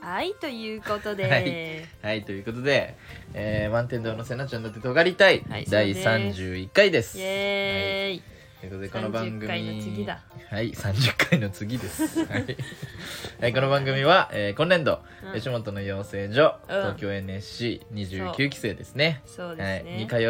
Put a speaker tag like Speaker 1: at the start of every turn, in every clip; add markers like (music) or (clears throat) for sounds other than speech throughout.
Speaker 1: はいということで、
Speaker 2: はい、はい、ということで、えー、満天堂のせなちゃんだって尖りたい、
Speaker 1: はい
Speaker 2: 第
Speaker 1: そうで
Speaker 2: 31回です。
Speaker 1: イエーイ、
Speaker 2: ということでこの番組
Speaker 1: 30回の次だ
Speaker 2: はい30回の次です、はいはい、この番組は、えー今年度、
Speaker 1: うん
Speaker 2: 吉本の養成所、
Speaker 1: うん
Speaker 2: 東京 NSC29 期生ですね
Speaker 1: そう
Speaker 2: は
Speaker 1: です
Speaker 2: い、に
Speaker 1: ね、
Speaker 2: 通う、
Speaker 1: う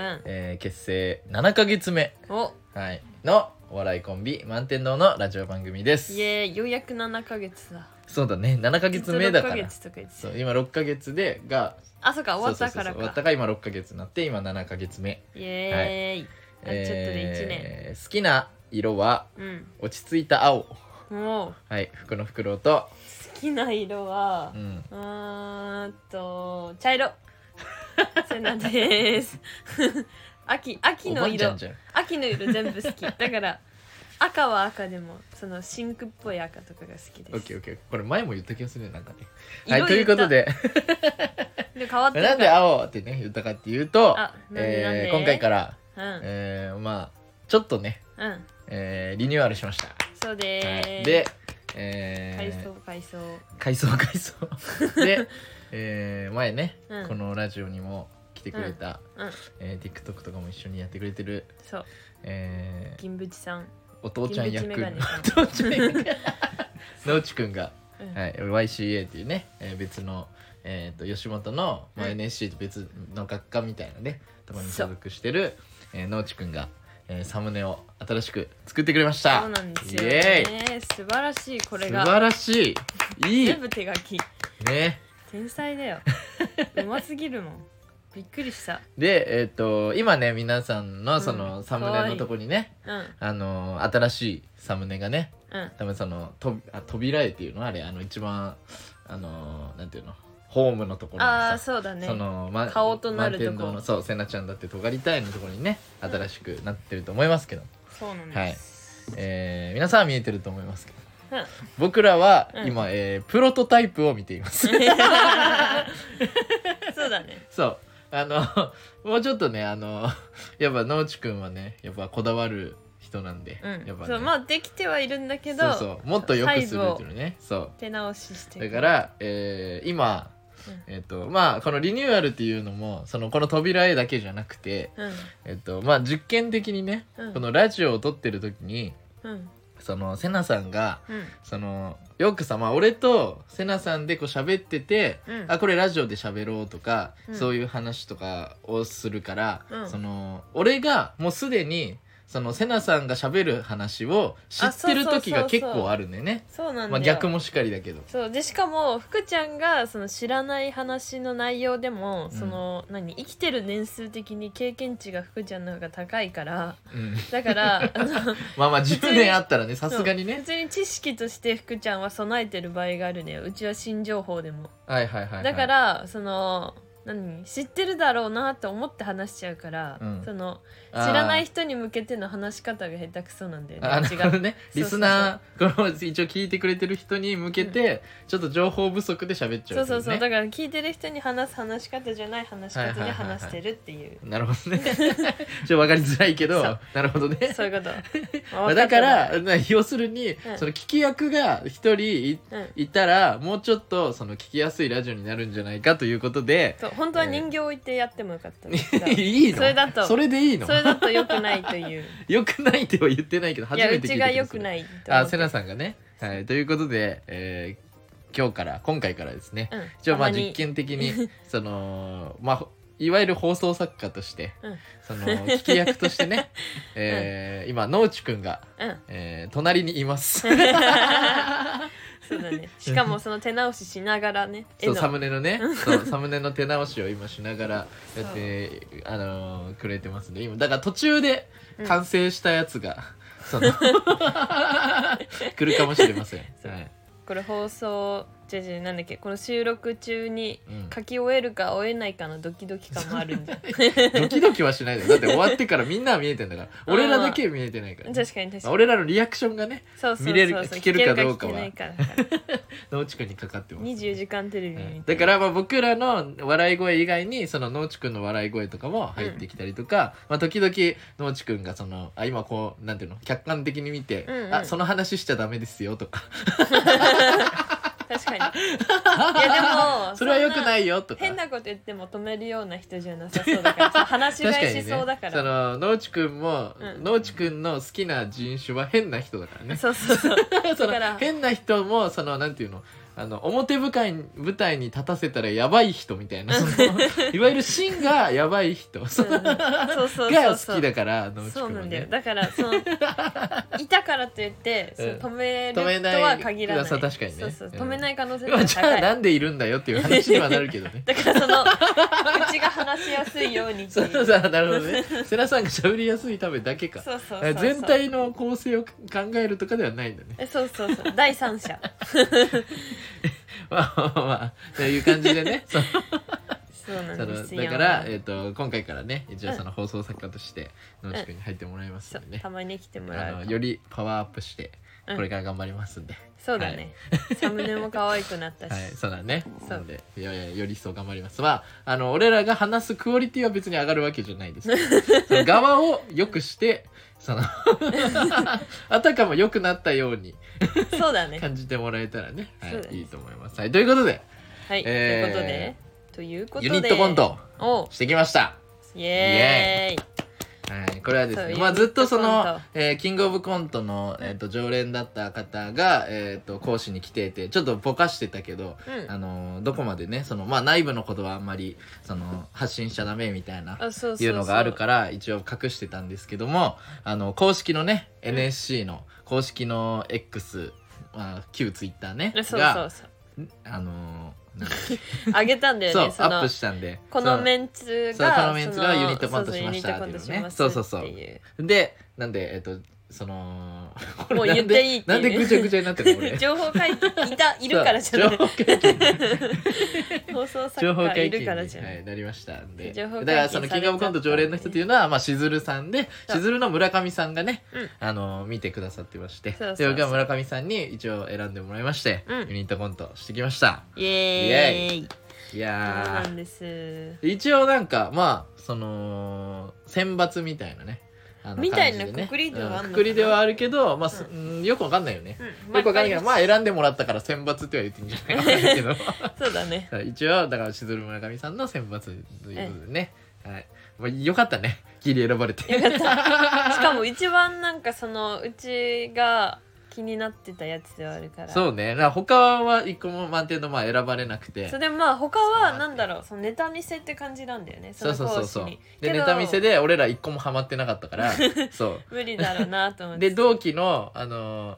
Speaker 1: ん
Speaker 2: えー結成7か月目、
Speaker 1: お
Speaker 2: はい、のお笑いコンビ満天堂のラジオ番組です
Speaker 1: イエーイようやく7ヶ月だ
Speaker 2: そうだね7か月目だか
Speaker 1: ずっと六ヶ
Speaker 2: ら
Speaker 1: 月とか言って
Speaker 2: そ
Speaker 1: た
Speaker 2: う今6か月でが
Speaker 1: あそうか終わった
Speaker 2: そうそう
Speaker 1: か
Speaker 2: そ
Speaker 1: ら
Speaker 2: う終わっ
Speaker 1: か
Speaker 2: たから今6か月になって今7か月目
Speaker 1: イエーイ、あちょっとで一
Speaker 2: えー好きな色は
Speaker 1: 年
Speaker 2: 落ち着いた青
Speaker 1: うんもう
Speaker 2: はい服の袋と
Speaker 1: 好きな色は
Speaker 2: う、ん
Speaker 1: うーんと茶
Speaker 2: (laughs)
Speaker 1: 色せなです秋秋の
Speaker 2: おばあちゃ
Speaker 1: 色
Speaker 2: んじゃん
Speaker 1: 秋の色全部好きだから赤は赤でもそのシンクっぽい赤とかが好き
Speaker 2: オ
Speaker 1: で
Speaker 2: ッケ
Speaker 1: す
Speaker 2: ーオッケーこれ前も言った気がするねなんかねは
Speaker 1: 色
Speaker 2: いということで
Speaker 1: で変わってるから
Speaker 2: なんで青ってね言ったかっていうと
Speaker 1: あなんでなん
Speaker 2: え
Speaker 1: で
Speaker 2: ー今回から
Speaker 1: うん
Speaker 2: えーまあちょっとね
Speaker 1: うん
Speaker 2: えーリニューアルしました
Speaker 1: そう
Speaker 2: は
Speaker 1: で
Speaker 2: い
Speaker 1: す
Speaker 2: で
Speaker 1: 海
Speaker 2: え
Speaker 1: 藻海藻
Speaker 2: ー改装改装
Speaker 1: (laughs)
Speaker 2: でえー前ね
Speaker 1: うん
Speaker 2: このラジオにも来てくれた
Speaker 1: うん
Speaker 2: えー TikTok とかも一緒にやってくれてる
Speaker 1: そう
Speaker 2: えー
Speaker 1: 銀ブチさん
Speaker 2: お父ちゃん役
Speaker 1: 銀縁眼鏡さん
Speaker 2: (laughs) お父ちゃん役野内くんが
Speaker 1: うん
Speaker 2: はい、YCA っていうね、えー別の、えー、と吉本の、まあ、
Speaker 1: うん
Speaker 2: NSC と別の学科みたいなねとこに所属してる、えー、農地くんが、えーサムネを新しく作ってくれました
Speaker 1: そうなんですよ
Speaker 2: イ
Speaker 1: ね
Speaker 2: エーイ
Speaker 1: 素晴らしいこれ
Speaker 2: 素
Speaker 1: が
Speaker 2: 晴らし
Speaker 1: (laughs)
Speaker 2: いいい
Speaker 1: 全部手書き
Speaker 2: ね
Speaker 1: 天才だ
Speaker 2: (laughs)
Speaker 1: ようますぎるもんびっくりした
Speaker 2: でえっ、と今ね皆さんのその、
Speaker 1: うん
Speaker 2: サムネのとこにね
Speaker 1: うん
Speaker 2: あのー新しいサムネがね
Speaker 1: うん
Speaker 2: 多分そのとあ扉絵っていうのあれあの一番あのーなんていうのホームのところに
Speaker 1: ああ
Speaker 2: さ
Speaker 1: そうだね
Speaker 2: その、ま、
Speaker 1: 顔となるとこ
Speaker 2: 満天堂のそうせなちゃんだって尖りたいのところにね新しくなってると思いますけど、
Speaker 1: そうなんです、
Speaker 2: えー皆さんは見えてると思いますけど
Speaker 1: うん (laughs)
Speaker 2: 僕らは
Speaker 1: うん
Speaker 2: 今、えープロトタイプを見ています
Speaker 1: そうだね
Speaker 2: (laughs) そうあのもうちょっとねあのやっぱ農地君はねやっぱこだわる人なんで、
Speaker 1: うん
Speaker 2: やっぱ、ね、
Speaker 1: そうまあできてはいるんだけど
Speaker 2: そうそうもっと良くするっていうのねそう
Speaker 1: 手直しして
Speaker 2: だから、えー今
Speaker 1: うん、
Speaker 2: えっとまあこのリニューアルっていうのもそのこの扉絵だけじゃなくて、
Speaker 1: うん
Speaker 2: えっとまあ、実験的にね、
Speaker 1: うん
Speaker 2: このラジオを撮ってる時に
Speaker 1: うん
Speaker 2: そのセナさんが
Speaker 1: うん
Speaker 2: そのよくさ、まあ、俺とセナさんでこう喋ってて、
Speaker 1: うん
Speaker 2: あこれラジオで喋ろうとか、
Speaker 1: うん
Speaker 2: そういう話とかをするから、
Speaker 1: うん
Speaker 2: その俺がもうすでにそのセナさんが喋る話を知ってる時が
Speaker 1: あそうそうそ
Speaker 2: 結
Speaker 1: うそう
Speaker 2: 構あるんだよね。
Speaker 1: そうなんだよ、
Speaker 2: まあ、逆もしかりだけど
Speaker 1: そうでしかも福ちゃんがその知らない話の内容でも、
Speaker 2: うん
Speaker 1: その何生きてる年数的に経験値が福ちゃんの方が高いから
Speaker 2: うん
Speaker 1: だから
Speaker 2: (laughs)
Speaker 1: あの
Speaker 2: まあまあ
Speaker 1: 通
Speaker 2: 10
Speaker 1: に
Speaker 2: 年あったらねさすがに
Speaker 1: 普
Speaker 2: ね
Speaker 1: 通に知識として福ちゃんは備えてる場合があるねうちは新情報でも
Speaker 2: はいはいはい、はい、
Speaker 1: だからその何知ってるだろうなと思って話しちゃうから、
Speaker 2: うん
Speaker 1: その知
Speaker 2: あー
Speaker 1: らない人に向けての話し方が下手くそなんだよ
Speaker 2: あ
Speaker 1: ね
Speaker 2: な
Speaker 1: うち
Speaker 2: る
Speaker 1: が
Speaker 2: (laughs) ほどね
Speaker 1: そう
Speaker 2: リ
Speaker 1: そうそ
Speaker 2: ス
Speaker 1: う
Speaker 2: ナーこの一応聞いてくれてる人に向けて、ちょっと情報不足で喋っちゃ
Speaker 1: そう
Speaker 2: う
Speaker 1: そうそう、
Speaker 2: ね
Speaker 1: だから聞いてる人に話す話し方じゃない話し方
Speaker 2: は
Speaker 1: で
Speaker 2: いはいはいはい
Speaker 1: 話してるっていう、
Speaker 2: なるほどね (laughs) ちょっと分かりづらいけど
Speaker 1: そう
Speaker 2: なるほど
Speaker 1: (laughs)
Speaker 2: ね
Speaker 1: そういう
Speaker 2: (laughs)
Speaker 1: ことまあ
Speaker 2: まあ
Speaker 1: 分か
Speaker 2: だ
Speaker 1: った
Speaker 2: か
Speaker 1: な
Speaker 2: らまあ要するに、
Speaker 1: ん
Speaker 2: その聞き役が一人い
Speaker 1: うん
Speaker 2: いたらもうちょっとその聞きやすいラジオになるんじゃないかということで
Speaker 1: そう本当は人形置いてやってもよかったんですが
Speaker 2: (laughs) いいの
Speaker 1: それだと
Speaker 2: それでいいの
Speaker 1: それだと良くないと
Speaker 2: (laughs)
Speaker 1: いう
Speaker 2: よくないっては言ってないけど
Speaker 1: い
Speaker 2: 初
Speaker 1: や
Speaker 2: め
Speaker 1: う
Speaker 2: て聞
Speaker 1: ち
Speaker 2: い
Speaker 1: が
Speaker 2: たけ
Speaker 1: 良
Speaker 2: どそ
Speaker 1: く
Speaker 2: れ
Speaker 1: ないと思
Speaker 2: あ
Speaker 1: って
Speaker 2: セナさんがね、はい、ということで、えー今日から今回からですね、
Speaker 1: うん
Speaker 2: 一応まあ
Speaker 1: たまに
Speaker 2: 実験的
Speaker 1: (laughs)
Speaker 2: にそのまあほいわゆる放送作家として、
Speaker 1: うん
Speaker 2: その聞き役とし
Speaker 1: (laughs)
Speaker 2: てね、えー今農地くんが、
Speaker 1: うん
Speaker 2: えー隣にいます
Speaker 1: (laughs) そうだね。しかもその手直ししながらね。
Speaker 2: (laughs) そうサ
Speaker 1: の
Speaker 2: ムネのねそうサムネの手直しを今しながらやって、あのーくれてますね今だから途中で完成したやつが、
Speaker 1: (laughs)
Speaker 2: その来るかもしれません、はい
Speaker 1: これ放送じゃじゃなんだっけこの収録中に
Speaker 2: うん
Speaker 1: 書き終えるか終えないかのドキドキ感もあるんじゃん。
Speaker 2: (laughs) ドキドキはしないでだって終わってからみんなは見えてんだから
Speaker 1: うん
Speaker 2: 俺らだけ見えてない (laughs) から、
Speaker 1: 確かに確かに。
Speaker 2: 俺らのリアクションがね
Speaker 1: そうそうそうそう
Speaker 2: 見れる聞けるかどうかは
Speaker 1: 聞けるか聞けないかだから
Speaker 2: 農地君にかかってます、
Speaker 1: 20時間テレビみたい
Speaker 2: はい
Speaker 1: な。
Speaker 2: だからまあ僕らの笑い声以外にその農地君の笑い声とかも入ってきたりとか、まあ、時々農地君がそのあ今こうなんていうの客観的に見て、
Speaker 1: うんうん
Speaker 2: あその話しちゃダメですよとか
Speaker 1: 確かに。いやでも、
Speaker 2: (laughs) それは良く
Speaker 1: い。
Speaker 2: ないよとか
Speaker 1: 変なこと言っても止めるような人じゃなさそうだから、話
Speaker 2: 確
Speaker 1: が
Speaker 2: か
Speaker 1: い
Speaker 2: に
Speaker 1: し
Speaker 2: ね
Speaker 1: そうだから。
Speaker 2: その農地君も、
Speaker 1: うん
Speaker 2: 農地君の好きな人種は変な人だからね
Speaker 1: そうそうそう。
Speaker 2: (laughs) そ
Speaker 1: だから
Speaker 2: の変な人もそのなんていうのあの表舞台に舞台に立たせたらやばい人みた
Speaker 1: (laughs)
Speaker 2: いなそのいわゆる芯がやばい人そ
Speaker 1: うんそうそうそうそう
Speaker 2: が好きだから野内
Speaker 1: そう
Speaker 2: 君
Speaker 1: な
Speaker 2: は
Speaker 1: んだよ
Speaker 2: ね。
Speaker 1: だからそのいたからといって、その
Speaker 2: うん
Speaker 1: 止める
Speaker 2: 止めない
Speaker 1: とは限らない
Speaker 2: 噂確かにね
Speaker 1: そうそう
Speaker 2: うん
Speaker 1: 止めない可能性
Speaker 2: ま
Speaker 1: が
Speaker 2: あじゃあ
Speaker 1: 高
Speaker 2: ないんでいるんだよっていう話にはなるけど
Speaker 1: (laughs) 。
Speaker 2: ね
Speaker 1: だからその口が話しやすいようにって
Speaker 2: そ
Speaker 1: いう
Speaker 2: さなるほどね。瀬名さんが喋りやすいためだけか。
Speaker 1: そうそうそうそう
Speaker 2: 全体の構成を考えるとかではないんだね。 (laughs)
Speaker 1: えそうそうそう第三者
Speaker 2: まあまあまあという感じで
Speaker 1: (laughs)
Speaker 2: ね。その
Speaker 1: そうな
Speaker 2: そ
Speaker 1: ん
Speaker 2: の
Speaker 1: ですよ
Speaker 2: だから、えっと今回からね一応
Speaker 1: うん
Speaker 2: その放送作家として農地君に入ってもらいます
Speaker 1: そうん
Speaker 2: でね
Speaker 1: た。まに来ても
Speaker 2: あ
Speaker 1: らうか
Speaker 2: の
Speaker 1: ら
Speaker 2: よりパワーアップして
Speaker 1: うん
Speaker 2: これから頑張りますんで、
Speaker 1: そうだね、サムネも可愛くなったし、
Speaker 2: はいそうだね
Speaker 1: そう
Speaker 2: なのでいやいやより一層頑張りますまああの俺らが話すクオリティは別に上がるわけじゃないです
Speaker 1: (laughs)
Speaker 2: その側を良くしてそのあたかも良くなったように
Speaker 1: そうだね
Speaker 2: 感じてもらえたらね、は
Speaker 1: そうです
Speaker 2: い、いいと思います、はい、ということで
Speaker 1: はい、
Speaker 2: え
Speaker 1: ということでという
Speaker 2: ユ
Speaker 1: こと
Speaker 2: ニ
Speaker 1: で
Speaker 2: ットコント
Speaker 1: お
Speaker 2: してきました
Speaker 1: イエーイ
Speaker 2: はい、これはですね、
Speaker 1: そう
Speaker 2: まあ、ずっとそ
Speaker 1: ユニットコン
Speaker 2: の
Speaker 1: ト、
Speaker 2: えーキングオブコントの、えー、と常連だった方が、えー、と講師に来ていてちょっとぼかしてたけど、
Speaker 1: うん
Speaker 2: あのーどこまでねその、まあ、内部のことはあんまりその発信しちゃダメみたいな
Speaker 1: あそうそう
Speaker 2: い
Speaker 1: そう
Speaker 2: うのがあるから一応隠してたんですけどもあの公式のね NSC の公式の X、まあ、旧 Twitter ね
Speaker 1: えそうそう
Speaker 2: が
Speaker 1: そうん
Speaker 2: あのーなんだっけ
Speaker 1: あげたんだよ
Speaker 2: そう
Speaker 1: ね
Speaker 2: ア
Speaker 1: そ
Speaker 2: ッ
Speaker 1: の
Speaker 2: プしたんで
Speaker 1: こ
Speaker 2: そ
Speaker 1: の
Speaker 2: う
Speaker 1: メンツ
Speaker 2: そう
Speaker 1: が
Speaker 2: このメンツが
Speaker 1: その
Speaker 2: ユニットコント
Speaker 1: そうそう
Speaker 2: しました
Speaker 1: ユニットコントしま
Speaker 2: っていうのねそうそうそう
Speaker 1: っていう
Speaker 2: でなんでえっ、とそのこれ
Speaker 1: もう言っていいってい
Speaker 2: な
Speaker 1: うん
Speaker 2: でなんでぐちゃぐちゃになってる
Speaker 1: (laughs)
Speaker 2: の俺
Speaker 1: 情報解禁いたいるからじゃない
Speaker 2: そう情報解禁
Speaker 1: (laughs) 放送作
Speaker 2: 情報
Speaker 1: 家い
Speaker 2: 解禁
Speaker 1: る
Speaker 2: に、
Speaker 1: からじゃ
Speaker 2: は
Speaker 1: ない、
Speaker 2: い、なりましたんで
Speaker 1: 情報解禁
Speaker 2: だからそのキングオブコント常連の人というのは、まあ、しずるさんで
Speaker 1: そう
Speaker 2: しずるの村上さんがね、
Speaker 1: うん
Speaker 2: あの見てくださってまして
Speaker 1: そうそうそう
Speaker 2: で僕は村上さんに一応選んでもらいまして、
Speaker 1: うん
Speaker 2: ユニットコントしてきました
Speaker 1: イエーイ
Speaker 2: イ
Speaker 1: そう
Speaker 2: い
Speaker 1: な
Speaker 2: や
Speaker 1: んです
Speaker 2: ー一応なんかまあその選抜みたいなねあの
Speaker 1: みたいな
Speaker 2: 感じでね
Speaker 1: くくりではあんのかな
Speaker 2: うんくくりではあるけど、まあすうんよくわかんないよね、
Speaker 1: うん
Speaker 2: よくわかんないけどまあ選んでもらったから選抜っては言っていいんじゃないかわかんないけど
Speaker 1: そうだね
Speaker 2: 一応だからしずる村上さんの選抜ということでね、はいまあ、よかったねギリ選ばれて
Speaker 1: よか
Speaker 2: (laughs)
Speaker 1: ったしかも一番なんかそのうちが気になってたやつではあるから
Speaker 2: そうねだから他は一個も満点のまあ選ばれなくて
Speaker 1: それでまあ他はなんだろうそのネタ見せって感じなんだよね
Speaker 2: そう
Speaker 1: の
Speaker 2: そうそうそ
Speaker 1: 講
Speaker 2: う
Speaker 1: 師に
Speaker 2: で
Speaker 1: けど
Speaker 2: ネタ見せで俺ら一個もハマってなかったから
Speaker 1: (laughs)
Speaker 2: そ
Speaker 1: 無理だろうなと思
Speaker 2: う
Speaker 1: っ
Speaker 2: で
Speaker 1: て
Speaker 2: 同期のあの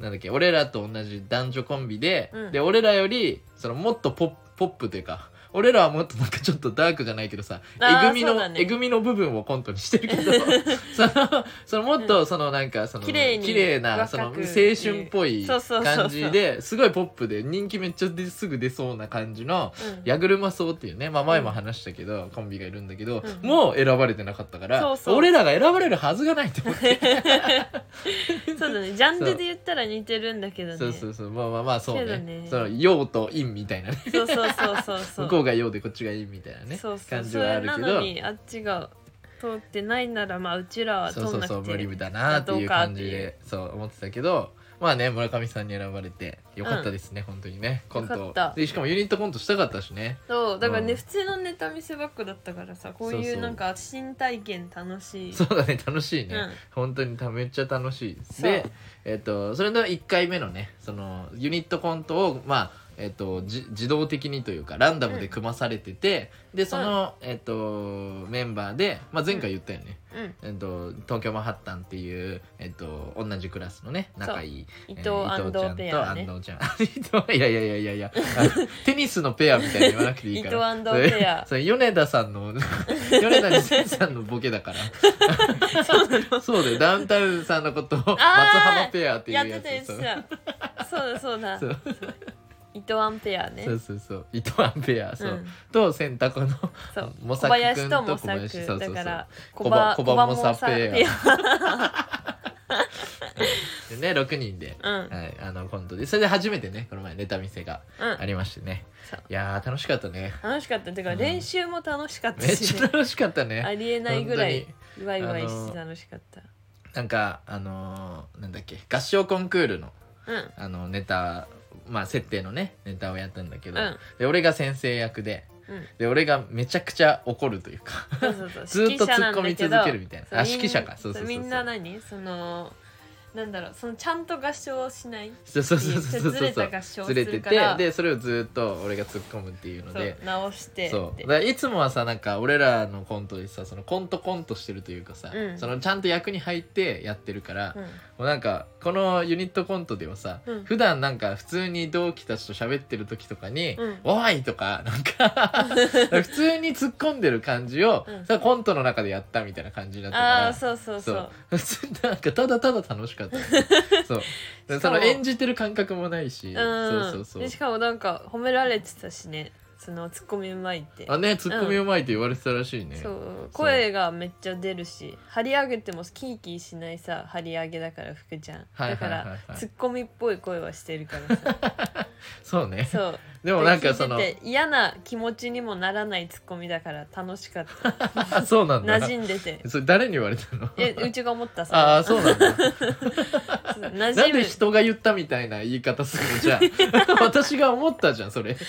Speaker 2: ーなんだっけ俺らと同じ男女コンビで、
Speaker 1: うん
Speaker 2: で俺らよりそのもっとポッポップというか俺らはもっとなんかちょっとダークじゃないけどさ
Speaker 1: あー
Speaker 2: えぐみ
Speaker 1: そう
Speaker 2: の、
Speaker 1: だね
Speaker 2: えぐみの部分をコントにしてるけ
Speaker 1: (laughs)
Speaker 2: どそのそのもっとそのなんかその
Speaker 1: 綺麗に
Speaker 2: なそ
Speaker 1: 若
Speaker 2: の
Speaker 1: く
Speaker 2: 青春っぽい
Speaker 1: そうそうそうそう
Speaker 2: 感じですごいポップで人気めっちゃですぐ出そうな感じの
Speaker 1: うん
Speaker 2: 矢車荘っていうね、まあ、前も話したけど、コンビがいるんだけど、
Speaker 1: うん
Speaker 2: もう選ばれてなかったから
Speaker 1: そうそう
Speaker 2: 俺らが選ばれるはずがないと思って
Speaker 1: そうだねジャンルで言ったら似てるんだけどね
Speaker 2: そうそうそうまあまあまあそう
Speaker 1: けど
Speaker 2: ね
Speaker 1: ね
Speaker 2: その陽と陰みたいなね
Speaker 1: そうそうそうそうそ
Speaker 2: 向
Speaker 1: う
Speaker 2: こうが陽でこっちが陰みたいなね
Speaker 1: そうそう
Speaker 2: 感じはある
Speaker 1: そ
Speaker 2: け
Speaker 1: れなの
Speaker 2: ど。
Speaker 1: にあっちが通ってないならまあうちらは通
Speaker 2: そ
Speaker 1: ん
Speaker 2: うそう
Speaker 1: な
Speaker 2: そう
Speaker 1: く
Speaker 2: 無
Speaker 1: て
Speaker 2: 理だなっていう感じでそう思ってたけどまあね村上さんに選ばれてよかったですね、本当にねコン
Speaker 1: よ
Speaker 2: ト
Speaker 1: かった
Speaker 2: でしかもユニットコントしたかったしね
Speaker 1: そうだからね、
Speaker 2: うん
Speaker 1: 普通のネタ見せばっかだったからさこう
Speaker 2: そう
Speaker 1: い
Speaker 2: そうう
Speaker 1: なんか新体験楽しい
Speaker 2: そうだね楽しいね、
Speaker 1: うん
Speaker 2: 本当にためっちゃ楽しいです
Speaker 1: そう
Speaker 2: で、えっとそれの1回目のねそのユニットコントをまあえっと、じ自動的にというかランダムで組まされてて、でその、えっと、メンバーで、まあ、前回言ったよね、
Speaker 1: うん
Speaker 2: えっと、東京マンハッタンっていう、えっと、同じクラスのね仲いい、
Speaker 1: 伊
Speaker 2: えー
Speaker 1: 藤安藤ペアね
Speaker 2: 伊藤ちゃんと (laughs) 安藤ちゃん伊藤いやいやいやいやいやあのテニスのペアみたいに言わなくていいから
Speaker 1: 伊藤安藤ペア
Speaker 2: それそれ米田さ
Speaker 1: (laughs)
Speaker 2: んの米田二千さんのボケだからそうだよダウンタウンさんのことを松浜ペアっていう
Speaker 1: や
Speaker 2: や
Speaker 1: っ
Speaker 2: つ
Speaker 1: てたやつ
Speaker 2: そう
Speaker 1: さそうだそうだ
Speaker 2: そう
Speaker 1: 伊藤アンペアね
Speaker 2: そうそうそう伊藤アンペアそう、
Speaker 1: うん
Speaker 2: と洗濯の
Speaker 1: そう
Speaker 2: 模
Speaker 1: 小
Speaker 2: 索
Speaker 1: 林と模
Speaker 2: 君と小林そうそう
Speaker 1: 索
Speaker 2: そ
Speaker 1: だ
Speaker 2: う
Speaker 1: から
Speaker 2: 小葉
Speaker 1: 小
Speaker 2: 小
Speaker 1: 葉
Speaker 2: 葉
Speaker 1: も
Speaker 2: も
Speaker 1: さ
Speaker 2: さ
Speaker 1: ペ
Speaker 2: ペ
Speaker 1: ア
Speaker 2: でね6人で、
Speaker 1: うん
Speaker 2: はい、あのコントでそれで初めてねこの前ネタ見せが
Speaker 1: うん
Speaker 2: ありましてね、
Speaker 1: そう
Speaker 2: いやー楽しかったね
Speaker 1: 楽しかったてか
Speaker 2: うん
Speaker 1: 練習も楽しかった
Speaker 2: めっ
Speaker 1: し
Speaker 2: ちゃ
Speaker 1: ね
Speaker 2: 楽しかった
Speaker 1: あ
Speaker 2: ね
Speaker 1: りえないぐらい
Speaker 2: 本
Speaker 1: ワイワイ
Speaker 2: あ
Speaker 1: し
Speaker 2: の
Speaker 1: て楽しかった
Speaker 2: なんかあのーなんだっけ合唱コンクールの
Speaker 1: うん
Speaker 2: あのネタまあ、設定のねネタをやったんだけど、
Speaker 1: うん
Speaker 2: で俺が先生役で
Speaker 1: うん
Speaker 2: で俺がめちゃくちゃ怒るというか (laughs)
Speaker 1: そうそうそう
Speaker 2: ずっ
Speaker 1: 指
Speaker 2: と
Speaker 1: 揮者なんだ
Speaker 2: 突っ込み
Speaker 1: ど
Speaker 2: 続けるみたいな
Speaker 1: そう
Speaker 2: あ指揮者かそうそうそうそう
Speaker 1: みんな何そのなんだろうそのちゃんと合唱をしない
Speaker 2: そうそうそうそうそう
Speaker 1: ずれた合唱をす
Speaker 2: ずれ
Speaker 1: る
Speaker 2: て
Speaker 1: か
Speaker 2: て
Speaker 1: ら
Speaker 2: でそれをずっと俺が突っ込むっていうの
Speaker 1: そう
Speaker 2: で
Speaker 1: 直して
Speaker 2: そう
Speaker 1: って
Speaker 2: だからいつもはさなんか俺らのコントでさそのコントコントしてるというかさ、
Speaker 1: うん
Speaker 2: そのちゃんと役に入ってやってるから、
Speaker 1: う
Speaker 2: も
Speaker 1: ん
Speaker 2: うなんかこのユニットコントではさ、
Speaker 1: うん
Speaker 2: 普段なんか普通に同期たちと喋ってる時とかに「
Speaker 1: うん
Speaker 2: おい!」とかなんか (laughs) 普通に突っ込んでる感じを、
Speaker 1: うん
Speaker 2: さコントの中でやったみたいな感じになったから
Speaker 1: ああそうそうそう
Speaker 2: 普通になんかただただ楽し
Speaker 1: (laughs)
Speaker 2: かったねそうでその演じてる感覚もない
Speaker 1: う
Speaker 2: し、
Speaker 1: ん
Speaker 2: そうそう
Speaker 1: でし
Speaker 2: そ
Speaker 1: かもなんか褒められてたしねそのツッコミうまいって
Speaker 2: うあねツッコミうまいって言われてたらしいね、
Speaker 1: そう声がめっちゃ出るし張り上げてもキーキーしないさ張り上げだから福ちゃん、
Speaker 2: はいはいはいは
Speaker 1: だ
Speaker 2: い
Speaker 1: からツッコミっぽい声はしてるから
Speaker 2: (laughs)
Speaker 1: さ
Speaker 2: そうね
Speaker 1: そう
Speaker 2: でもなんかそ
Speaker 1: (laughs) 聞
Speaker 2: の
Speaker 1: いてて嫌な気持ちにもならないツッコミだから楽しか
Speaker 2: (laughs)
Speaker 1: った
Speaker 2: あそうなんだ
Speaker 1: 馴染んでて
Speaker 2: (laughs) それ誰に言われたの
Speaker 1: えうちが思った
Speaker 2: ああ
Speaker 1: さ
Speaker 2: そうなんだ
Speaker 1: 馴
Speaker 2: なん
Speaker 1: 染む
Speaker 2: で人が言ったみたいな言い方するのじゃあ私が思ったじゃんそれ
Speaker 1: って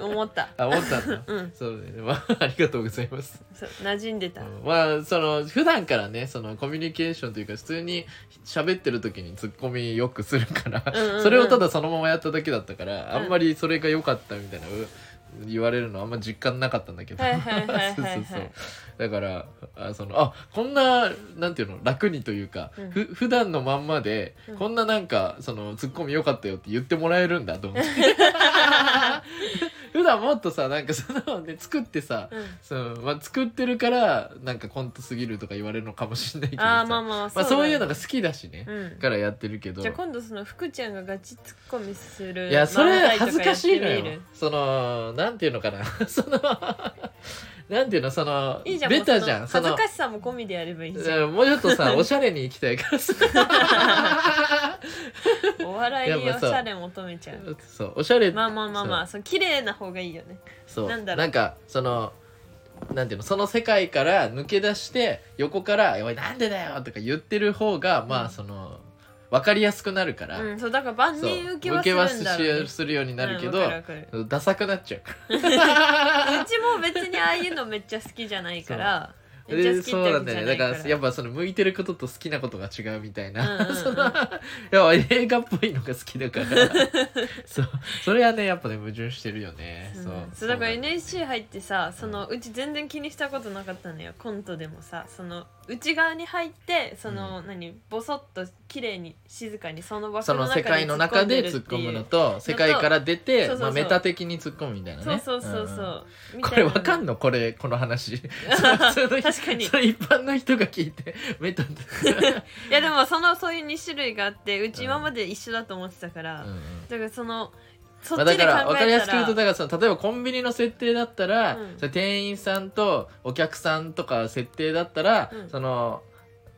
Speaker 1: 思った
Speaker 2: あ思ったんだ、
Speaker 1: うん
Speaker 2: そうね、まあ、ありがとうございます
Speaker 1: そう馴染んでた
Speaker 2: まあその普段からねそのコミュニケーションというか普通に喋ってる時にツッコミよくするから、
Speaker 1: うんうんうん
Speaker 2: それをただそのままやっただけだったから、
Speaker 1: うん
Speaker 2: あんまりそれが良かったみたいなう言われるのあんま実感なかったんだけど
Speaker 1: はいはいはいはいはい
Speaker 2: (laughs) そうそうそうだからあそのあこんななんていうの楽にというか、
Speaker 1: うん
Speaker 2: ふ普段のまんまで、
Speaker 1: うん
Speaker 2: こんななんかそのツッコミ良かったよって言ってもらえるんだと思って
Speaker 1: (laughs)
Speaker 2: (laughs) 普段もっとさなんかそのね作ってさ、
Speaker 1: うん
Speaker 2: そう、まあ、作ってるからなんかコントすぎるとか言われるのかもしれないけどさ
Speaker 1: あーまあまあ
Speaker 2: まあ
Speaker 1: だね
Speaker 2: そういうのが好きだしね、
Speaker 1: うん
Speaker 2: からやってるけど
Speaker 1: じゃあ今度その福ちゃんがガチツッコミする
Speaker 2: いやそれ
Speaker 1: 漫才と
Speaker 2: 恥ず
Speaker 1: や
Speaker 2: か
Speaker 1: っ
Speaker 2: して
Speaker 1: み
Speaker 2: い
Speaker 1: る
Speaker 2: のよそのなんていうのかな (laughs) そのなんていうのその
Speaker 1: いいじゃん
Speaker 2: ベタじゃん
Speaker 1: もうそ
Speaker 2: そ
Speaker 1: の
Speaker 2: の
Speaker 1: 恥ずかしさも込みでやればいいじゃん
Speaker 2: うんもうちょっ
Speaker 1: (laughs)
Speaker 2: とさおしゃれに行きたいからさ
Speaker 1: お笑い
Speaker 2: い
Speaker 1: にお
Speaker 2: やま
Speaker 1: し
Speaker 2: あそう
Speaker 1: ゃれ求めちゃう
Speaker 2: そうおしゃれ
Speaker 1: まあまあまあまあそう綺麗な方がいいよね
Speaker 2: そう
Speaker 1: な
Speaker 2: なんん
Speaker 1: だろう
Speaker 2: かそのなんていうのその世界から抜け出して横から「おいなんでだよ!」とか言ってる方が、ま
Speaker 1: うん
Speaker 2: あその分かりやすくなるから、
Speaker 1: うんそうだから万
Speaker 2: そう
Speaker 1: 人受けはするんだろう、ね、
Speaker 2: 受けはするようになるけ
Speaker 1: うん
Speaker 2: ど
Speaker 1: わ、かるわかる
Speaker 2: ダサくなっちゃうか
Speaker 1: うちも別にああいうのめっちゃ好きじゃないから
Speaker 2: ら
Speaker 1: (laughs) めっちゃ好き
Speaker 2: で
Speaker 1: って
Speaker 2: (laughs) そうな
Speaker 1: わ
Speaker 2: ん
Speaker 1: け
Speaker 2: だ
Speaker 1: じゃな
Speaker 2: よね
Speaker 1: いから
Speaker 2: だからやっぱその向いてることと好きなことが違うみたいな、
Speaker 1: うんうんうん
Speaker 2: (laughs) そのいや映画っぽいのが好きだから (laughs) そうそれはねやっぱね矛盾してるよね、
Speaker 1: うん
Speaker 2: そう
Speaker 1: そうだから
Speaker 2: そうなん
Speaker 1: NSC 入ってさそのうち全然気にしたことなかったのよコントでもさその内側に入ってその、何ボソッと綺麗に静かにその場
Speaker 2: そ
Speaker 1: 所の
Speaker 2: の世
Speaker 1: 中に
Speaker 2: 界の
Speaker 1: 突っ込
Speaker 2: 中
Speaker 1: んで
Speaker 2: で
Speaker 1: るっていう
Speaker 2: 突っ込むのと世界から出
Speaker 1: そ
Speaker 2: て
Speaker 1: うそうそう
Speaker 2: まあ、メタ的に突っ込むみたいな
Speaker 1: そう
Speaker 2: ね
Speaker 1: そうそう
Speaker 2: うんうん
Speaker 1: そう、み
Speaker 2: こ
Speaker 1: た
Speaker 2: れ
Speaker 1: いな
Speaker 2: わかんのこれこの
Speaker 1: (laughs)
Speaker 2: 話そうその
Speaker 1: 確かに
Speaker 2: それ一般の人が聞いて
Speaker 1: (laughs)
Speaker 2: メタって、
Speaker 1: いやでもそのそういう2種類があってう
Speaker 2: う
Speaker 1: ち
Speaker 2: ん
Speaker 1: 今まで一緒だと思ってたから、
Speaker 2: うんうん
Speaker 1: だからそのそ
Speaker 2: まあ、
Speaker 1: っちで
Speaker 2: だ
Speaker 1: 考えた,、
Speaker 2: からら分かりやすく言うとだからその例えばコンビニの設定だったら、
Speaker 1: うん
Speaker 2: それ店員さんとお客さんとか設定だったら、
Speaker 1: うん
Speaker 2: その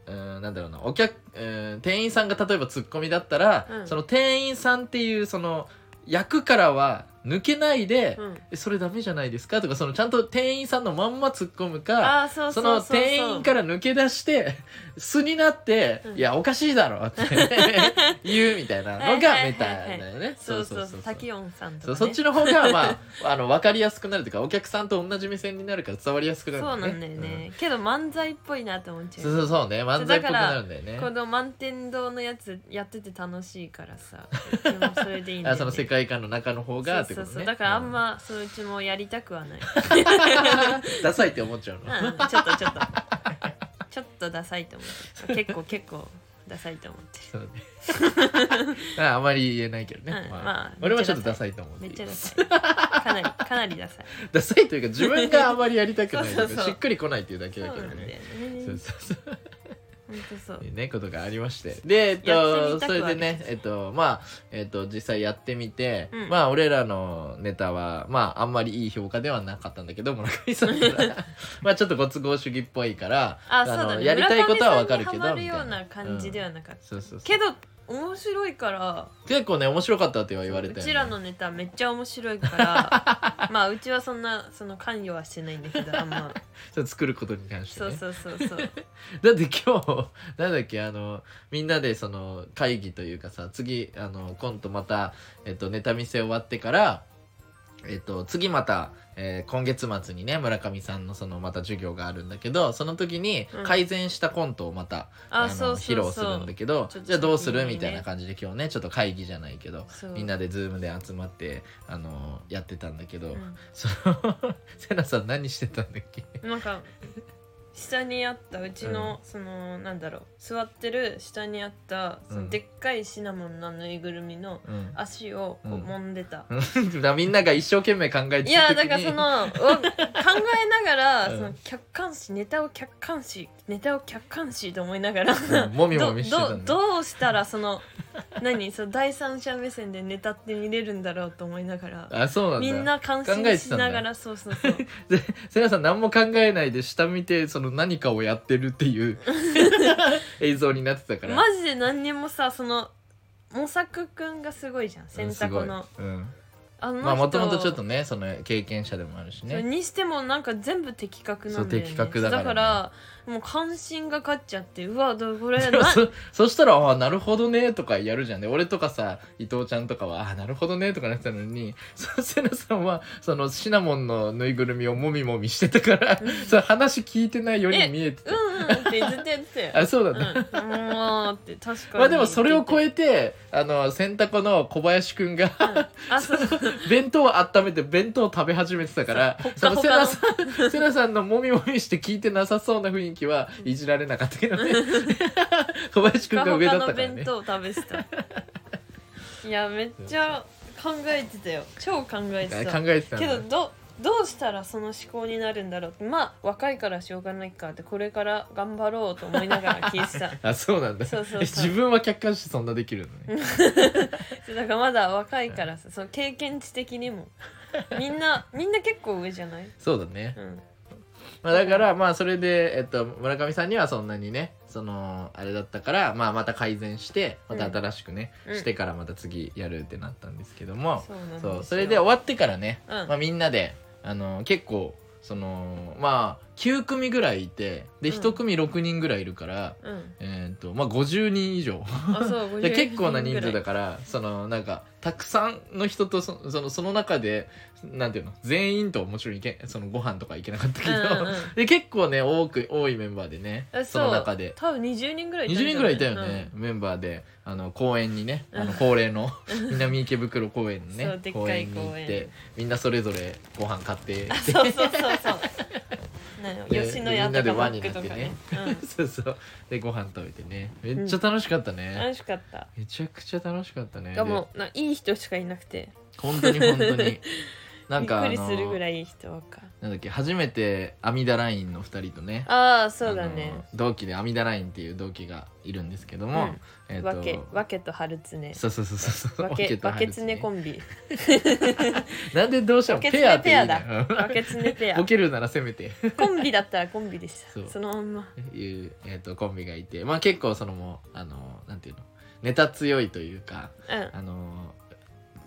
Speaker 2: うんなんだろうなお客、うん店員さんが例えばツッコミだったら、
Speaker 1: うん
Speaker 2: その店員さんっていうその役からは抜けないで、
Speaker 1: うん
Speaker 2: えそれダメじゃないですかとかそのちゃんと店員さんのまんま突っ込むか
Speaker 1: ああそうそ
Speaker 2: そう
Speaker 1: そう
Speaker 2: の
Speaker 1: そう
Speaker 2: 店員から抜け出して (laughs) 素になって、
Speaker 1: うん
Speaker 2: いやおかしいだろって (laughs) 言うみたいなのがメタだ
Speaker 1: はいはい
Speaker 2: よね。
Speaker 1: そうそうそう滝音さんとか、
Speaker 2: そう
Speaker 1: ね、
Speaker 2: そっちの方が、まあ、あ (laughs) の分かりやすくなるというかお客さんと同じ目線になるから伝わりやすくなる
Speaker 1: そうなんだよね、けど漫才っぽいなって思っ
Speaker 2: う
Speaker 1: ち
Speaker 2: ん
Speaker 1: ゃ
Speaker 2: そううそうそうね漫才っぽくなるんだよ
Speaker 1: こ
Speaker 2: ね
Speaker 1: の満天堂のやつやってて楽しいから
Speaker 2: (laughs)
Speaker 1: さでもそれでいいんだよ、
Speaker 2: あ
Speaker 1: ね、
Speaker 2: その世界観の中の方がって
Speaker 1: そ
Speaker 2: こ
Speaker 1: うそ
Speaker 2: と
Speaker 1: うそう
Speaker 2: ね
Speaker 1: だからあんま、そのうちもやりたくはない、う
Speaker 2: うんダサいって思っちゃうの、
Speaker 1: んうん、ちょっとちょっと (laughs) ちょっとダサいと思ってる結構結構ダサいと思ってる
Speaker 2: そうね (laughs) ああまり言えないけどね、
Speaker 1: うん
Speaker 2: まあ
Speaker 1: まあ
Speaker 2: 俺はちょっとダサいと思う
Speaker 1: めっちゃダサいかなりかなりダ
Speaker 2: (laughs)
Speaker 1: サい
Speaker 2: ダサいというか自分があまりやりたくないというか
Speaker 1: そうそうそう
Speaker 2: しっくりこないっていうだけ
Speaker 1: そう
Speaker 2: だ
Speaker 1: なん
Speaker 2: けど
Speaker 1: だよ
Speaker 2: ね
Speaker 1: ね
Speaker 2: そうそうそう
Speaker 1: ほんとそう
Speaker 2: ね、ことがありましてで、えっ
Speaker 1: やってみ
Speaker 2: と、
Speaker 1: た
Speaker 2: そ
Speaker 1: く
Speaker 2: れ
Speaker 1: はあ
Speaker 2: で
Speaker 1: ります
Speaker 2: ねえっとまあえっと実際やってみて、
Speaker 1: うん
Speaker 2: まあ俺らのネタはまああんまりいい評価ではなかったんだけど村上
Speaker 1: (laughs)
Speaker 2: さんからまあちょっとご都合主義っぽいから
Speaker 1: あそうだ
Speaker 2: の
Speaker 1: ね
Speaker 2: やりたいことはわかるけど
Speaker 1: 村上さんにハマる
Speaker 2: み
Speaker 1: よう
Speaker 2: たい
Speaker 1: な感じではなかっ
Speaker 2: そうそう
Speaker 1: た
Speaker 2: そ
Speaker 1: け
Speaker 2: う
Speaker 1: ど面白いから
Speaker 2: 結構ね面白かったっては言われ
Speaker 1: う
Speaker 2: たよ、ね、
Speaker 1: ちらのネタめっちゃ面白いから
Speaker 2: (laughs)
Speaker 1: まあうちはそんなその関与はしてないんだけどあんま
Speaker 2: それ作ることに関して、ね、
Speaker 1: そうそうそうそう
Speaker 2: (laughs) だって今日なんだっけあのみんなでその会議というかさ次あのコントまた、えっと、ネタ見せ終わってから、えっと、次また、えー今月末にね村上さんのそのまた授業があるんだけどその時に
Speaker 1: うん
Speaker 2: 改善したコントをまた、
Speaker 1: あ
Speaker 2: の
Speaker 1: そうそうそう
Speaker 2: 披露するんだけど
Speaker 1: ちょっと
Speaker 2: じゃあどうす
Speaker 1: 先
Speaker 2: る
Speaker 1: にね
Speaker 2: みたいな感じで今日ねちょっと会議じゃないけど
Speaker 1: そう
Speaker 2: みんなでズームで集まってあのやってたんだけど、
Speaker 1: う
Speaker 2: その (laughs) セナさん何してたんだっけ
Speaker 1: んなんか下にあったうちの、そのなんだろう座ってる下にあったそうの
Speaker 2: ん
Speaker 1: でっかいシナモンのぬいぐるみの
Speaker 2: うん
Speaker 1: 足をこう
Speaker 2: うん
Speaker 1: 揉んでた、
Speaker 2: うんだからみん (laughs) なが一生懸命考えてる時に
Speaker 1: いやだからそのわ考えながら、
Speaker 2: うん
Speaker 1: その客観視ネタを客観視ネタを客観視と思いながら、
Speaker 2: うんもみもみして
Speaker 1: ど
Speaker 2: たん
Speaker 1: ど
Speaker 2: だ
Speaker 1: どうしたらその (laughs) 何その第三者目線でネタって見れるんだろうと思いながら
Speaker 2: あそうなんだ
Speaker 1: みんな感
Speaker 2: 考
Speaker 1: 心
Speaker 2: えて
Speaker 1: した
Speaker 2: んだ
Speaker 1: ながらそうそうそう
Speaker 2: でせなさん何も考えないで下見てその何かをやってるっていう
Speaker 1: (laughs)
Speaker 2: 映像になってたから
Speaker 1: マジで何にもさその模索くんがすごいじゃん洗濯の、
Speaker 2: うんすごいうん
Speaker 1: あの人
Speaker 2: まあもともとちょっとねその経験者でもあるし
Speaker 1: それ
Speaker 2: ね
Speaker 1: にしてもなんか全部的確なんだよね
Speaker 2: そう的確だからね
Speaker 1: からもう関心が勝っちゃってうわどこれ
Speaker 2: でも
Speaker 1: な
Speaker 2: (laughs) そそしたら「ああなるほどね」とかやるじゃんね俺とかさ伊藤ちゃんとかは「ああなるほどね」とかなってたのにそせなさんはそのシナモンのぬいぐるみをもみもみしてたからそれ話聞いてないように見えてた
Speaker 1: うんうんってずっとやってたよ
Speaker 2: (laughs) あそうだね、
Speaker 1: うん、もうって確かに
Speaker 2: まあでもそれを超
Speaker 1: え
Speaker 2: えてあの洗濯の小林くんが (laughs)
Speaker 1: あそうそう
Speaker 2: 弁当を温めて弁当を食べ始めてたから
Speaker 1: そう
Speaker 2: その
Speaker 1: ほ
Speaker 2: セ
Speaker 1: か
Speaker 2: ナ
Speaker 1: ほ
Speaker 2: さん (laughs) セナさんのもみもみして聞いてなさそうな雰囲気はいじられなかったけ
Speaker 1: (laughs)
Speaker 2: どね小林くんが上だった
Speaker 1: ほかほか
Speaker 2: からね
Speaker 1: の弁当を食べて (laughs) たいやめっちゃ考えてたよ超考えて
Speaker 2: 考
Speaker 1: た
Speaker 2: えてたん
Speaker 1: け
Speaker 2: だ
Speaker 1: どどどうしたらその思考になるんだろうってまあ若いからしょうがないかってこれから頑張ろうと思いながら聞い
Speaker 2: (laughs)
Speaker 1: てた
Speaker 2: あそうなんだ
Speaker 1: そうそうそう
Speaker 2: え自分は客観視そんなできるのね
Speaker 1: そうだからまだ若いからさその経験値的にもみん
Speaker 2: (laughs)
Speaker 1: なみんな結構上じゃない、
Speaker 2: そうだね
Speaker 1: う、ん、
Speaker 2: まあ、だからまあそれで、えっと、村上さんにはそんなにねそのあれだったから、まあ、また改善してまた新しくね、
Speaker 1: うん
Speaker 2: してからまた次やるってなったんですけども、
Speaker 1: そうなんですよ
Speaker 2: そうそれで終わってからね、
Speaker 1: うん
Speaker 2: まあ、みんなであの結構そのまあ9組ぐらいいてで
Speaker 1: うん
Speaker 2: 1組6人ぐらいいるから、
Speaker 1: うん
Speaker 2: えーっとまあ、50人以上 (laughs)
Speaker 1: あそう50
Speaker 2: で結構な人数だ
Speaker 1: か
Speaker 2: からそのなんかたくさんの人とそそのその中でなんていうの全員ともちろんいけそのご飯とか行けなかったけど、
Speaker 1: うんうんうん
Speaker 2: で結構ね多く多いメンバーでね
Speaker 1: え
Speaker 2: (laughs) その中で
Speaker 1: 多分20人ぐらいたんじゃ
Speaker 2: 20人ぐらいいたよね、メンバーであの公園にねあ
Speaker 1: う
Speaker 2: の
Speaker 1: ん
Speaker 2: 恒例の南池袋公園の
Speaker 1: そ
Speaker 2: ね
Speaker 1: うでっかい
Speaker 2: 公園に行っ
Speaker 1: 公
Speaker 2: て
Speaker 1: 園
Speaker 2: みんなそれぞれご飯
Speaker 1: (laughs)
Speaker 2: 買って
Speaker 1: うんそうそうそうそうなん
Speaker 2: で
Speaker 1: よ吉野家と
Speaker 2: みんなで
Speaker 1: かマッ
Speaker 2: 輪に
Speaker 1: ク
Speaker 2: な
Speaker 1: と
Speaker 2: っ
Speaker 1: か
Speaker 2: て
Speaker 1: ね
Speaker 2: ね
Speaker 1: うん、
Speaker 2: そうそうでご飯食べてねめっちゃ楽しかったね、
Speaker 1: 楽しかった
Speaker 2: めちゃくちゃ楽しかったね
Speaker 1: がもうないい人しかいなくて
Speaker 2: で本当に本当
Speaker 1: (laughs)
Speaker 2: になんか
Speaker 1: びっくりするぐ
Speaker 2: あの
Speaker 1: らいいい人ばっか
Speaker 2: なんだっけ初めて阿弥陀ラインの2人とね
Speaker 1: ああそうだね
Speaker 2: あの同期で阿弥陀ラインっていう同期がいるんですけども、
Speaker 1: うん
Speaker 2: えっ
Speaker 1: わけわけと春ね
Speaker 2: そうそうそうそう
Speaker 1: わけわけつねコ
Speaker 2: ン
Speaker 1: ン
Speaker 2: (laughs)
Speaker 1: ビ
Speaker 2: なんでどうしてもペアっていい
Speaker 1: わけつ
Speaker 2: ね
Speaker 1: わけつねペア
Speaker 2: ボケるならせめて
Speaker 1: コンビだったらコンビでした
Speaker 2: そう
Speaker 1: そのまんま
Speaker 2: いう、えっとコンビがいてまあ結構そのもうあのなんていうのネタ強いというか
Speaker 1: うん
Speaker 2: あの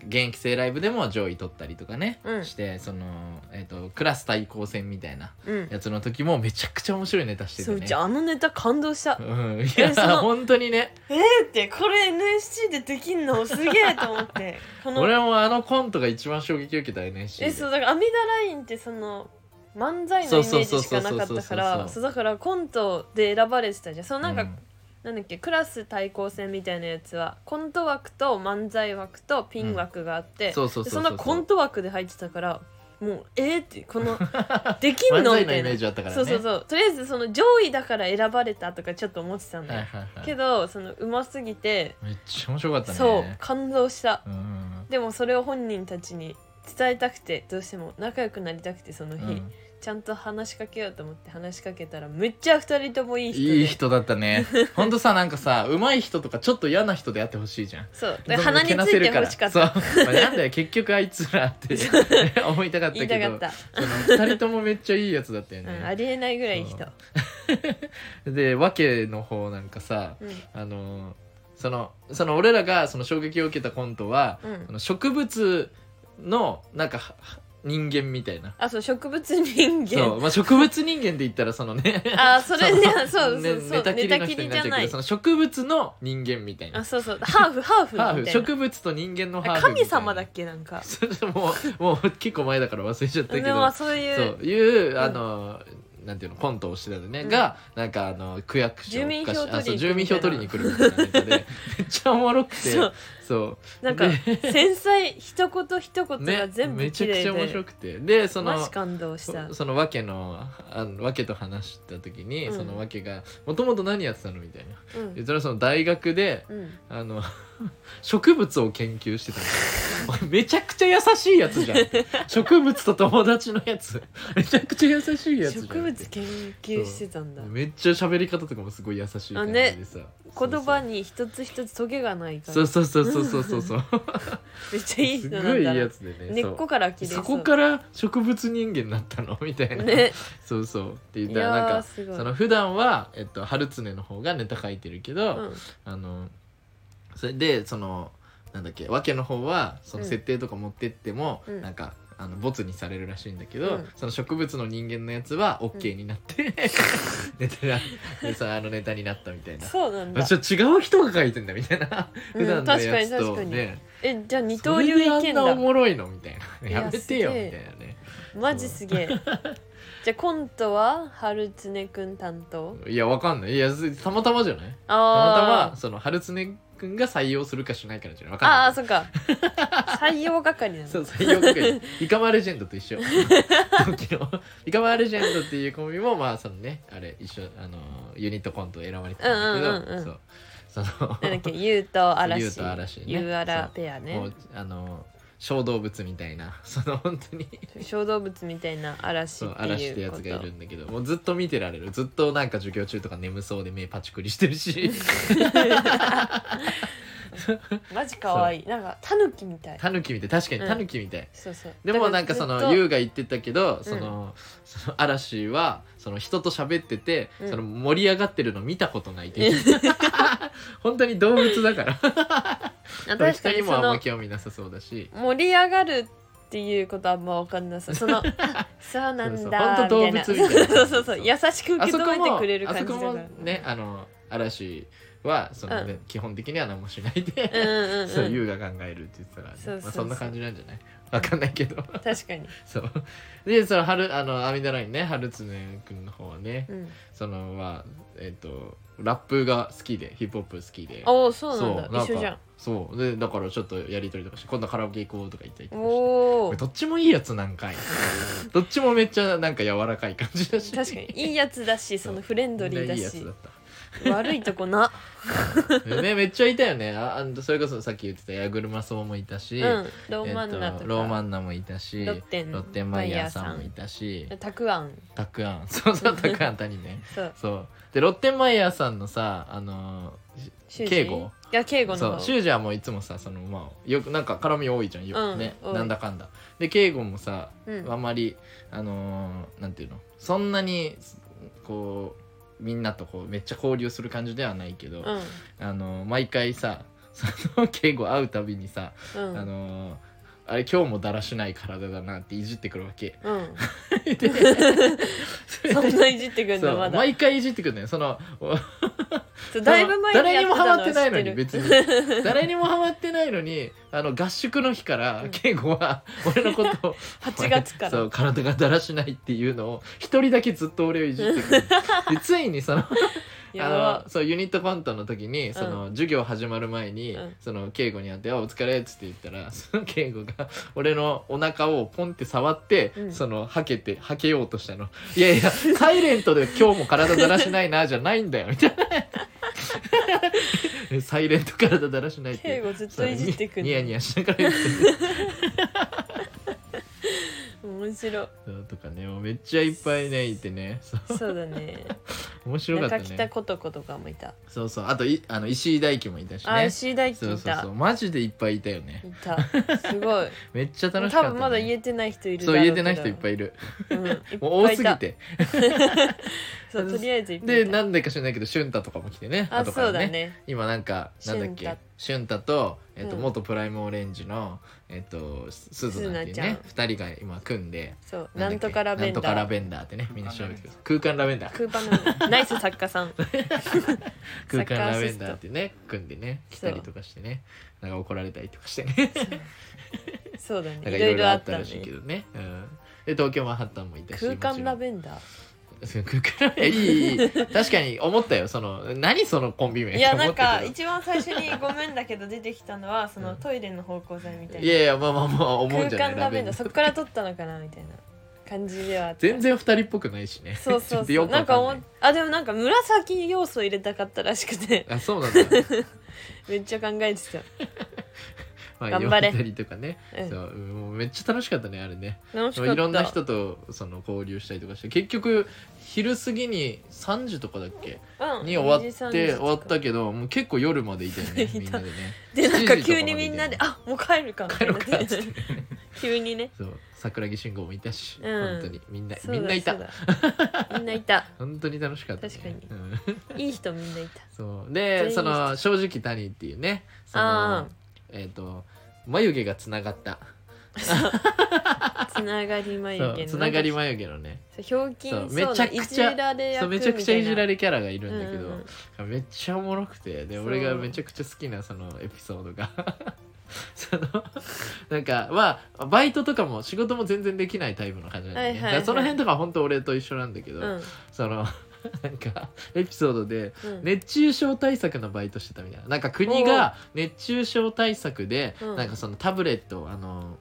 Speaker 2: 現役生ライブでも上位取ったりとかね、
Speaker 1: うん
Speaker 2: してその、えっとクラス対抗戦みたいな
Speaker 1: うん
Speaker 2: やつの時もめちゃくちゃ面白いネタして
Speaker 1: そ
Speaker 2: て
Speaker 1: うう
Speaker 2: ね
Speaker 1: ちあのネタ感動した
Speaker 2: うん、い
Speaker 1: えそ
Speaker 2: や
Speaker 1: の
Speaker 2: 本当にね
Speaker 1: えーってこれ NSC でできんのすげえと思ってこの
Speaker 2: 俺もあのコントが一番衝撃を受けた NSC で
Speaker 1: えそうだから阿弥陀ラインってその漫才のイメージしかなかったからそうだからコントで選ばれてたじゃんそのなんか、
Speaker 2: うん
Speaker 1: なんだっけクラス対抗戦みたいなやつはコント枠と漫才枠とピン枠があって、
Speaker 2: そうそう
Speaker 1: で
Speaker 2: そ
Speaker 1: そうのコント枠で入ってたからもうえー、ってこ
Speaker 2: (laughs)
Speaker 1: のできん
Speaker 2: 漫
Speaker 1: の
Speaker 2: 才
Speaker 1: み
Speaker 2: の
Speaker 1: た
Speaker 2: イ
Speaker 1: いな
Speaker 2: メージあったからね
Speaker 1: そうそうそうとりあえずその上位だから選ばれたとかちょっと思ってたんだよ、
Speaker 2: はいはいはい
Speaker 1: けどそのうますぎて、
Speaker 2: めっちゃ面白かったね
Speaker 1: そう感動した
Speaker 2: うんうん
Speaker 1: でもそれを本人たちに伝えたくてどうしても仲良くなりたくてその
Speaker 2: う
Speaker 1: 日、
Speaker 2: んうん
Speaker 1: ちゃんと話しかけようと思って話しかけたらめっちゃ二人ともいい人で
Speaker 2: いい人だっ
Speaker 1: (laughs)
Speaker 2: たねほんとさなんかさ上手い人とかちょっと嫌な人であってほしいじゃん
Speaker 1: そうだから鼻についてほしかっ
Speaker 2: そう
Speaker 1: た
Speaker 2: まあなんだよ結局あいつらって
Speaker 1: (laughs)
Speaker 2: 思いたかった
Speaker 1: 言
Speaker 2: け
Speaker 1: いたか
Speaker 2: ど
Speaker 1: った、
Speaker 2: その二人ともめっちゃいいやつだったよ
Speaker 1: うん、あ
Speaker 2: ね、
Speaker 1: りえないぐらいいい人
Speaker 2: そでわけの方なんかさ
Speaker 1: うん
Speaker 2: あのーそのその俺らがその衝撃を受けたコントは、
Speaker 1: うん
Speaker 2: その植物のなんかは人間みたいな
Speaker 1: あそう植物人
Speaker 2: そう、
Speaker 1: 間
Speaker 2: まあ、植物人間って言ったらそのね
Speaker 1: あそれねそうそう
Speaker 2: ね
Speaker 1: そう
Speaker 2: 寝たきりの人になっちゃうけどその植物の人間みたい
Speaker 1: あ
Speaker 2: な
Speaker 1: そうそうハーフハーフみ
Speaker 2: ハ
Speaker 1: たい
Speaker 2: ーフ
Speaker 1: な
Speaker 2: 植物と人間のハーフみたい
Speaker 1: 神
Speaker 2: な
Speaker 1: 様だっけなんか
Speaker 2: それでもうもう結構前だから忘れちゃったけ
Speaker 1: で
Speaker 2: ど
Speaker 1: もそういう
Speaker 2: そういううんあの、なんていうのコントをしてたのね、
Speaker 1: うん
Speaker 2: がなんかあの区役所
Speaker 1: 住民票
Speaker 2: お菓子あそう
Speaker 1: 取
Speaker 2: 住
Speaker 1: り
Speaker 2: 民
Speaker 1: に行
Speaker 2: 票
Speaker 1: く
Speaker 2: 取り
Speaker 1: み
Speaker 2: に来るみたいなネ
Speaker 1: (laughs)
Speaker 2: タでめっちゃおもろくて
Speaker 1: そ
Speaker 2: そうう
Speaker 1: なんか繊細一言一言が
Speaker 2: ね
Speaker 1: 全部
Speaker 2: めち
Speaker 1: 綺
Speaker 2: ゃく
Speaker 1: 麗
Speaker 2: ちゃ面
Speaker 1: で
Speaker 2: 白くてでそ
Speaker 1: マ
Speaker 2: の
Speaker 1: ジ感動した
Speaker 2: そその訳のあの訳と話した時に、
Speaker 1: うん
Speaker 2: その訳が「もともと何やってたの?」みたいな
Speaker 1: う
Speaker 2: 言
Speaker 1: ん
Speaker 2: ったらその大学で
Speaker 1: うん
Speaker 2: あの (laughs) 植物を研究してたんだよ (laughs) お前めちゃくちゃ優しいやつじゃん植物と友達のやつめちゃくちゃ優しいやつじゃん
Speaker 1: 植物研究してたんだ
Speaker 2: めっちゃ喋り方とかもすごい優しい感じでさ、
Speaker 1: 言葉に一つ一つトゲがないから
Speaker 2: そうそうそうそうそうそうそう
Speaker 1: めっ (laughs) ちゃいい
Speaker 2: す
Speaker 1: 人
Speaker 2: ご
Speaker 1: なんだ
Speaker 2: いいいやつで
Speaker 1: 根
Speaker 2: ね
Speaker 1: っこから切れ
Speaker 2: そう
Speaker 1: う
Speaker 2: そこから植物人間になったのみたいな、
Speaker 1: ね
Speaker 2: そうそうって言
Speaker 1: い
Speaker 2: ったらなん
Speaker 1: やー
Speaker 2: か
Speaker 1: すごい
Speaker 2: その普段はえっと春常の方がネタ書いてるけど、
Speaker 1: うん
Speaker 2: あのそれでそのなんだっけ訳の方はその
Speaker 1: うん
Speaker 2: 設定とか持ってっても、
Speaker 1: うん
Speaker 2: なんかあのボツにされるらしいんだけど、
Speaker 1: うん
Speaker 2: その植物の人間のやつは OK になって、 (laughs) ネタがでそのあのネタになったみたいな。
Speaker 1: そうなんだ
Speaker 2: あちょ違う人が書いてんだみたいな
Speaker 1: うん
Speaker 2: (laughs) 普段のやつ
Speaker 1: 確かに確
Speaker 2: と
Speaker 1: かに
Speaker 2: ね、
Speaker 1: えじゃあ二
Speaker 2: そ
Speaker 1: 刀
Speaker 2: れ
Speaker 1: 流い
Speaker 2: であ
Speaker 1: け
Speaker 2: ん
Speaker 1: ん
Speaker 2: なお
Speaker 1: だ
Speaker 2: もろいのみたいな
Speaker 1: いや
Speaker 2: やめてよ
Speaker 1: す
Speaker 2: み
Speaker 1: げ
Speaker 2: た
Speaker 1: え
Speaker 2: いなね
Speaker 1: マジすげ
Speaker 2: (laughs)
Speaker 1: えじゃあコントは春常くん担当
Speaker 2: いやわかんないいやすたまたまじゃないたまた
Speaker 1: あ
Speaker 2: まその春常くんが採用するかしないかなんじゃないわ
Speaker 1: ーあ
Speaker 2: か
Speaker 1: ー
Speaker 2: んない
Speaker 1: そっ
Speaker 2: (laughs)
Speaker 1: か採用係なの
Speaker 2: そう採用確認イカマレジェンドと一緒 (laughs) 同期のイカマレジェンドっていうコンビもまあそのねあれ一緒あのユニットコント選ばれてたんだけど、
Speaker 1: うんうんうんうん
Speaker 2: そうその
Speaker 1: なんだっけゆうと嵐
Speaker 2: ゆうと嵐ね
Speaker 1: ゆうあらペア
Speaker 2: も
Speaker 1: ね
Speaker 2: うあの小動物みたいなその本当に
Speaker 1: 小動物みたいな嵐
Speaker 2: そ
Speaker 1: っ
Speaker 2: う
Speaker 1: て
Speaker 2: 嵐って
Speaker 1: い
Speaker 2: や
Speaker 1: うこ
Speaker 2: つ
Speaker 1: と
Speaker 2: がいるんだけどもうずっと見てられるずっとなんか授業中とか眠そうで目パチクリしてるし
Speaker 1: (laughs) マジ可愛いなんかタヌキみたい
Speaker 2: タヌキみたい確かに
Speaker 1: うん
Speaker 2: タヌキみたい、
Speaker 1: そうそう
Speaker 2: でもなんかその優
Speaker 1: う
Speaker 2: が言ってたけどその,、その嵐はその人と喋ってて、
Speaker 1: うん
Speaker 2: その盛り上がってるの見たことないって言っ
Speaker 1: (laughs)
Speaker 2: てた本当に動物だから
Speaker 1: 確か
Speaker 2: 人に
Speaker 1: に
Speaker 2: もあ
Speaker 1: そ
Speaker 2: んま
Speaker 1: の
Speaker 2: 興味なさそうだし
Speaker 1: 盛り上がるっていうことはあんま分かんなさそ
Speaker 2: (laughs)
Speaker 1: のあそうなんだ
Speaker 2: そうそう
Speaker 1: みたい
Speaker 2: ほんと動物みたいな
Speaker 1: そうそうそう優しく受
Speaker 2: あ
Speaker 1: け
Speaker 2: そこ
Speaker 1: 止めて
Speaker 2: も
Speaker 1: くれる
Speaker 2: あ
Speaker 1: 感
Speaker 2: そ
Speaker 1: じだ
Speaker 2: こ
Speaker 1: から
Speaker 2: もねあの嵐はその、ね基本的には何もしないで、
Speaker 1: うんうん
Speaker 2: そう
Speaker 1: うん
Speaker 2: 優が考えるって言ってたらね、
Speaker 1: そうそうそう
Speaker 2: まあ、そんな感じなんじゃないわかんないけど
Speaker 1: 確かに
Speaker 2: そうでその春あの阿弥陀ラインね春常君の方はね、
Speaker 1: うん
Speaker 2: そのはえっ、とラップが好きでヒップホップ好きで
Speaker 1: おおそうなんだ
Speaker 2: か
Speaker 1: 一緒じゃん
Speaker 2: そうでだからちょっとやり取りとかして今度カラオケ行こうとか言ったりとかし
Speaker 1: お
Speaker 2: てこ
Speaker 1: お
Speaker 2: れどっちもいいやつなん
Speaker 1: (laughs)
Speaker 2: かいどっちもめっちゃなんか柔らかい感じだし
Speaker 1: 確かにいいやつだしそのフレンドリーだ
Speaker 2: (laughs) みんないいやつ
Speaker 1: し
Speaker 2: だっ
Speaker 1: 悪いとこな
Speaker 2: たねめっちゃいたよねああのそれこそさっき言ってたヤグルマソウもいた
Speaker 1: う
Speaker 2: し、
Speaker 1: んローマンナ
Speaker 2: えっ
Speaker 1: と
Speaker 2: と
Speaker 1: か
Speaker 2: ローマンナもいたし
Speaker 1: ロッテン
Speaker 2: ロッテンマイヤーさんもいたし
Speaker 1: たくあん
Speaker 2: たくあんそうそうたくあん谷ね
Speaker 1: そう
Speaker 2: そうでロッテンマイヤーさんのさあの
Speaker 1: 修士
Speaker 2: 敬語
Speaker 1: いや敬語の
Speaker 2: そ
Speaker 1: 方
Speaker 2: うシュージャーもいつもさそのまあよくなんか絡み多いじゃんよくね、
Speaker 1: うん多い
Speaker 2: なんだかんだで敬語もさ、
Speaker 1: うん
Speaker 2: あんまりあのーなんていうのそんなにこうみんなとこうめっちゃ交流する感じではないけど、
Speaker 1: うん
Speaker 2: あのー毎回さ (laughs) その敬語会うたびにさ、
Speaker 1: うん
Speaker 2: あのーあれ今日もだらしない体だなっていじってくるわ
Speaker 1: (laughs)
Speaker 2: け
Speaker 1: うん
Speaker 2: で
Speaker 1: そんないじってくん
Speaker 2: そ
Speaker 1: だ
Speaker 2: う
Speaker 1: まだ
Speaker 2: 毎回いじってくるのよそのお
Speaker 1: そうだいぶ前に
Speaker 2: 誰
Speaker 1: や
Speaker 2: に
Speaker 1: っ
Speaker 2: も
Speaker 1: て
Speaker 2: ハ
Speaker 1: た
Speaker 2: マ
Speaker 1: の
Speaker 2: っ
Speaker 1: は
Speaker 2: てな
Speaker 1: 知っ
Speaker 2: いのに
Speaker 1: てる
Speaker 2: 別に誰にもハマってないのにあの合宿の日から
Speaker 1: うん
Speaker 2: 健吾は俺のことを
Speaker 1: 8月から
Speaker 2: そう体がだらしないっていうのを一人だけずっと俺をいじってくるでついにその
Speaker 1: や
Speaker 2: あ
Speaker 1: ば
Speaker 2: のそうユニットコントの時にその、授業始まる前に、
Speaker 1: うん
Speaker 2: その敬語に会って「あお疲れ」っつって言ったら (laughs) その敬語が俺のお腹をポンって触って、
Speaker 1: うん
Speaker 2: そのはけてはけようとしたの「いやいやサイレントで今日も体だらしないな」じゃないんだよみた
Speaker 1: (laughs)
Speaker 2: いなサイレント体だらしないっ
Speaker 1: 敬
Speaker 2: て
Speaker 1: 語ずっといじってくん
Speaker 2: ニ
Speaker 1: だ
Speaker 2: ヤニヤしながら言って
Speaker 1: 面白い
Speaker 2: たとかねもうめっちゃいっぱいねいてねそう
Speaker 1: そうだね
Speaker 2: 面白かった
Speaker 1: 中北
Speaker 2: ね
Speaker 1: ことことかもいた。
Speaker 2: そうそうあといあの石井大輝もいたし
Speaker 1: あ、
Speaker 2: ね
Speaker 1: 石井大
Speaker 2: そ
Speaker 1: 輝
Speaker 2: う
Speaker 1: い
Speaker 2: そうそ
Speaker 1: た
Speaker 2: う。マジでいっぱいいたよね
Speaker 1: いた。すごい。
Speaker 2: めっちゃ楽しか
Speaker 1: 多
Speaker 2: った、ね、
Speaker 1: 分まだ言えてない人いる
Speaker 2: そう言えてない人いっぱ
Speaker 1: い。
Speaker 2: いいる
Speaker 1: うん、いっ
Speaker 2: もう多
Speaker 1: ぱいい
Speaker 2: すぎ
Speaker 1: た。
Speaker 2: て
Speaker 1: そうとりあえずいっぱいい
Speaker 2: で
Speaker 1: た。
Speaker 2: なんでか知らないけど俊太とかも来てね
Speaker 1: あ、
Speaker 2: 後か
Speaker 1: そうだ
Speaker 2: らね
Speaker 1: ね。
Speaker 2: 今なんかなんだっけ俊太と,、えっと
Speaker 1: うん
Speaker 2: 元プライムオレンジの、えっとすずなっていうね二人が今組んで
Speaker 1: そう。
Speaker 2: だ
Speaker 1: な
Speaker 2: っけ
Speaker 1: んとかラベ
Speaker 2: な
Speaker 1: ン
Speaker 2: んと
Speaker 1: ダ
Speaker 2: かラ
Speaker 1: ー。
Speaker 2: ベンダーってねみんな調べてください空間ラベンダー
Speaker 1: 空間のナイス作家さん。
Speaker 2: 空間ラベン
Speaker 1: サッカーアシスト
Speaker 2: ダーってね組んでね来
Speaker 1: そう
Speaker 2: たりとかしてねなんか怒られたりとかしてね
Speaker 1: そうだね。
Speaker 2: なんか
Speaker 1: い
Speaker 2: い
Speaker 1: ろ
Speaker 2: ろ
Speaker 1: い
Speaker 2: い
Speaker 1: ろ
Speaker 2: ろ
Speaker 1: あ
Speaker 2: あ
Speaker 1: っ
Speaker 2: ったた
Speaker 1: ね
Speaker 2: ら。しいけどね、うん、で東京マンハッタンもいたし
Speaker 1: 空間ラ
Speaker 2: ン
Speaker 1: ベンダ (laughs)
Speaker 2: 空間ラベンダーいいいい確かに思ったよその何そのコンビ名
Speaker 1: ー。いや
Speaker 2: と
Speaker 1: な
Speaker 2: 思
Speaker 1: ん
Speaker 2: った
Speaker 1: か
Speaker 2: けど
Speaker 1: 一番最初にごめんだけど出てきたのはその
Speaker 2: うん
Speaker 1: トイレの芳香剤みたい
Speaker 2: い
Speaker 1: な。
Speaker 2: やいやまあまあまあ思うん
Speaker 1: 空
Speaker 2: じゃない
Speaker 1: 間ラベンダー。
Speaker 2: ー
Speaker 1: そこから撮ったのかなみたいな感じではあった。
Speaker 2: 全然二人っぽくないしね
Speaker 1: そうそ
Speaker 2: ちょ
Speaker 1: う
Speaker 2: っと
Speaker 1: そ
Speaker 2: よ
Speaker 1: う。
Speaker 2: く
Speaker 1: な
Speaker 2: わ
Speaker 1: んか
Speaker 2: ん
Speaker 1: お
Speaker 2: ない
Speaker 1: あでもなんか紫要素入れたかったらしくて
Speaker 2: あそうなんだ、
Speaker 1: めっちゃ考え
Speaker 2: (laughs)
Speaker 1: て
Speaker 2: ま
Speaker 1: (laughs)
Speaker 2: あ、
Speaker 1: 頑張れ
Speaker 2: 呼んだりとかね、
Speaker 1: た。うん
Speaker 2: そうもうめっちゃ楽しかったねあれね
Speaker 1: 楽しかった。
Speaker 2: いろんな人とその交流したりとかして結局昼過ぎに3時とかだっけ
Speaker 1: うん
Speaker 2: に終わ
Speaker 1: 23時
Speaker 2: って
Speaker 1: とか
Speaker 2: 終わったけどもう結構夜までいたよ
Speaker 1: い (laughs)
Speaker 2: ね
Speaker 1: た
Speaker 2: みんなでね
Speaker 1: でなん
Speaker 2: 7
Speaker 1: か
Speaker 2: 時と
Speaker 1: 急
Speaker 2: ま
Speaker 1: に
Speaker 2: で
Speaker 1: み
Speaker 2: い
Speaker 1: ん
Speaker 2: た
Speaker 1: な
Speaker 2: よ
Speaker 1: で
Speaker 2: ね
Speaker 1: 「あもう帰るか」みた
Speaker 2: 帰
Speaker 1: い
Speaker 2: ろ
Speaker 1: な
Speaker 2: うか
Speaker 1: (laughs)
Speaker 2: っつって
Speaker 1: 急にね
Speaker 2: そう桜木慎吾もいたし、
Speaker 1: うん
Speaker 2: 本当にみんな
Speaker 1: そう
Speaker 2: み
Speaker 1: だ
Speaker 2: んない
Speaker 1: そ
Speaker 2: た
Speaker 1: うだみんないた
Speaker 2: 本当に楽しかった、ね、
Speaker 1: 確かに
Speaker 2: うん
Speaker 1: いい人みんないた
Speaker 2: (laughs) そう
Speaker 1: 全員
Speaker 2: で
Speaker 1: いい
Speaker 2: その「正直谷」っていうねそ
Speaker 1: あ
Speaker 2: のえっ、と眉毛がつながった
Speaker 1: つながり眉毛
Speaker 2: そう
Speaker 1: の
Speaker 2: つながり眉毛のね
Speaker 1: そうひょうきん
Speaker 2: そ
Speaker 1: そうう
Speaker 2: めちゃくち
Speaker 1: い
Speaker 2: ゃ
Speaker 1: じられ役
Speaker 2: そう
Speaker 1: み
Speaker 2: め
Speaker 1: たい
Speaker 2: ちゃ
Speaker 1: な
Speaker 2: くちゃいじら
Speaker 1: れ
Speaker 2: れキャラがいるんだけど、
Speaker 1: うんうん
Speaker 2: めっちゃおもろくてで
Speaker 1: そう
Speaker 2: 俺がめちゃくちゃ好きなそのエピソードが (laughs) そのなんかまあバイトとかも仕事も全然できないタイプの感じなんだよ
Speaker 1: は
Speaker 2: ね、
Speaker 1: いはいはい
Speaker 2: だからその辺とか本当俺と一緒なんだけど、
Speaker 1: うん
Speaker 2: そのなんかエピソードで
Speaker 1: うん
Speaker 2: 熱中症対策のバイトしてたみたいななんか国が熱中症対策で、
Speaker 1: うん
Speaker 2: なんかそのタブレットあの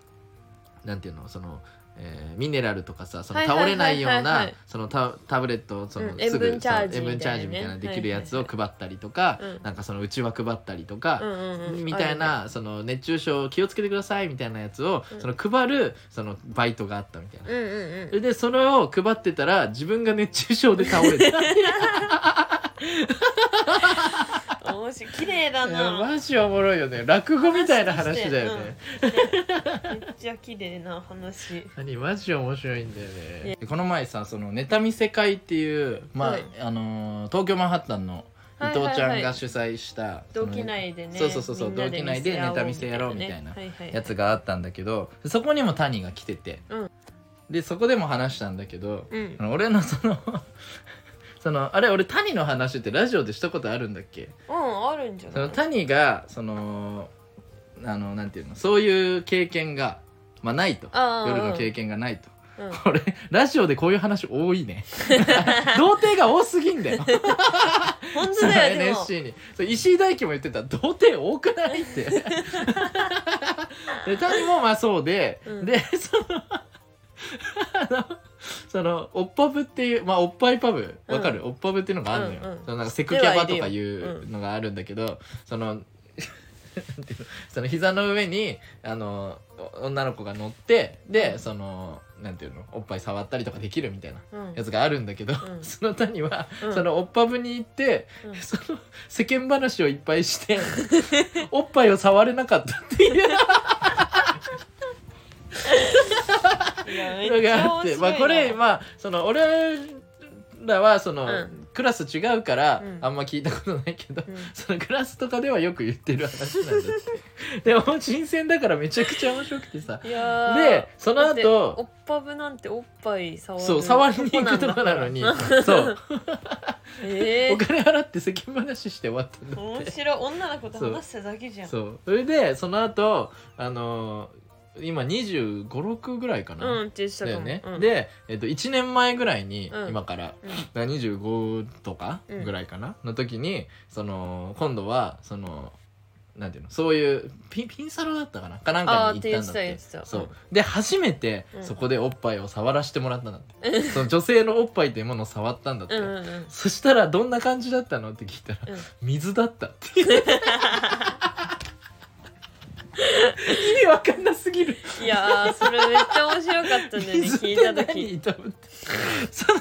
Speaker 2: なんていうのその、えーミネラルとかさその
Speaker 1: はいはいは
Speaker 2: 倒
Speaker 1: い
Speaker 2: れ
Speaker 1: は
Speaker 2: ないいよ
Speaker 1: はいう
Speaker 2: なそのタタブレットをその、
Speaker 1: うん
Speaker 2: すぐ
Speaker 1: 塩分チャージ
Speaker 2: そう塩分チャージみたいな
Speaker 1: みたいなね
Speaker 2: できるやつ
Speaker 1: は
Speaker 2: を
Speaker 1: いは
Speaker 2: 配ったりとか、
Speaker 1: うん
Speaker 2: なんかそのうちわ配ったりとか、
Speaker 1: うんうんうん
Speaker 2: みたいな、その熱中症気をつけてくださいみたいなやつを、
Speaker 1: うん
Speaker 2: その配るそのバイトがあったみたいな
Speaker 1: あ。るよねうんうん
Speaker 2: それでそれを配ってたら自分が熱中症で倒れて
Speaker 1: うん面白い綺麗だな
Speaker 2: マジおもろいよね落語みたいな話だよね、
Speaker 1: めっちゃ綺麗な話
Speaker 2: 何マジ面白いんだよねこの前さそのネタ見せ会っていう、まあ
Speaker 1: はい
Speaker 2: あのー東京マンハッタンの伊
Speaker 1: はいはいはい
Speaker 2: 藤ちゃんが主催したそ
Speaker 1: 同
Speaker 2: の
Speaker 1: 期内でね
Speaker 2: そうそうそうそう
Speaker 1: みんな
Speaker 2: 同期内でネタ見せやろうみた
Speaker 1: はいはい
Speaker 2: やつがあったんだけどそこにも谷が来てて、
Speaker 1: うん
Speaker 2: でそこでも話したんだけど、
Speaker 1: うん
Speaker 2: あの俺のその (laughs) そのあれ俺谷の話ってラジオでしたことあるんだっけ
Speaker 1: うんあるんじゃ
Speaker 2: そ
Speaker 1: な
Speaker 2: の
Speaker 1: い
Speaker 2: 谷がそのあのなんていうのそういう経験が、まあ、ないと
Speaker 1: あー
Speaker 2: 夜の経験がないと。
Speaker 1: うん
Speaker 2: これラジオでこういう話多いね (laughs) 童貞が多すぎんだよ
Speaker 1: 本当
Speaker 2: その
Speaker 1: だよ
Speaker 2: (laughs)
Speaker 1: でも
Speaker 2: NSC にそう石井大輝も言ってた童貞多くないって
Speaker 1: (laughs)
Speaker 2: で谷もまあそうで、
Speaker 1: うん
Speaker 2: でそのあのそのおっぱぶっていうまあおっぱいパブわかる、おっぱぶっていうのがあるのよ、
Speaker 1: うんうん
Speaker 2: そのなんかセクキャバ
Speaker 1: 知っ
Speaker 2: とかい
Speaker 1: てはいるよう
Speaker 2: うのがあるんだけど、その (laughs) なんていうのその膝の上にあのお女の子が乗ってでそのなんていうのおっぱい触ったりとかできるみたいな
Speaker 1: うん
Speaker 2: やつがあるんだけど、
Speaker 1: うん
Speaker 2: (laughs) その谷は、
Speaker 1: うん
Speaker 2: そのおっぱぶに行って、
Speaker 1: うん
Speaker 2: その世間話をいっぱいして
Speaker 1: (laughs)
Speaker 2: おっぱいを触れなかったっていう
Speaker 1: いやめ
Speaker 2: の
Speaker 1: っちゃ
Speaker 2: があ
Speaker 1: 面白
Speaker 2: って、
Speaker 1: い
Speaker 2: まあ、これ
Speaker 1: な
Speaker 2: まあその俺らはその、
Speaker 1: うん
Speaker 2: クラス違うから、
Speaker 1: うん
Speaker 2: あんま聞いたことないけど、
Speaker 1: うん
Speaker 2: そのクラスとかではよく言ってる話なんですでも新鮮だからめちゃくちゃ面白くてさ
Speaker 1: いやー
Speaker 2: でその
Speaker 1: だって
Speaker 2: 後
Speaker 1: おっぱぶなんておっぱい触る
Speaker 2: そう触りに行くとこなのに
Speaker 1: とこなんだ
Speaker 2: そう
Speaker 1: (laughs) え
Speaker 2: お金払って世間話して終わったん
Speaker 1: ー、
Speaker 2: だって
Speaker 1: 面白い女の子と話しただけじゃんう
Speaker 2: そうそれでその後あのー今2 5 6ぐらいかな、
Speaker 1: んって言ってた
Speaker 2: だ
Speaker 1: か
Speaker 2: よ
Speaker 1: も、
Speaker 2: ね、
Speaker 1: うん、
Speaker 2: で、えっと、1年前ぐらいに、
Speaker 1: うん
Speaker 2: 今から
Speaker 1: うん
Speaker 2: だから25とか
Speaker 1: うん
Speaker 2: ぐらいかな、の時にその今度はそのなんていうのそういうピンピンサロだったかなかなんかに行った
Speaker 1: あ
Speaker 2: んだっ
Speaker 1: ーって言
Speaker 2: て
Speaker 1: ってた言ってた
Speaker 2: そううんで初めて
Speaker 1: うん
Speaker 2: そこでおっぱいを触らせてもらったんだっ
Speaker 1: (laughs)
Speaker 2: て、その女性のおっぱいというものを触ったんだって、
Speaker 1: うんうんうん
Speaker 2: そしたらどんな感じだったのって聞いたら、水
Speaker 1: (laughs)
Speaker 2: だったっていう意味わかんなすぎる
Speaker 1: いやーそれめっちゃ面白かったんだよね
Speaker 2: 水
Speaker 1: 聞い
Speaker 2: って
Speaker 1: た時
Speaker 2: 何と思ってそのい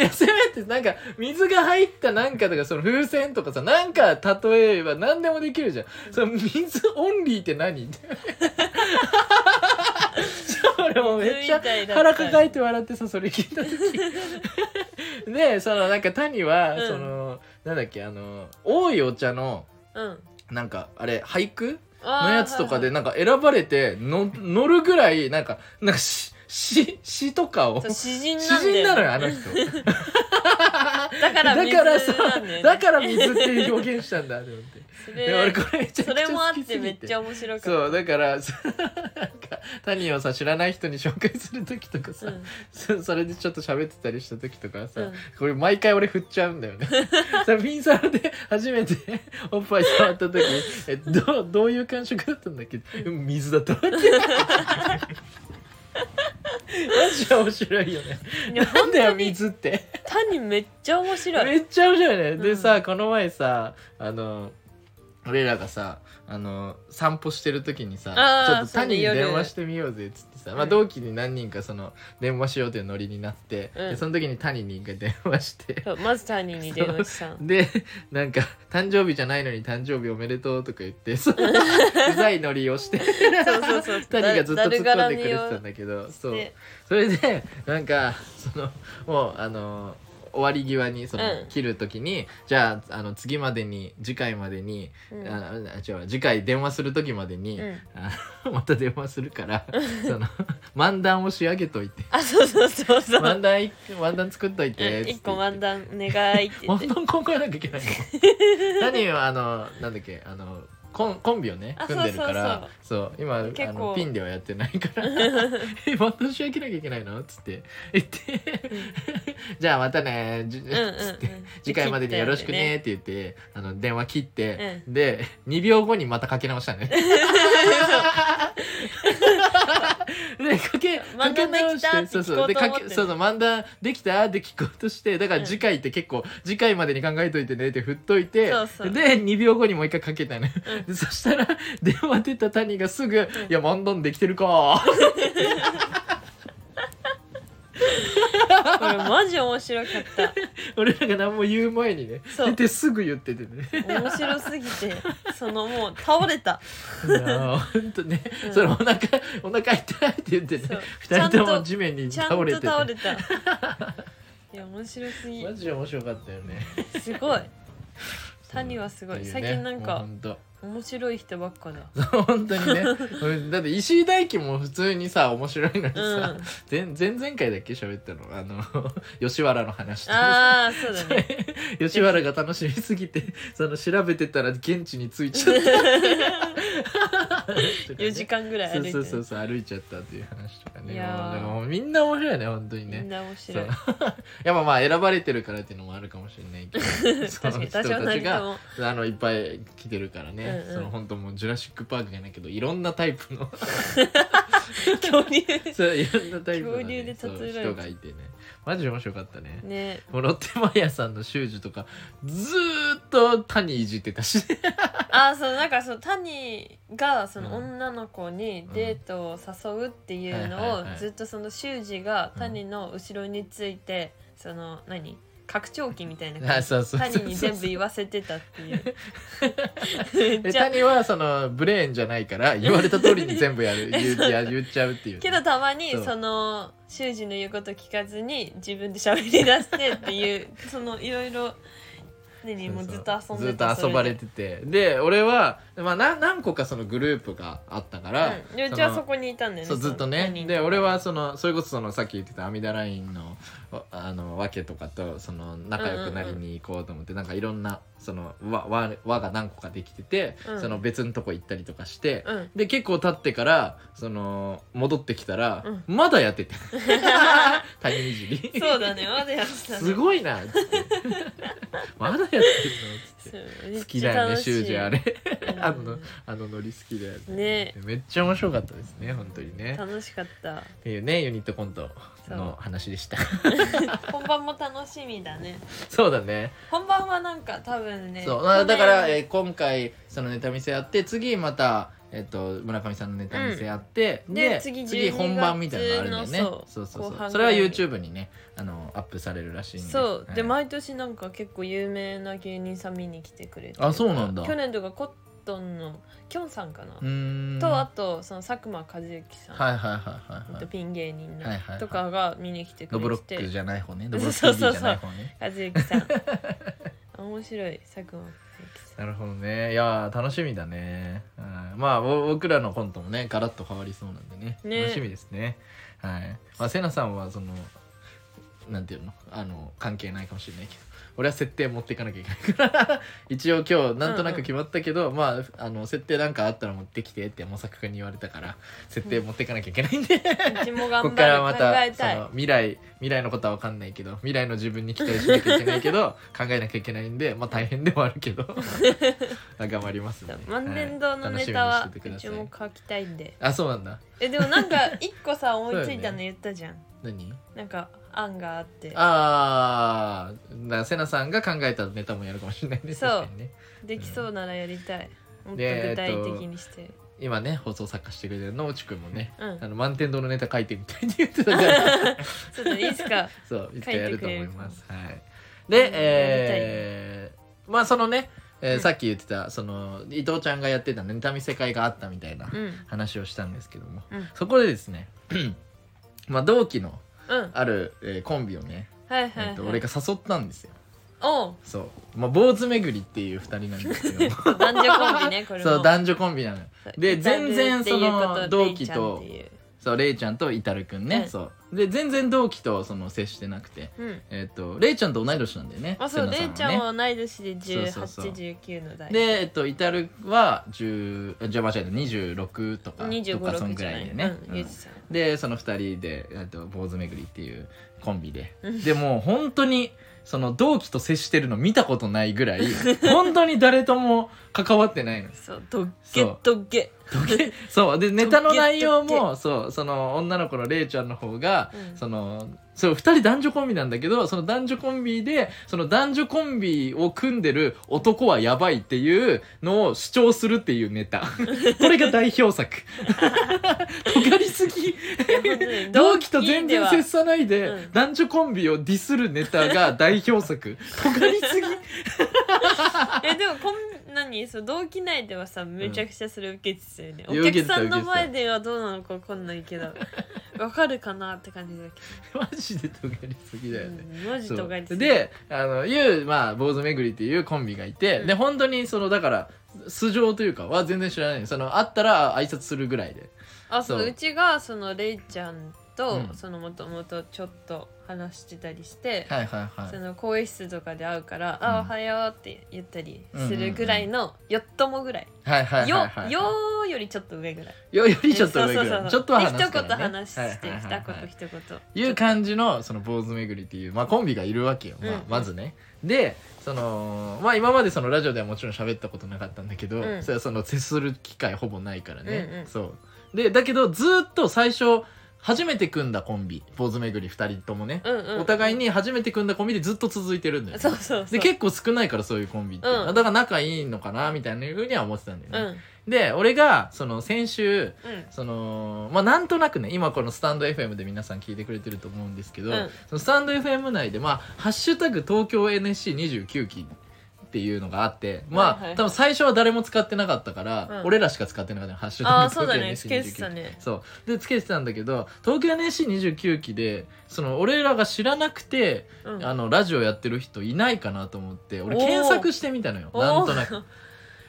Speaker 2: やせめてなんか水が入ったなんかとかその風船とかさなんか例えば何でもできるじゃんその水オンリーって何って俺もめっちゃ腹抱えて笑ってさそれ聞い
Speaker 1: (laughs)
Speaker 2: た時でそのなんか谷
Speaker 1: う
Speaker 2: は、
Speaker 1: ん
Speaker 2: そのなんだっけあの多いお茶の
Speaker 1: うん
Speaker 2: なんかあれ俳句
Speaker 1: あー
Speaker 2: のやつとかで
Speaker 1: はい
Speaker 2: なんか選ばれての乗るぐらいなんかなんか詩詩詩とかを
Speaker 1: はいそう詩人な
Speaker 2: 詩
Speaker 1: んだ
Speaker 2: 人なの
Speaker 1: よ
Speaker 2: よあの人
Speaker 1: (laughs) だから
Speaker 2: だ
Speaker 1: 水
Speaker 2: からさ
Speaker 1: なんだよね
Speaker 2: (laughs) だから水って表現したんだと思
Speaker 1: (laughs)
Speaker 2: って
Speaker 1: そ
Speaker 2: で俺
Speaker 1: れ
Speaker 2: これめちゃ
Speaker 1: そ
Speaker 2: くち
Speaker 1: れ
Speaker 2: ゃ
Speaker 1: もあっ
Speaker 2: 好き
Speaker 1: て
Speaker 2: す
Speaker 1: め
Speaker 2: ぎ
Speaker 1: ってちゃ面白かった
Speaker 2: そうだから (laughs) そなんか谷をさ知らない人に紹介する時とかさ、
Speaker 1: うん
Speaker 2: そそれでちょっと喋ってたりした時とかさ、
Speaker 1: うん
Speaker 2: これ毎回俺振っちゃうん
Speaker 1: (laughs)
Speaker 2: だよねさピンサロで初めて (laughs) おっぱい触った時えどうどういう感触だったんだっけうん水だった
Speaker 1: (laughs)
Speaker 2: ってマジで面白いよね
Speaker 1: いや
Speaker 2: なんだよ
Speaker 1: 本当に
Speaker 2: 水って
Speaker 1: 谷めっちゃ面白い
Speaker 2: めっちゃ面白いね、
Speaker 1: う
Speaker 2: で
Speaker 1: ん
Speaker 2: さこの前さあの俺らがさあの散歩してる時にさ
Speaker 1: あー
Speaker 2: ちょっと
Speaker 1: そうね
Speaker 2: 谷に
Speaker 1: 夜
Speaker 2: 電話してみようぜっつってさ、ま
Speaker 1: う
Speaker 2: あ、
Speaker 1: ん
Speaker 2: 同期に何人かその電話しようというノリになって、
Speaker 1: うん
Speaker 2: でその時に谷に一回電話して。
Speaker 1: そうまず谷に電話したん
Speaker 2: でなんか誕生日じゃないのに誕生日おめでとうとか言ってそのうざいノリをして
Speaker 1: そうそうそう
Speaker 2: 谷がずっと突っ込んでくれてたん
Speaker 1: だ
Speaker 2: だけどそう
Speaker 1: で
Speaker 2: それでなんかそのもうあの終わり際にその、
Speaker 1: うん
Speaker 2: 切る時にじゃああの次までに次回までに、
Speaker 1: うん
Speaker 2: ああ違う次回電話する時までに、
Speaker 1: うん
Speaker 2: あのまた電話するからその (laughs) 漫談を仕上げといて
Speaker 1: あそうそうそうそう
Speaker 2: 漫談一漫談作っといて
Speaker 1: うん一個漫
Speaker 2: 談
Speaker 1: 談願いって言って
Speaker 2: 漫談考えなきゃいけない
Speaker 1: (laughs)
Speaker 2: の何よあのなんだっけあのコンコンビをね
Speaker 1: あ
Speaker 2: 組んでるからそう今
Speaker 1: 結構
Speaker 2: あのピンではやってないから (laughs) 「え私は切なきゃいけないの?」っつって言って「 (laughs) じゃあまたね」じ
Speaker 1: うんうんうん
Speaker 2: つって (laughs) 次回までによろしくね」って言ってあの電話切って、で2秒後にまたかけ
Speaker 1: (laughs)
Speaker 2: 直したね。でかけか
Speaker 1: 漫
Speaker 2: け
Speaker 1: 談で
Speaker 2: 直
Speaker 1: き
Speaker 2: して
Speaker 1: たって
Speaker 2: そうそう
Speaker 1: 聞こう
Speaker 2: で
Speaker 1: と
Speaker 2: か
Speaker 1: 思って
Speaker 2: けそうそう漫談できたって聞こうとしてだから次回って結構、次回までに考えといてねって振っといて
Speaker 1: そうそう
Speaker 2: で2秒後にもう一回かけたのよ、
Speaker 1: うん
Speaker 2: でそしたら電話出た谷がすぐ「いや漫談できてるか」
Speaker 1: これマジ面白かった
Speaker 2: 俺らが何も言う前にね
Speaker 1: そう
Speaker 2: 出てすぐ言っててね
Speaker 1: 面白すぎてそのもう倒れた
Speaker 2: いやーほんとね、
Speaker 1: うん
Speaker 2: それお腹お腹痛いって言って
Speaker 1: そう
Speaker 2: ね二人と
Speaker 1: ちゃん
Speaker 2: も
Speaker 1: と
Speaker 2: 地面に
Speaker 1: ちゃん
Speaker 2: 倒れ
Speaker 1: と
Speaker 2: てて
Speaker 1: 倒れ (laughs) たいや面白すぎ
Speaker 2: マジで面白かったよね
Speaker 1: すごい谷はすごい
Speaker 2: ってう
Speaker 1: 最近なんか
Speaker 2: もうほんと
Speaker 1: 面白い人ばっか
Speaker 2: (laughs)
Speaker 1: だ
Speaker 2: 本当にね
Speaker 1: (laughs)
Speaker 2: うんだって石井大輝も普通にさ面白いのに
Speaker 1: う
Speaker 2: さ
Speaker 1: ん、
Speaker 2: 前前々回だっけ喋ったのあの (laughs) 吉原の話とか
Speaker 1: ああそうだね
Speaker 2: 吉原が楽しみすぎてその調べてたら現地に着いちゃった
Speaker 1: (laughs) 4時間ぐらい歩いてる
Speaker 2: そうそうそうそう歩いちゃったっていう話とかね
Speaker 1: いやー
Speaker 2: もうでももうみんな面白いね本当に
Speaker 1: みん
Speaker 2: ね
Speaker 1: な面
Speaker 2: そう
Speaker 1: 白い
Speaker 2: (laughs) やっぱまあ選ばれてるからっていうのもあるかもしれないけどそ
Speaker 1: (laughs) 確か
Speaker 2: の
Speaker 1: に
Speaker 2: 人た
Speaker 1: 私は
Speaker 2: ち
Speaker 1: 何
Speaker 2: が
Speaker 1: かも
Speaker 2: あのいっぱい来てるからね、
Speaker 1: うんうん
Speaker 2: その本当もうジュラシック・パークじゃないけどいろんなタイ
Speaker 1: (laughs)
Speaker 2: プの
Speaker 1: 恐竜
Speaker 2: そういろんなタイプの、
Speaker 1: 恐竜
Speaker 2: ね
Speaker 1: で、
Speaker 2: そう
Speaker 1: 例えられて
Speaker 2: 人がいてねマジで面白かったね。
Speaker 1: ね
Speaker 2: もうロッテマイヤーさんの習字とかずーっと谷いじってたし、
Speaker 1: (laughs)
Speaker 2: ね、
Speaker 1: あーそうなんかそう谷がその
Speaker 2: うん
Speaker 1: 女の子にデートを誘うっていうの
Speaker 2: はい
Speaker 1: を
Speaker 2: はいはい
Speaker 1: ずっとその修二が
Speaker 2: うん
Speaker 1: 谷の後ろについてその何拡張機みたいな
Speaker 2: あ
Speaker 1: 感じ
Speaker 2: そうそうそうそう
Speaker 1: 谷に全部言わせてたっていうめ
Speaker 2: (laughs) え
Speaker 1: っちゃ
Speaker 2: 谷はそのブレーンじゃないから言われた通りに全部やる言うや言っちゃうっていうね、
Speaker 1: (laughs) けどたまに
Speaker 2: そう
Speaker 1: その修二の言うこと聞かずに自分で喋り出してって
Speaker 2: (laughs)
Speaker 1: いうそのいろいろ何もうずっと遊んでた
Speaker 2: ずっと遊ばれててで俺は、まあ、な何個かそのグループがあったか
Speaker 1: た
Speaker 2: ら、
Speaker 1: うんでうちはそこにいたんだよね
Speaker 2: そうずっとね
Speaker 1: その谷の
Speaker 2: で俺はそのそれこそそのさっき言ってた阿弥陀ラインのわあのわけとかとその仲良くなりに行こうと思って、なんかいろんなその輪輪輪が何個かできてて、
Speaker 1: うん
Speaker 2: その別のとこ行ったりとかして、
Speaker 1: うん
Speaker 2: で結構経ってからその戻ってきたら、
Speaker 1: うん
Speaker 2: まだやって
Speaker 1: (laughs)
Speaker 2: て他人いじり
Speaker 1: そうだね、まだやってた、ね。
Speaker 2: す
Speaker 1: い。
Speaker 2: ごいなっつって
Speaker 1: (laughs)
Speaker 2: まだやってるのっつって好きだよね修二あれ
Speaker 1: うん
Speaker 2: (laughs) あのあのノリ好きだよね
Speaker 1: ね、
Speaker 2: めっちゃ面白かったですね本当にね
Speaker 1: 楽しかった。
Speaker 2: っていうねユニットコント
Speaker 1: そう
Speaker 2: の話で
Speaker 1: (laughs)
Speaker 2: した
Speaker 1: 本番も楽しみだね。
Speaker 2: そうだね
Speaker 1: 本番はなんか多分ね。
Speaker 2: そうあだから、
Speaker 1: 去
Speaker 2: え
Speaker 1: 年
Speaker 2: ー今回そのネタ見せやって次また、えっと、村上さんのネタ見せやって、
Speaker 1: うん
Speaker 2: で
Speaker 1: で次
Speaker 2: 次
Speaker 1: 12
Speaker 2: 本番みたいなのがあるんだよね
Speaker 1: 月の
Speaker 2: そうそう
Speaker 1: 後
Speaker 2: そう
Speaker 1: 半
Speaker 2: そ
Speaker 1: ぐ
Speaker 2: れは
Speaker 1: らい
Speaker 2: YouTube にねあのアップされるらしいんで
Speaker 1: そう、で
Speaker 2: はい
Speaker 1: 毎年なんか結構有名な芸人さん見に来てくれて
Speaker 2: あそうなんだ
Speaker 1: 去年とかコットンのきょんさんかな、
Speaker 2: うーん
Speaker 1: とあとその佐久間一行さん、
Speaker 2: はいはいはいはい
Speaker 1: えっ
Speaker 2: は
Speaker 1: と
Speaker 2: い
Speaker 1: ピン芸人の、
Speaker 2: はいはいはい
Speaker 1: とかが見に来てく
Speaker 2: ドブ
Speaker 1: れ
Speaker 2: ロック
Speaker 1: て
Speaker 2: じゃない方ねドブロッ
Speaker 1: そう
Speaker 2: ク
Speaker 1: そうそう
Speaker 2: TV じゃない方ね
Speaker 1: 一行
Speaker 2: (laughs)
Speaker 1: さんあ面白い佐久間一行
Speaker 2: なるほどねいやー楽しみだね、はいまあぼ僕らのコントもねガラッと変わりそうなんでね
Speaker 1: ね
Speaker 2: 楽しみですねはいまあせなさんはそのなんていうのあの関係ないかもしれないけど俺は設定持っていかなきゃいけないから (laughs) 一応今日なんとなく決まったけど、まああの設定なんかあったら持ってきてってまさく君に言われたから設定持っていかなきゃいけないんで、
Speaker 1: さんうちも
Speaker 2: こ
Speaker 1: 頑
Speaker 2: こから
Speaker 1: 張る
Speaker 2: ま
Speaker 1: 考え
Speaker 2: たそ
Speaker 1: たい
Speaker 2: の未来未来のことは分かんないけど未来の自分に期待しなきゃいけない
Speaker 1: (laughs)
Speaker 2: けど考えなきゃいけないんでまあ大変でもあるけど頑張りますんで、
Speaker 1: 万年堂のネタ
Speaker 2: い
Speaker 1: は
Speaker 2: 楽しみ
Speaker 1: う
Speaker 2: にして
Speaker 1: ち
Speaker 2: てください
Speaker 1: も書きたいんで
Speaker 2: あそうなんだ
Speaker 1: えでもなんか
Speaker 2: (laughs)
Speaker 1: 一個さ思いつい
Speaker 2: そうよ
Speaker 1: たの
Speaker 2: ね
Speaker 1: 言ったじゃん、
Speaker 2: 何
Speaker 1: なんか案があって
Speaker 2: あーなセナさんが考えたネタもやるかもしれないね
Speaker 1: そう
Speaker 2: 確かにね
Speaker 1: できそうならやりたい、もっと具
Speaker 2: で
Speaker 1: 体的にして、
Speaker 2: 今ね放送作家してくれてるのもちくんもね、
Speaker 1: うん
Speaker 2: あの満天堂のネタ書いてみたいって言ってたから
Speaker 1: ちょっといいっす
Speaker 2: (laughs)
Speaker 1: か
Speaker 2: そういつかやると思います。はい、
Speaker 1: や
Speaker 2: で
Speaker 1: り、たい
Speaker 2: えーまあそのね、えー
Speaker 1: うん
Speaker 2: さっき言ってたその伊藤ちゃんがやってたネタ見世界があったみたいな
Speaker 1: うん
Speaker 2: 話をしたんですけども、
Speaker 1: うん
Speaker 2: そこでですね (clears throat) まあ同期の
Speaker 1: うん
Speaker 2: ある、えーコンビをね、
Speaker 1: はいはい、
Speaker 2: え
Speaker 1: は
Speaker 2: っ
Speaker 1: い
Speaker 2: と俺が誘ったんですよ。
Speaker 1: おう
Speaker 2: そう、まあ、坊主巡りっていう2人なんです
Speaker 1: (laughs)
Speaker 2: けど
Speaker 1: 男女コンビねこれも
Speaker 2: そう男女コンビなのよで全然その同期とそうれいちゃんといたるくんね、
Speaker 1: うん
Speaker 2: そうで全然同期とその接してなくて
Speaker 1: うん
Speaker 2: えっ、と、れいちゃんと同い年なんだよね。
Speaker 1: あそう
Speaker 2: セナ
Speaker 1: れ
Speaker 2: さ
Speaker 1: い
Speaker 2: ね
Speaker 1: ちゃんは同い年で
Speaker 2: そうそうそう
Speaker 1: 1819の代
Speaker 2: で、えっと、イタルは10、あじゃあ間違えた、26とか、と
Speaker 1: 25
Speaker 2: か、そん
Speaker 1: 6
Speaker 2: ぐ
Speaker 1: じゃ
Speaker 2: ら
Speaker 1: ないい
Speaker 2: でね。
Speaker 1: うん
Speaker 2: うん
Speaker 1: ゆうじさん
Speaker 2: で、その二人で、えっと、坊主巡りっていうコンビで
Speaker 1: う。ん
Speaker 2: でも、本当に、その同期と接してるの見たことないぐらい、本当に誰とも関わってないの。
Speaker 1: そうドッゲドッゲ
Speaker 2: (laughs) そうでネタの内容
Speaker 1: どけど
Speaker 2: もそうその女の子のれいちゃんの方が、
Speaker 1: うん
Speaker 2: そのそう2人男女コンビなんだけどその男女コンビでその男女コンビを組んでる男はやばいっていうのを主張するっていうネ (laughs) タこれが代表作尖りすぎ
Speaker 1: いや本当に
Speaker 2: 同期と全
Speaker 1: 同期で
Speaker 2: 然
Speaker 1: は
Speaker 2: 接さないで、
Speaker 1: うん
Speaker 2: 男女コンビをディスるネタが代表作尖りすぎ (laughs)
Speaker 1: えでもこんなにそう同期内ではさめちゃくちゃそれ受けてたよね、
Speaker 2: いや
Speaker 1: お客さんの
Speaker 2: 受けてた受けてた
Speaker 1: 前ではどうなのかわかんないけどわかるかなって感じだけ
Speaker 2: マジで尖りすぎだ
Speaker 1: ど、
Speaker 2: よ
Speaker 1: う
Speaker 2: ね、
Speaker 1: ん、文字
Speaker 2: そ
Speaker 1: とかに
Speaker 2: うであのいう、まあ、坊主巡りっていうコンビがいて、
Speaker 1: うん
Speaker 2: で本当にそのだから素性というかは全然知らないその会ったら挨拶するぐらいで
Speaker 1: あそう
Speaker 2: そう
Speaker 1: うちがそのレイちゃんと、
Speaker 2: うん
Speaker 1: そのもともとちょっと話してたりして、
Speaker 2: はいはいは
Speaker 1: そ
Speaker 2: い
Speaker 1: の更衣室とかで会うから「
Speaker 2: うん
Speaker 1: あおはよう」って言ったりするぐらいの、よっともぐらい
Speaker 2: はいはいはい
Speaker 1: よ
Speaker 2: は」い
Speaker 1: よーよりちょっと上ぐらい
Speaker 2: よよりちょっと上ぐ
Speaker 1: そうそう
Speaker 2: ら
Speaker 1: そ
Speaker 2: いうちょっとは話
Speaker 1: で
Speaker 2: す
Speaker 1: 一
Speaker 2: か
Speaker 1: 言
Speaker 2: ら、ね、
Speaker 1: 話して、
Speaker 2: はいはいはいはい
Speaker 1: 二言一言
Speaker 2: いう感じのその坊主巡りっていう、まあ、コンビがいるわけよ、まあ
Speaker 1: うん、
Speaker 2: まずね。でそのまあ今までそのラジオではもちろん喋ったことなかったんだけど、
Speaker 1: うん
Speaker 2: それはその接する機会ほぼないからね、
Speaker 1: うんうん
Speaker 2: そうでだけどずーっと最初初めて組んだコンビ坊主巡り2人ともね、
Speaker 1: うんうん
Speaker 2: お互いに初めて組んだコンビでずっと続いてるんだよ、ね
Speaker 1: そうそうそう
Speaker 2: で結構少ないからそういうコンビって、
Speaker 1: うん
Speaker 2: だから仲いいのかなみたいなふうには思ってたんだよ
Speaker 1: うんう
Speaker 2: ね、
Speaker 1: ん
Speaker 2: で俺がその先週そのまあなんとなくね今このスタンド FM で皆さん聞いてくれてると思うんですけど、
Speaker 1: うん
Speaker 2: そのスタンド FM 内で、まあ「ハッシュタグ東京 NSC29 期」っていうのがあってまあ、
Speaker 1: はいはい
Speaker 2: 多分最初は誰も使ってなかったから、
Speaker 1: うん
Speaker 2: 俺らしか使ってなかったのハッシュ
Speaker 1: あ
Speaker 2: タ
Speaker 1: あ
Speaker 2: グ
Speaker 1: そうだねつ
Speaker 2: 東京
Speaker 1: けて
Speaker 2: NSC29 期
Speaker 1: たね
Speaker 2: そうでつけてたんだけど東京 NSC29 期でその俺らが知らなくて、
Speaker 1: うん
Speaker 2: あのラジオやってる人いないかなと思って俺
Speaker 1: おー
Speaker 2: 検索してみたのよ
Speaker 1: おー
Speaker 2: なんと
Speaker 1: (laughs)
Speaker 2: なく。で
Speaker 1: なんと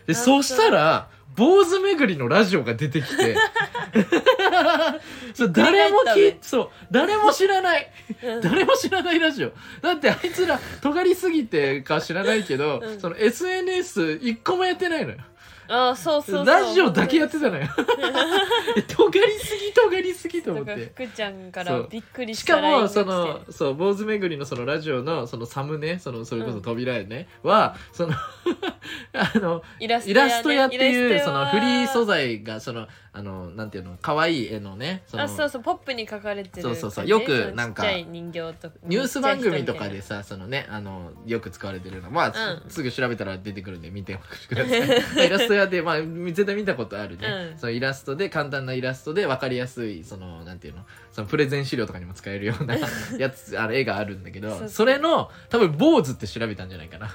Speaker 1: な
Speaker 2: そ
Speaker 1: く
Speaker 2: したら坊主巡りのラジオが出てき
Speaker 1: (laughs)
Speaker 2: て
Speaker 1: ひっくり返った
Speaker 2: そう誰も聞いそう誰も知らない
Speaker 1: うん
Speaker 2: 誰も知らないラジオだってあいつら尖りすぎてか知らないけど、
Speaker 1: うん
Speaker 2: その SNS1 個もやってないのよ
Speaker 1: ああそうそうそう
Speaker 2: ラジオだけやってたの
Speaker 1: (laughs)
Speaker 2: よ尖りすぎ尖りすぎと思
Speaker 1: と
Speaker 2: っ
Speaker 1: か
Speaker 2: て
Speaker 1: 福ちゃんか
Speaker 2: そ
Speaker 1: ら
Speaker 2: う
Speaker 1: びっくり
Speaker 2: し
Speaker 1: し
Speaker 2: か
Speaker 1: た
Speaker 2: も
Speaker 1: LINE
Speaker 2: そ
Speaker 1: が
Speaker 2: の
Speaker 1: 来て
Speaker 2: そう坊主巡りのそのラジオのそのサムネそのそれこそ扉絵ね、はその (laughs) あの
Speaker 1: イラスト
Speaker 2: イラスト屋
Speaker 1: 屋
Speaker 2: って
Speaker 1: ね
Speaker 2: い
Speaker 1: イラ
Speaker 2: う
Speaker 1: スト
Speaker 2: そ
Speaker 1: 屋
Speaker 2: の
Speaker 1: は
Speaker 2: フリー素材がそのあのなんていうの可愛い絵のねその
Speaker 1: あそうそうポップに書かれてる
Speaker 2: そうそうそ
Speaker 1: 感
Speaker 2: う
Speaker 1: じ
Speaker 2: よくなんか
Speaker 1: そのちっちゃい人形と
Speaker 2: ニュース番組とかで
Speaker 1: ち
Speaker 2: さそのねあのよく使われてるのまあ、
Speaker 1: うん
Speaker 2: すぐ調べたら出てくるんで見てくだ
Speaker 1: (laughs)
Speaker 2: さいイラスト屋で、まあ、絶対見たことあるね、
Speaker 1: うん
Speaker 2: そのイラストで簡単なイラストで分かりやすいそのなんていうのそのプレゼン資料とかにも使えるようなやつあの絵があるんだけど
Speaker 1: そうそう
Speaker 2: れの多分坊主って調べたんじゃないかな
Speaker 1: っ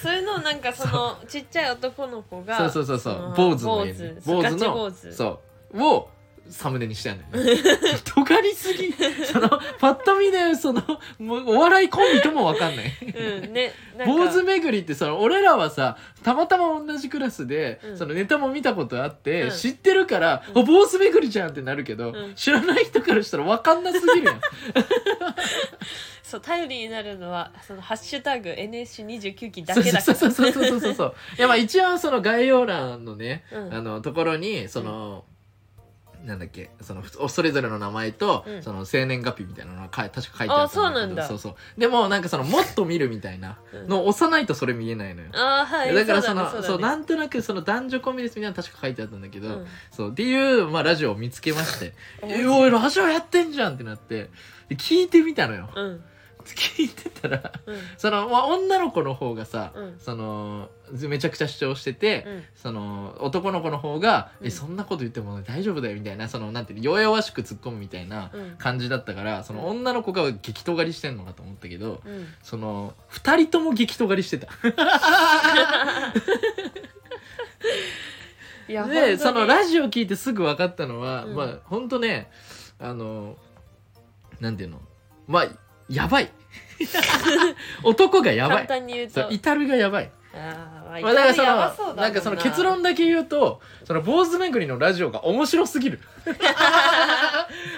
Speaker 1: ちゃい人形あそういうのをなんかそのちっちゃい男の子が
Speaker 2: そうそうそうそう坊主の絵ね
Speaker 1: 坊主
Speaker 2: の
Speaker 1: ガチ坊主
Speaker 2: そうをサムネにしてあるんだ
Speaker 1: (laughs)
Speaker 2: よね尖りすぎそのパッと見でそのもうお笑いコンビとも分かんない
Speaker 1: うん
Speaker 2: (laughs)
Speaker 1: ねなんか
Speaker 2: 坊主巡りってその俺らはさたまたま同じクラスで、
Speaker 1: うん
Speaker 2: そのネタも見たことあって、
Speaker 1: うん
Speaker 2: 知ってるから、
Speaker 1: うん
Speaker 2: お坊主巡りじゃんってなるけど、
Speaker 1: うん
Speaker 2: 知らない人からしたら分かんなすぎるやん
Speaker 1: そう頼りになるのはそのハッシュタグ NSC29 期だけだ
Speaker 2: そ
Speaker 1: か
Speaker 2: うそうそうそうそうそうそういやまあ一応その概要欄のね、
Speaker 1: らうん
Speaker 2: あのところにその、なんだっけそのふおそれぞれの名前と、
Speaker 1: うん
Speaker 2: その生年月日みたいなのがか確か書いてあったけど
Speaker 1: あそうなんだ
Speaker 2: そうそうでもなんかそのもっと見るみたいなのを押さないとそれ見えないのよ、
Speaker 1: あーはい
Speaker 2: だからそ
Speaker 1: う
Speaker 2: のそ
Speaker 1: だ
Speaker 2: う,、
Speaker 1: ね
Speaker 2: な
Speaker 1: うん
Speaker 2: となくその男女コンビですみたいなの確か書いてあったんだけど、
Speaker 1: ん
Speaker 2: そうっていう、まあ、ラジオを見つけま
Speaker 1: (laughs)
Speaker 2: して「えおいラジオやってんじゃん!」ってなってで聞いてみたのよ
Speaker 1: うん
Speaker 2: 聞いてたら (laughs)
Speaker 1: うん
Speaker 2: その、まあ、女の子の方がさ、
Speaker 1: うん
Speaker 2: そのめちゃくちゃ主張してて、
Speaker 1: うん
Speaker 2: その男の子の方が「
Speaker 1: うん
Speaker 2: えそんなこと言っても大丈夫だよ」みたいなそのなんていうの弱々しく突っ込むみたいな
Speaker 1: うん
Speaker 2: 感じだったからその女の子が激尖りしてんのかと思ったけど
Speaker 1: うん
Speaker 2: その2人とも激尖りしてた。
Speaker 1: いや
Speaker 2: でそのラ
Speaker 1: ジ
Speaker 2: ジオ聞いてすぐ分かったのは、
Speaker 1: うん
Speaker 2: まあほんとねあのなんていうのまあや
Speaker 1: (laughs)
Speaker 2: ばい男がやば
Speaker 1: 簡
Speaker 2: い
Speaker 1: 単に言う
Speaker 2: そう
Speaker 1: と
Speaker 2: 至るがやばい、
Speaker 1: あー
Speaker 2: まあ、だからそ
Speaker 1: やばう
Speaker 2: の
Speaker 1: だも
Speaker 2: なんかその結論だけ言うとその坊主巡りのラジオが面白す
Speaker 1: (laughs)
Speaker 2: ぎる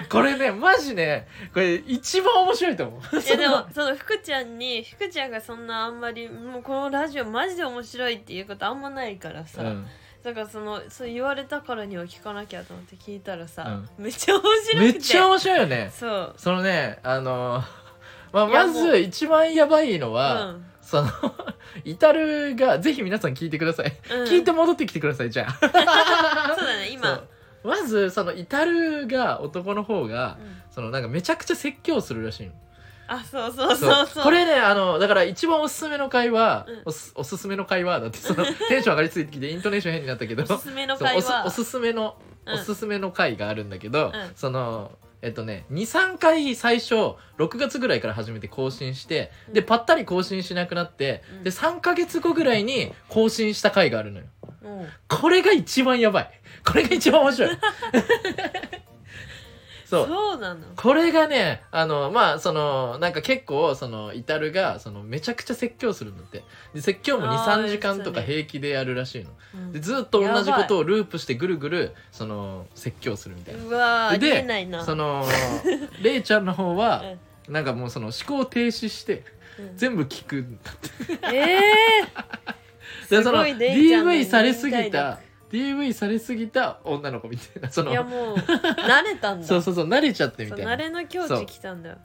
Speaker 2: これねマジねこれ一番面白いと思う
Speaker 1: いやでもその福ちゃんに福ちゃんがそんなあんまりもうこのラジオマジで面白いっていうことあんまないからさ、
Speaker 2: うん
Speaker 1: だからそのそう言われたからには聞かなきゃと思って聞いたらさ、めっちゃ面白くて
Speaker 2: めっちゃ面白いよね
Speaker 1: そう
Speaker 2: そのねあのまあ、
Speaker 1: いや
Speaker 2: ま
Speaker 1: もう
Speaker 2: ず一番やばい
Speaker 1: う
Speaker 2: のは、
Speaker 1: ん
Speaker 2: その、 (laughs) 至るが、ぜひ皆さん聞いてください。
Speaker 1: うん
Speaker 2: 聞いて戻ってきてください、じゃあ。
Speaker 1: そうだね
Speaker 2: そ
Speaker 1: 今
Speaker 2: うまず、その、至るが、男の方が
Speaker 1: う、ん
Speaker 2: その、なんかめちゃくちゃ説教するらしいの。
Speaker 1: あそうそうそうそう
Speaker 2: これね、あの、だから一番おすすめの会話
Speaker 1: うん、
Speaker 2: おすおすすめの会話だっ
Speaker 1: (laughs)
Speaker 2: て、その、テンション上がりすぎてきて、イントネーション変になったけど、
Speaker 1: おす
Speaker 2: そ
Speaker 1: すめの
Speaker 2: う
Speaker 1: 会
Speaker 2: おす
Speaker 1: 話
Speaker 2: おすすめの、
Speaker 1: うん
Speaker 2: おすすめの会があるんだけど
Speaker 1: うん、
Speaker 2: その、えっとね、23回最初6月ぐらいから始めて更新してで
Speaker 1: うん
Speaker 2: ぱったり更新しなくなって
Speaker 1: うん
Speaker 2: で3ヶ月後ぐらいに更新した回があるのよ
Speaker 1: うん
Speaker 2: これが一番やばいこれが一番
Speaker 1: (laughs)
Speaker 2: 面白いそ
Speaker 1: そう
Speaker 2: う
Speaker 1: なの
Speaker 2: これがねあのまあそのなんか結構そのイタルがそのめちゃくちゃ説教するんだってで説教も
Speaker 1: あー
Speaker 2: 23時間とか
Speaker 1: そうね
Speaker 2: 平気でやるらしいの
Speaker 1: うん
Speaker 2: でずっと同じことをループしてぐるぐるその説教するみたいな
Speaker 1: うわー
Speaker 2: で
Speaker 1: ありえないな
Speaker 2: そのレイちゃんの方は
Speaker 1: (laughs) うん
Speaker 2: なんかもうその思考停止して
Speaker 1: うん
Speaker 2: 全部聞く (laughs)
Speaker 1: え
Speaker 2: で
Speaker 1: ー、す
Speaker 2: その
Speaker 1: ごいレイちゃんの
Speaker 2: DV されすぎ
Speaker 1: 忍耐
Speaker 2: た DV されすぎた女の子みたいなそ
Speaker 1: 力いや
Speaker 2: の
Speaker 1: もう慣れたんだ
Speaker 2: そうそうそう慣れちゃってみ
Speaker 1: そう
Speaker 2: たい
Speaker 1: 慣
Speaker 2: な
Speaker 1: れの境地来たんだよ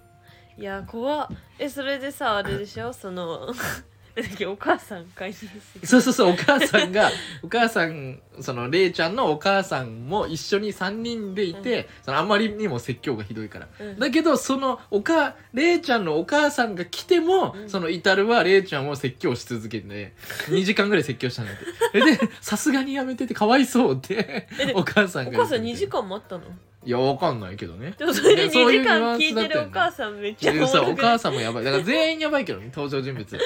Speaker 1: いや怖っえそれでさあれでしょその (laughs) なんだっけお母さん会社です
Speaker 2: そうそうそうお母さんが (laughs) お母さんそのレイちゃんのお母さんも一緒に3人でいて、そのあまりにも説教がひどいから
Speaker 1: うん
Speaker 2: だけどそのおかレイちゃんのお母さんが来ても、
Speaker 1: うん
Speaker 2: そのイタルはレイちゃんを説教し続
Speaker 1: (laughs)
Speaker 2: けて2時間ぐらい説教したんだってでさすがにやめててかわいそうって
Speaker 1: で
Speaker 2: お母さん
Speaker 1: お
Speaker 2: が
Speaker 1: 母さん
Speaker 2: 言
Speaker 1: 2
Speaker 2: って
Speaker 1: 時
Speaker 2: て
Speaker 1: 間待ったの
Speaker 2: いやわかんないけどね
Speaker 1: でもそれで2
Speaker 2: そういう
Speaker 1: 時
Speaker 2: ニュア
Speaker 1: 間
Speaker 2: ン
Speaker 1: 聞
Speaker 2: ス
Speaker 1: い
Speaker 2: だってたよ
Speaker 1: る
Speaker 2: ね
Speaker 1: お母さんめっちゃ
Speaker 2: でそうお母
Speaker 1: さ
Speaker 2: さんもやばいだから全員やばいけどね登場人物
Speaker 1: ん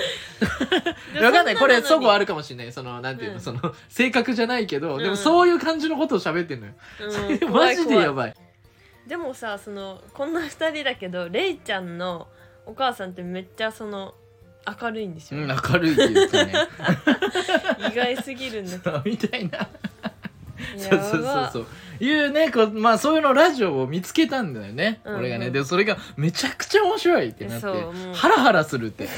Speaker 2: わかんないこれそごあ
Speaker 1: る、
Speaker 2: るかもしれないそのなんていうの、
Speaker 1: うん
Speaker 2: その性格じゃないけど、で
Speaker 1: う
Speaker 2: も
Speaker 1: ん
Speaker 2: そういう感じのことを喋ってんのよ、
Speaker 1: うん怖
Speaker 2: (laughs) マ
Speaker 1: い
Speaker 2: ジでや
Speaker 1: 怖
Speaker 2: ばい
Speaker 1: いでもさそのこんな2人だけどレイちゃんのお母さんってめっちゃその明るいんでしょ、
Speaker 2: うん明るいっていうかね
Speaker 1: 意外すぎるんだけ
Speaker 2: そう (laughs) みたいな
Speaker 1: ど
Speaker 2: (laughs) そうそうそうそういうねこうまあそういうのラジオを見つけたんだよね、
Speaker 1: うんうん
Speaker 2: 俺がねでそれがめちゃくちゃ面白いってなって
Speaker 1: そうもう
Speaker 2: ハラハラするって
Speaker 1: や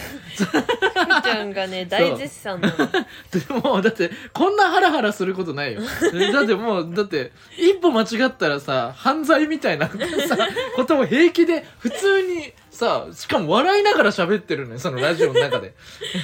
Speaker 1: ばいちゃんがね大絶賛なの
Speaker 2: でもだってこんなハラハラすることないよだってもうだって一歩間違ったらさ犯罪みたいなさことを平気で普通にさあしかも笑いながら喋ってるのよそのラジオの中で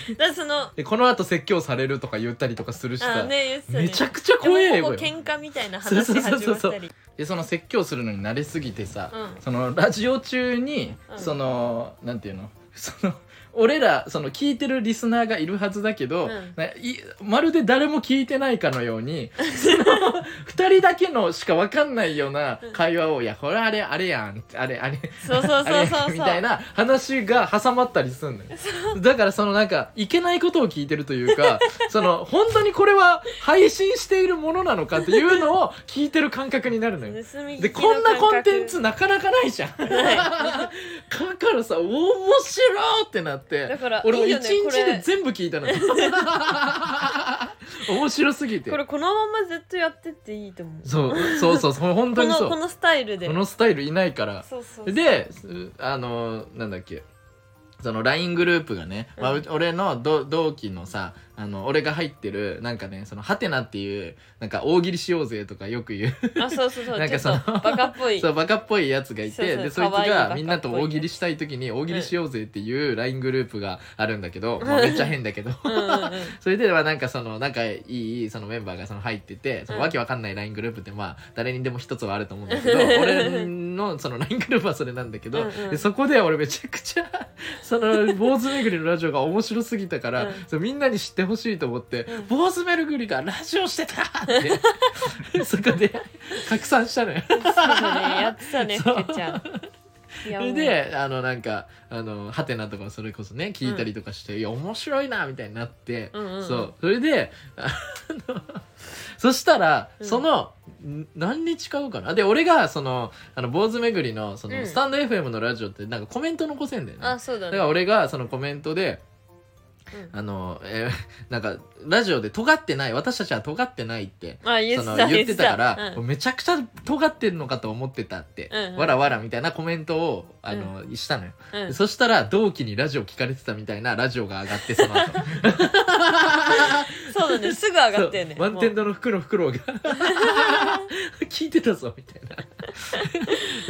Speaker 1: だからその
Speaker 2: でこの後説教されるとか言ったりとかするし
Speaker 1: あ
Speaker 2: さ、
Speaker 1: ね言ってたね
Speaker 2: めちゃくちゃ怖え
Speaker 1: でも
Speaker 2: よ
Speaker 1: ほぼ喧嘩みたいな話始まったり
Speaker 2: そうそうそうそうでその説教するのに慣れすぎてさ、
Speaker 1: うん
Speaker 2: そのラジオ中に、
Speaker 1: うん
Speaker 2: そのなんていうの (laughs) その俺らその聞いてるリスナーがいるはずだけ
Speaker 1: う
Speaker 2: ど、
Speaker 1: ん
Speaker 2: ないまるで誰も聞いてないかのようにその2人だけのしか分かんないような会話を「いやこれあれあれやんあれあれ
Speaker 1: そうそうそうそうそう
Speaker 2: あれみ (laughs) たいな話が挟まったりすんのよだからそのなんかいけないことを聞いてるとい
Speaker 1: (laughs)
Speaker 2: うかその本当にこれは配信しているものなのかっていうのを聞いてる感覚になるのよ
Speaker 1: 盗 (laughs) み聞きの感覚
Speaker 2: でこんなコンテンツなかなかないじゃんだからさ面白ーってなって
Speaker 1: だから
Speaker 2: 俺も
Speaker 1: いい
Speaker 2: 一
Speaker 1: よねこ
Speaker 2: 日
Speaker 1: れ
Speaker 2: で全部聞いた
Speaker 1: (laughs)
Speaker 2: のよ面白すぎて
Speaker 1: これこのままずっとやってっていいと思う
Speaker 2: そうそうそうそう本当
Speaker 1: こ
Speaker 2: に
Speaker 1: の
Speaker 2: そう
Speaker 1: このスタイルで
Speaker 2: このスタイルいないから
Speaker 1: そうそうそう
Speaker 2: で、すあの、なんだっけ。その LINE グループがね、まあ
Speaker 1: うん
Speaker 2: うち俺の同同期のさ、あの、俺が入ってる、なんかね、その、ハテナっていう、なんか大喜利しようぜとかよく言う、
Speaker 1: あそうそうそう
Speaker 2: なんか
Speaker 1: ちょっ
Speaker 2: その
Speaker 1: とバカっぽい
Speaker 2: そう、バカっぽいやつがい
Speaker 1: そう
Speaker 2: て、
Speaker 1: そう
Speaker 2: で、そいつ
Speaker 1: 可愛いバカっぽ
Speaker 2: が
Speaker 1: い
Speaker 2: みんなと大喜利したい時に、大喜利しようぜっていう LINE グループがあるんだ
Speaker 1: (laughs)
Speaker 2: けど、
Speaker 1: うん
Speaker 2: まあめっちゃ変だけど。
Speaker 1: うんうんうん
Speaker 2: それではなんかその仲いいそのメンバーがその入っててその
Speaker 1: うん
Speaker 2: わけわかんない LINE グループってまあ誰にでも一つはあると思う
Speaker 1: (laughs)
Speaker 2: んだけど俺のその LINE グループはそれなんだけど、
Speaker 1: うんうん
Speaker 2: でそこで俺めちゃくちゃ (laughs) その坊主巡りのラジオが面白すぎたから、
Speaker 1: うん
Speaker 2: そうみんなに知ってほしいと思って
Speaker 1: うん
Speaker 2: 「坊主巡りがラジオしてた!」っ
Speaker 1: (laughs)
Speaker 2: てそこで拡散したのよ。
Speaker 1: そうだねやってたね
Speaker 2: そう
Speaker 1: ふけちゃんい
Speaker 2: そ
Speaker 1: や
Speaker 2: れ
Speaker 1: もう
Speaker 2: であのなんかあのハテナとかそれこそね聞いたりとかして、いや面白いなみたいになって、
Speaker 1: うんうんうん
Speaker 2: そうそれであの (laughs) そしたら、
Speaker 1: うん
Speaker 2: そのん何日か後かなで俺がそのあの坊主巡りのその、
Speaker 1: うん
Speaker 2: スタンド FM のラジオってなんかコメント残せんだよね
Speaker 1: あそうだ
Speaker 2: だ
Speaker 1: ね
Speaker 2: から俺がそのコメントで
Speaker 1: うん
Speaker 2: あの、えーなんかラジオで尖ってない私たちは尖ってないって
Speaker 1: あ言
Speaker 2: そ
Speaker 1: ってた
Speaker 2: の言ってたから、
Speaker 1: うん
Speaker 2: めちゃくちゃ尖ってんのかと思ってたって、
Speaker 1: うんうん
Speaker 2: わらわらみたいなコメントをあの、したのよ、
Speaker 1: うん
Speaker 2: そしたら同期にラジオ聞かれてたみたいなラジオが上がってその後
Speaker 1: そうだねすぐ上がったよね
Speaker 2: (laughs) そう満
Speaker 1: も
Speaker 2: 天
Speaker 1: う
Speaker 2: 堂の服の袋が聞いてたぞみたいな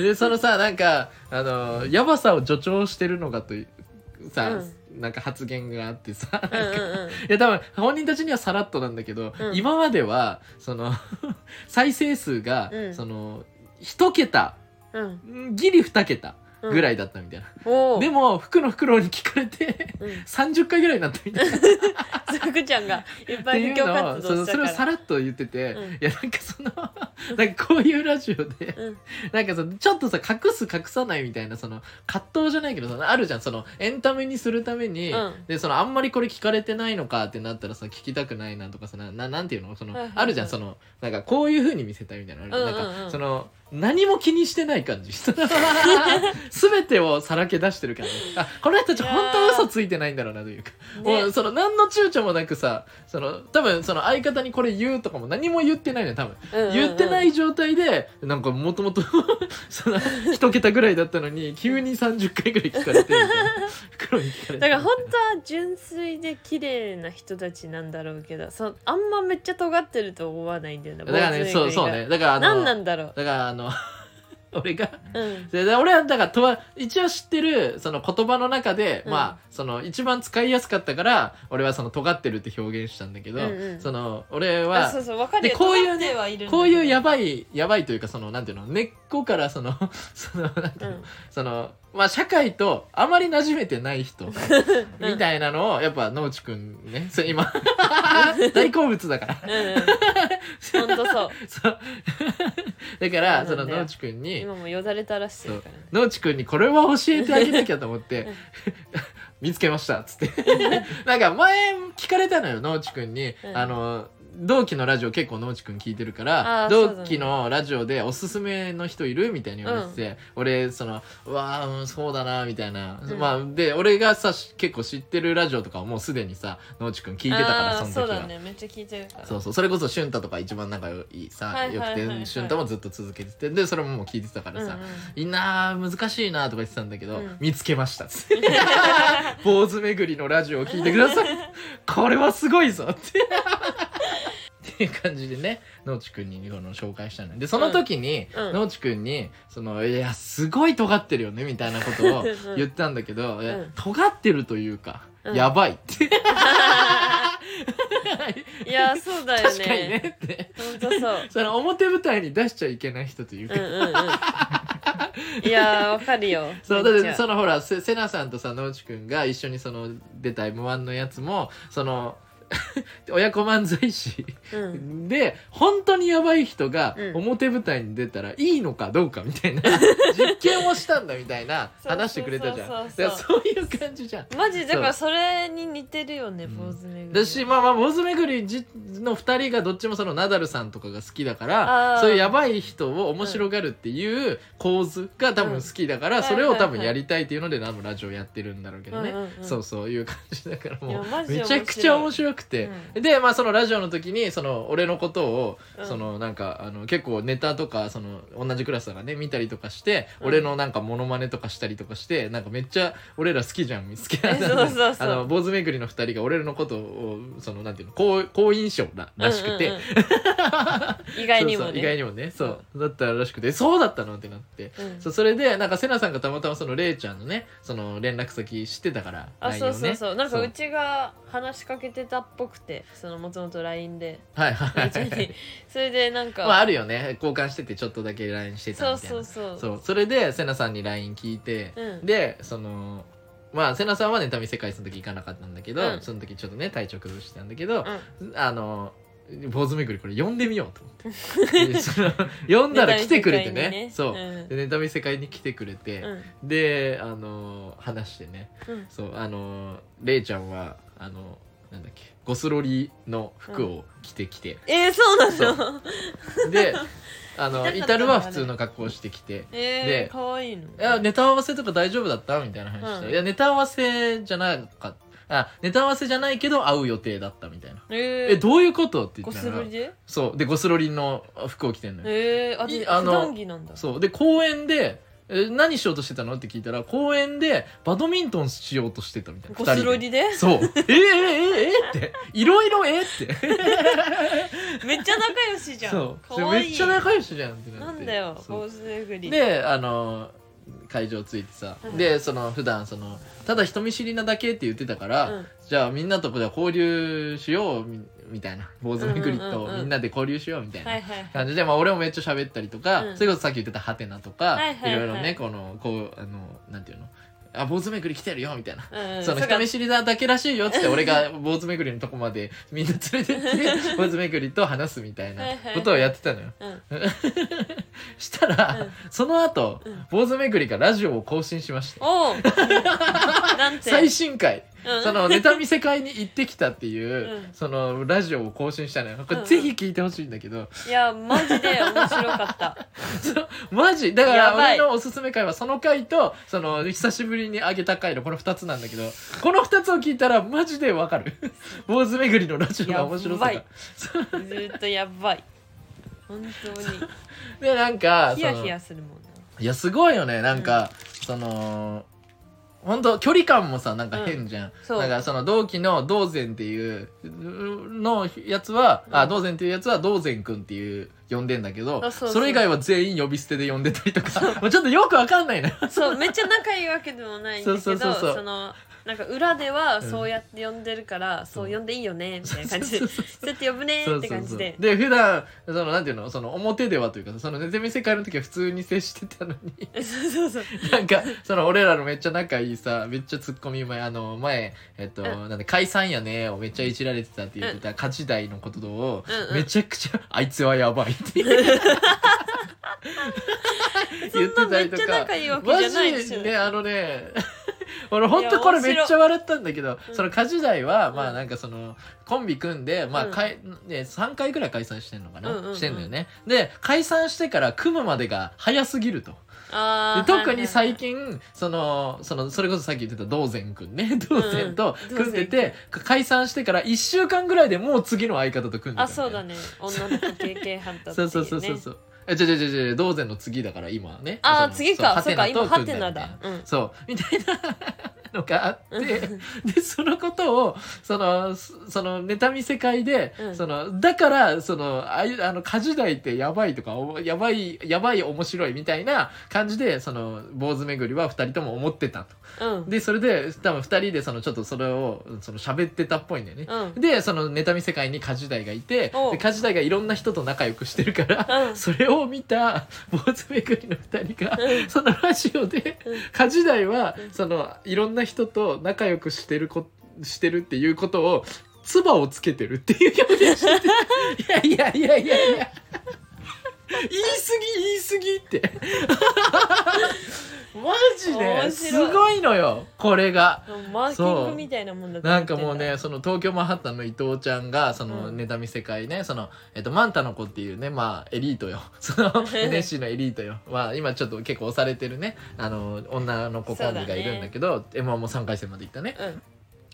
Speaker 2: でそのさなんかあのやばさを助長してるのかというさ、なんか発言があってさ、
Speaker 1: うん
Speaker 2: なんか
Speaker 1: うんうん
Speaker 2: いや多分本人たちにはさらっとなんだけど、
Speaker 1: うん
Speaker 2: 今まではその (laughs) 再生数が、
Speaker 1: うん
Speaker 2: その1桁
Speaker 1: うん
Speaker 2: ギリ2桁
Speaker 1: うん
Speaker 2: ぐらいだったみたいな、
Speaker 1: おお
Speaker 2: でも服の袋に聞かれて (laughs)
Speaker 1: うん
Speaker 2: 30回ぐらいになったみた
Speaker 1: (laughs)
Speaker 2: いなっ
Speaker 1: ふくちゃんがいっぱ
Speaker 2: て
Speaker 1: い
Speaker 2: い
Speaker 1: 布
Speaker 2: う
Speaker 1: 教
Speaker 2: のを
Speaker 1: 活
Speaker 2: そ
Speaker 1: 動し
Speaker 2: の
Speaker 1: たか
Speaker 2: それを
Speaker 1: ら
Speaker 2: さらっと言ってて、
Speaker 1: うん
Speaker 2: いやなんかその (laughs) なんかこういうラジオで
Speaker 1: うん
Speaker 2: なんかそのちょっとさ隠す隠さないみたいなその葛藤じゃないけどそのあるじゃんそのエンタメにするために、
Speaker 1: うん
Speaker 2: でそのあんまりこれ聞かれてないのかってなったらさ聞きたくないなとかさなななんていうのその、
Speaker 1: はいはいはい
Speaker 2: あるじゃんそのなんかこういうふうに見せたいみたいなのあるじゃん,、
Speaker 1: うんうんうん
Speaker 2: なんかその何も気にしてない感じその全てをさらけ出してる感じあこの人たち本当は嘘ついてないんだろうなというか、もう
Speaker 1: ね
Speaker 2: その何の躊躇もなくさその多分その相方にこれ言うとかも何も言ってないのよ多分。
Speaker 1: うんうんうん
Speaker 2: 言ってない状態でなんかもともとその1桁ぐらいだったのに急に30回ぐらい聞かれてみたいな袋に聞かれて
Speaker 1: だから本当は純粋で綺麗な人たちなんだろうけどそあんまめっちゃ尖ってると思わないんだよね
Speaker 2: だからね
Speaker 1: 坊主
Speaker 2: そう
Speaker 1: の
Speaker 2: そう
Speaker 1: 意
Speaker 2: ねだからあ
Speaker 1: 外が
Speaker 2: の
Speaker 1: 何なんだろう
Speaker 2: だからあの (laughs) 俺が
Speaker 1: うん
Speaker 2: でで俺はだからとは一応知ってるその言葉の中で、
Speaker 1: うん
Speaker 2: まあその一番使いやすかったから俺はその尖ってるって表現したんだけど、
Speaker 1: うんうん
Speaker 2: その俺
Speaker 1: あ
Speaker 2: は
Speaker 1: そうそうわかる
Speaker 2: で
Speaker 1: よ
Speaker 2: こういうね
Speaker 1: 尖ってはいるんだけど
Speaker 2: こういうやばいやばいというかそのなんていうの根っこからその (laughs) そのなんていうの、
Speaker 1: うん
Speaker 2: そのまあ社会とあまり馴染めてない人みたいなのをやっぱ農地くん
Speaker 1: (laughs)
Speaker 2: ねそれ今大好物だから
Speaker 1: うんうん本当そう
Speaker 2: (laughs) そうだから
Speaker 1: そ
Speaker 2: そう
Speaker 1: なん
Speaker 2: の
Speaker 1: だよ
Speaker 2: 農地くんに
Speaker 1: 今もよだれ垂らしてるからね
Speaker 2: 農地くんにこれは教えてあげなきゃと思って「見つけました」っつって (laughs) なんか前聞かれたのよ農地くんに、
Speaker 1: うん
Speaker 2: あの同期のラジオ結構農地くん聞いてるから、
Speaker 1: あーそうだね
Speaker 2: 同期のラジオでおすすめの人いるみたいに言われてて、俺その「うわあ、うんそうだな」みたいな、
Speaker 1: うん
Speaker 2: まあで俺がさし結構知ってるラジオとかはもうすでにさ農地くん聞いてたから
Speaker 1: あー
Speaker 2: その時
Speaker 1: そう
Speaker 2: は。
Speaker 1: だねめっちゃ聞いてるから
Speaker 2: そうそうそれこそ俊太とか一番仲良いさ、
Speaker 1: はいはいはいはい
Speaker 2: よくて俊太もずっと続けててでそれももう聞いてたからさ、
Speaker 1: うんうん
Speaker 2: いいなあ難しいなあとか言ってたんだけど、
Speaker 1: うん
Speaker 2: 見つけましたっ (laughs) つって坊主巡りのラジオを聞いてくださいこれはすごいぞってっていう感じでね農地君にこの紹介したのでその時に
Speaker 1: うんうん
Speaker 2: 農地君に「そのいやすごい尖ってるよね」みたいなことを
Speaker 1: うん
Speaker 2: 言ったんだけど、いや
Speaker 1: うん
Speaker 2: 尖ってるというか、
Speaker 1: うん
Speaker 2: やばいって。
Speaker 1: (laughs) いやそうだよ
Speaker 2: 確
Speaker 1: ね
Speaker 2: かにねって
Speaker 1: 本当そう
Speaker 2: その表舞台に出しちゃいけない人という
Speaker 1: う
Speaker 2: か、
Speaker 1: んうんうん
Speaker 2: (laughs)
Speaker 1: いやーわかるよ
Speaker 2: そうだっ
Speaker 1: め
Speaker 2: て
Speaker 1: っちゃ
Speaker 2: そのほらせせなさんとさ野内くんが一緒にその出た m 1のやつもその (laughs) 親子漫才師
Speaker 1: うん
Speaker 2: で本当にやばい人が
Speaker 1: うん
Speaker 2: 表舞台に出たらいいのかどうかみ
Speaker 1: (laughs)
Speaker 2: たいな実験をしたんだみたいな
Speaker 1: そう
Speaker 2: 話してくれたじゃん
Speaker 1: そう
Speaker 2: だ
Speaker 1: そうそう
Speaker 2: からそういう感じじゃん
Speaker 1: マジだからそれに似てるよね
Speaker 2: うん
Speaker 1: 坊主めぐり
Speaker 2: だしまあまあ坊主巡りじの2人がどっちもそのナダルさんとかが好きだから
Speaker 1: あー
Speaker 2: そういうやばい人を面白がるっていう構図が多分好きだから、
Speaker 1: うん
Speaker 2: それを
Speaker 1: はいは
Speaker 2: 多分
Speaker 1: いはい
Speaker 2: やりたいっていうので多分ラジオやってるんだろうけどね、
Speaker 1: うんうんうん
Speaker 2: そうそういう感じだからも
Speaker 1: いやマ
Speaker 2: う
Speaker 1: ジで面
Speaker 2: めち
Speaker 1: 白い
Speaker 2: ゃくちゃ面白くて、でまあそのラジオの時にその俺のことを、
Speaker 1: うん
Speaker 2: そのなんかあの結構ネタとかその同じクラスだからね見たりとかして、
Speaker 1: うん
Speaker 2: 俺のなんかモノマネとかしたりとかしてなんかめっちゃ俺ら好きじゃん好き
Speaker 1: えそうそうそう
Speaker 2: あの坊主めくりの二人が俺のことをそのなんていうの好好印象ららしくて、
Speaker 1: うんうん
Speaker 2: (laughs)
Speaker 1: うん意外にも
Speaker 2: そうそう
Speaker 1: ね
Speaker 2: 意外にもねそうだったらしくてそうだったのってなって。
Speaker 1: うん
Speaker 2: そうそれでなんかセナさんがたまたまそのレイちゃんのねその連絡先知ってたから
Speaker 1: あ
Speaker 2: LINE
Speaker 1: そ
Speaker 2: を
Speaker 1: う
Speaker 2: ね
Speaker 1: そうそうなんか
Speaker 2: そう
Speaker 1: うちが話しかけてたっぽくてそのもともと LINE で
Speaker 2: はいは
Speaker 1: め
Speaker 2: い
Speaker 1: っちゃに (laughs) それでなんか、
Speaker 2: まああるよね交換しててちょっとだけ LINE してた
Speaker 1: そう
Speaker 2: みたいな
Speaker 1: そうそう
Speaker 2: そうそれでセナさんに LINE 聞いて、
Speaker 1: うん
Speaker 2: でそのまあセナさんはネタ見世界その時行かなかったんだけど、
Speaker 1: うん
Speaker 2: その時ちょっとね体調崩してたんだけど、
Speaker 1: うん
Speaker 2: あの坊主めくりこれ呼んでみようと思
Speaker 1: (laughs)
Speaker 2: ってでその呼んだら来てくれてね
Speaker 1: ネタ
Speaker 2: そう
Speaker 1: 見、世界にね
Speaker 2: でネタ見世界に来てくれて、
Speaker 1: うん
Speaker 2: であの話してね
Speaker 1: うん
Speaker 2: そうあのレイちゃんはあのなんだっけゴスロリの服を着てきて、
Speaker 1: えー、そうなの (laughs)
Speaker 2: で
Speaker 1: 痛かっ
Speaker 2: あ
Speaker 1: た
Speaker 2: の
Speaker 1: の
Speaker 2: イタルは普通の格好をしてきて
Speaker 1: え
Speaker 2: で
Speaker 1: ー、かわいいの
Speaker 2: いやネタ合わせとか大丈夫だったみたいな話して、
Speaker 1: うん
Speaker 2: いやネタ合わせじゃなかったあネタ合わせじゃないけど会う予定だったみたいな、
Speaker 1: えー、
Speaker 2: えどういうことって言
Speaker 1: ゴ
Speaker 2: った
Speaker 1: スロ
Speaker 2: ら
Speaker 1: リで
Speaker 2: そうでゴスロリンの服を着てんのよ、
Speaker 1: えー、あ
Speaker 2: い
Speaker 1: で
Speaker 2: あ
Speaker 1: 普
Speaker 2: の
Speaker 1: 段着なんだ
Speaker 2: そうで公園でえ何しようとしてたのって聞いたら公園でバドミントンしようとしてたみたいな
Speaker 1: ゴスロ
Speaker 2: 二人で
Speaker 1: リで
Speaker 2: そうええええええっていろいろええって
Speaker 1: めっちゃ仲良しじゃん
Speaker 2: そう
Speaker 1: かわいい
Speaker 2: めっちゃ仲良しじゃんってなって
Speaker 1: なんだよ
Speaker 2: そう
Speaker 1: 坊主めぐり
Speaker 2: であの会場着いてさ、
Speaker 1: うん
Speaker 2: でその普段そのただ人見知りなだけって言ってたから、
Speaker 1: うん
Speaker 2: じゃあみんなとこで交流しようみみたいな坊主めくり
Speaker 1: うんうん
Speaker 2: と
Speaker 1: うんうん
Speaker 2: みんなで交流しようみたい
Speaker 1: はい
Speaker 2: な
Speaker 1: はいはい
Speaker 2: 感じで、まあ、俺もめっちゃ喋ったりとか、
Speaker 1: うん
Speaker 2: それこそさっき言ってた「ハテナ」とか、
Speaker 1: はい
Speaker 2: い
Speaker 1: はいはい
Speaker 2: ろいろねこのこうあのなんていうの「あ坊主めくり来てるよ」みたいな。
Speaker 1: うんうん
Speaker 2: その
Speaker 1: う
Speaker 2: 人
Speaker 1: か
Speaker 2: 見知りなだけらしいよっつ
Speaker 1: (laughs)
Speaker 2: って俺が坊主めくりのとこまでみんな連れてっ
Speaker 1: (laughs)
Speaker 2: て坊主めくりと話すみたいなことをやってたのよ。
Speaker 1: うん
Speaker 2: したら、
Speaker 1: うん
Speaker 2: その後、
Speaker 1: うん
Speaker 2: 坊主めくりがラジオを更新しました
Speaker 1: おう
Speaker 2: (laughs)
Speaker 1: なんて
Speaker 2: 最新回、
Speaker 1: うん
Speaker 2: そのネタ見せ会に行ってきたっていう、
Speaker 1: うん
Speaker 2: そのラジオを更新したのよこ
Speaker 1: うんうん
Speaker 2: れぜひ聞いてほしいんだけど、
Speaker 1: いやマジで面白かった
Speaker 2: マジだか
Speaker 1: や
Speaker 2: ら
Speaker 1: ば
Speaker 2: 俺
Speaker 1: い
Speaker 2: のおすすめ回はその回とその久しぶりに上げた回のこの2つなんだけどこの2つを聞いたらマジでわ
Speaker 1: (laughs)
Speaker 2: かる坊主めぐりのラジオの面白さ
Speaker 1: や
Speaker 2: が
Speaker 1: ばずーっとやばい本当
Speaker 2: でなんか
Speaker 1: にヒ
Speaker 2: そ
Speaker 1: ヤ
Speaker 2: の
Speaker 1: ヒヤするもんない
Speaker 2: やすごいよねなんか、その本当距離感もさなんか変じゃん、
Speaker 1: そう
Speaker 2: だからその同期の道前っていうのやつは、
Speaker 1: う
Speaker 2: あ
Speaker 1: ん
Speaker 2: 道前っていうやつは道前くんっていう呼んでんだけど
Speaker 1: あそうそう
Speaker 2: れ以外は全員呼び捨てで呼んでたりとか (laughs) もうちょっとよくわかんないな
Speaker 1: そうめっちゃ仲いいわけでもないんだけど
Speaker 2: そうそうそうそう
Speaker 1: のなんか裏では
Speaker 2: うん
Speaker 1: そうやって呼んでるから、そう呼んでいいよねみたいな感じで
Speaker 2: (laughs) そ
Speaker 1: そううやって呼ぶねーって感じで
Speaker 2: で普段そのなんていうのその表ではというかそのネズミ世界の時は普通に接してたのに
Speaker 1: そうそうそう
Speaker 2: (laughs) なんかその俺らのめっちゃ仲いいさめっちゃツッコミ前あの前えっと、
Speaker 1: うん
Speaker 2: なんで解散やねをめっちゃいじられてたって言ってた、勝ち台のことを、
Speaker 1: うんうん
Speaker 2: めちゃくちゃあいつはやばいって言っ
Speaker 1: (laughs)
Speaker 2: て
Speaker 1: そんな
Speaker 2: た
Speaker 1: め
Speaker 2: り
Speaker 1: っ
Speaker 2: と
Speaker 1: ち
Speaker 2: か
Speaker 1: ゃ仲いいわけ
Speaker 2: マ
Speaker 1: じゃないで
Speaker 2: ジ
Speaker 1: すよ
Speaker 2: でねあのね (laughs) 俺ほんとこれめっちゃ笑ったんだけど
Speaker 1: 白い
Speaker 2: その家事代は、ま
Speaker 1: う
Speaker 2: あ
Speaker 1: ん
Speaker 2: なんかそのコンビ組んで、まあ
Speaker 1: うん
Speaker 2: かいね、3回くらい解散してんのかな、
Speaker 1: うんうんうん
Speaker 2: してんのよねで解散してから組むまでが早すぎると
Speaker 1: あ
Speaker 2: で
Speaker 1: ーは
Speaker 2: 特に
Speaker 1: いはい
Speaker 2: 最近そのそのそれこそさっき言ってた道前くんね道前と
Speaker 1: うん
Speaker 2: 組んでて、解散してから1週間ぐらいでもう次の相方と組んでた
Speaker 1: あ
Speaker 2: みたいな
Speaker 1: そうだね女の子経験ハンターって
Speaker 2: そ
Speaker 1: いうう、ね、
Speaker 2: そうそうそうそう。え、じゃじゃじゃじゃ、道前の次だから、今はね。
Speaker 1: あー
Speaker 2: その
Speaker 1: 次か
Speaker 2: そ
Speaker 1: そ
Speaker 2: う
Speaker 1: うか
Speaker 2: ハテナと
Speaker 1: 今ハテナだ
Speaker 2: 組んだみたいな
Speaker 1: うん
Speaker 2: そう、みたいな。のがあってでそのことをそのそそのネタ見せ会で、
Speaker 1: うん
Speaker 2: そのだからそのああいうあの家事代ってやばいとかおやばいやばい面白いみたいな感じでその坊主巡りは二人とも思ってたと。
Speaker 1: うん
Speaker 2: でそれで多分二人でそのちょっとそれをその喋ってたっぽいんだよね。
Speaker 1: うん
Speaker 2: でそのネタ見世界に家事代がいてで
Speaker 1: おう
Speaker 2: 家事代がいろんな人と仲良くしてるから、
Speaker 1: うん
Speaker 2: それを見た坊主巡りの2人が、
Speaker 1: うん
Speaker 2: そのラジオで、
Speaker 1: うん
Speaker 2: 家事代は、
Speaker 1: うん
Speaker 2: そのいろんな人と仲良くしてるこしてるっていうことを唾をつけてるっていう表現してていやいやいやいやいや言い過ぎ言い過ぎって
Speaker 1: (laughs)
Speaker 2: マジ
Speaker 1: 面白
Speaker 2: で
Speaker 1: い
Speaker 2: すごいのよこれが。
Speaker 1: マーキングみたいなもんだと思
Speaker 2: な
Speaker 1: っ
Speaker 2: ん
Speaker 1: て
Speaker 2: か
Speaker 1: だ
Speaker 2: もうねその東京マンハッタンの伊藤ちゃんがその
Speaker 1: うん
Speaker 2: ネタ見世界ねその、えっと、マンタの子っていうねまあエリートよ (laughs) その NSC のエリートよまあ今ちょっと結構押されてるねあの女の子コンビがいるんだけど m 1も3回戦まで行ったね
Speaker 1: うん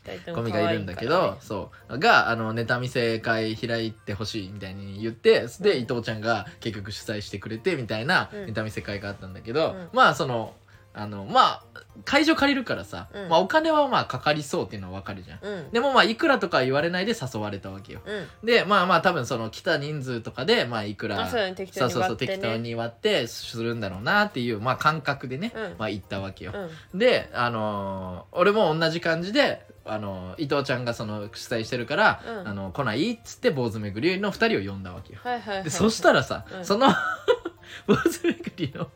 Speaker 1: 二人とも
Speaker 2: コンビ
Speaker 1: 可愛
Speaker 2: が
Speaker 1: から
Speaker 2: いるんだけどそうがあのネタ見世会開いてほしいみたいに言ってで、伊藤ちゃんが結局主催してくれてみたいな
Speaker 1: うん
Speaker 2: ネタ見世会があったんだけ
Speaker 1: う
Speaker 2: ど、
Speaker 1: ん
Speaker 2: まあそのあのまあ会場借りるからさ、
Speaker 1: うん
Speaker 2: まあ、お金はまあかかりそうっていうのはわかるじゃん。
Speaker 1: うん
Speaker 2: でもまあいくらとかは言われないで誘われたわけよ。
Speaker 1: うん
Speaker 2: でまあまあ多分その来た人数とかでまあいくら
Speaker 1: あそうだね適当
Speaker 2: そう
Speaker 1: に
Speaker 2: そう
Speaker 1: 割
Speaker 2: そう
Speaker 1: ってね
Speaker 2: 適当に割ってするんだろうなっていうまあ感覚でね、
Speaker 1: うん
Speaker 2: まあ行ったわけよ。
Speaker 1: うん
Speaker 2: であのー俺も同じ感じで。あのー伊藤ちゃんがその主催してるから、
Speaker 1: うん
Speaker 2: あの来ないっつって坊主巡りの2人を呼んだわけよ。
Speaker 1: はいはいはい
Speaker 2: でそしたらさ、
Speaker 1: うん
Speaker 2: その (laughs) 坊主巡りの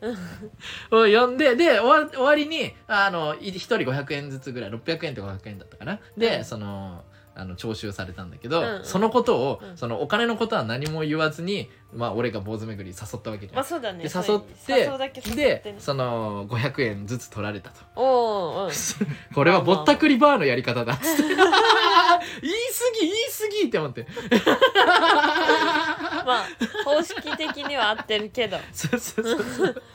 Speaker 1: うん
Speaker 2: を呼んでで終わ終わりにあのい一人500円ずつぐらい600円とか500円だったかなで、
Speaker 1: うん
Speaker 2: そのあの徴収されたんだけど、
Speaker 1: うんうん
Speaker 2: そのことを、
Speaker 1: うん
Speaker 2: そのお金のことは何も言わずに、まあ、俺が坊主巡り誘ったわけじゃん。
Speaker 1: まあそうだね
Speaker 2: で
Speaker 1: そう
Speaker 2: 誘って
Speaker 1: 誘うだけ誘って
Speaker 2: で
Speaker 1: ね
Speaker 2: その500円ずつ取られたと
Speaker 1: (laughs) おー
Speaker 2: これはぼったくりバーのやり方だっ (laughs) つって言い過ぎ言い過ぎって思って
Speaker 1: うんまあ方式的には合ってるけど
Speaker 2: そうそうそう (laughs) そう
Speaker 1: (laughs)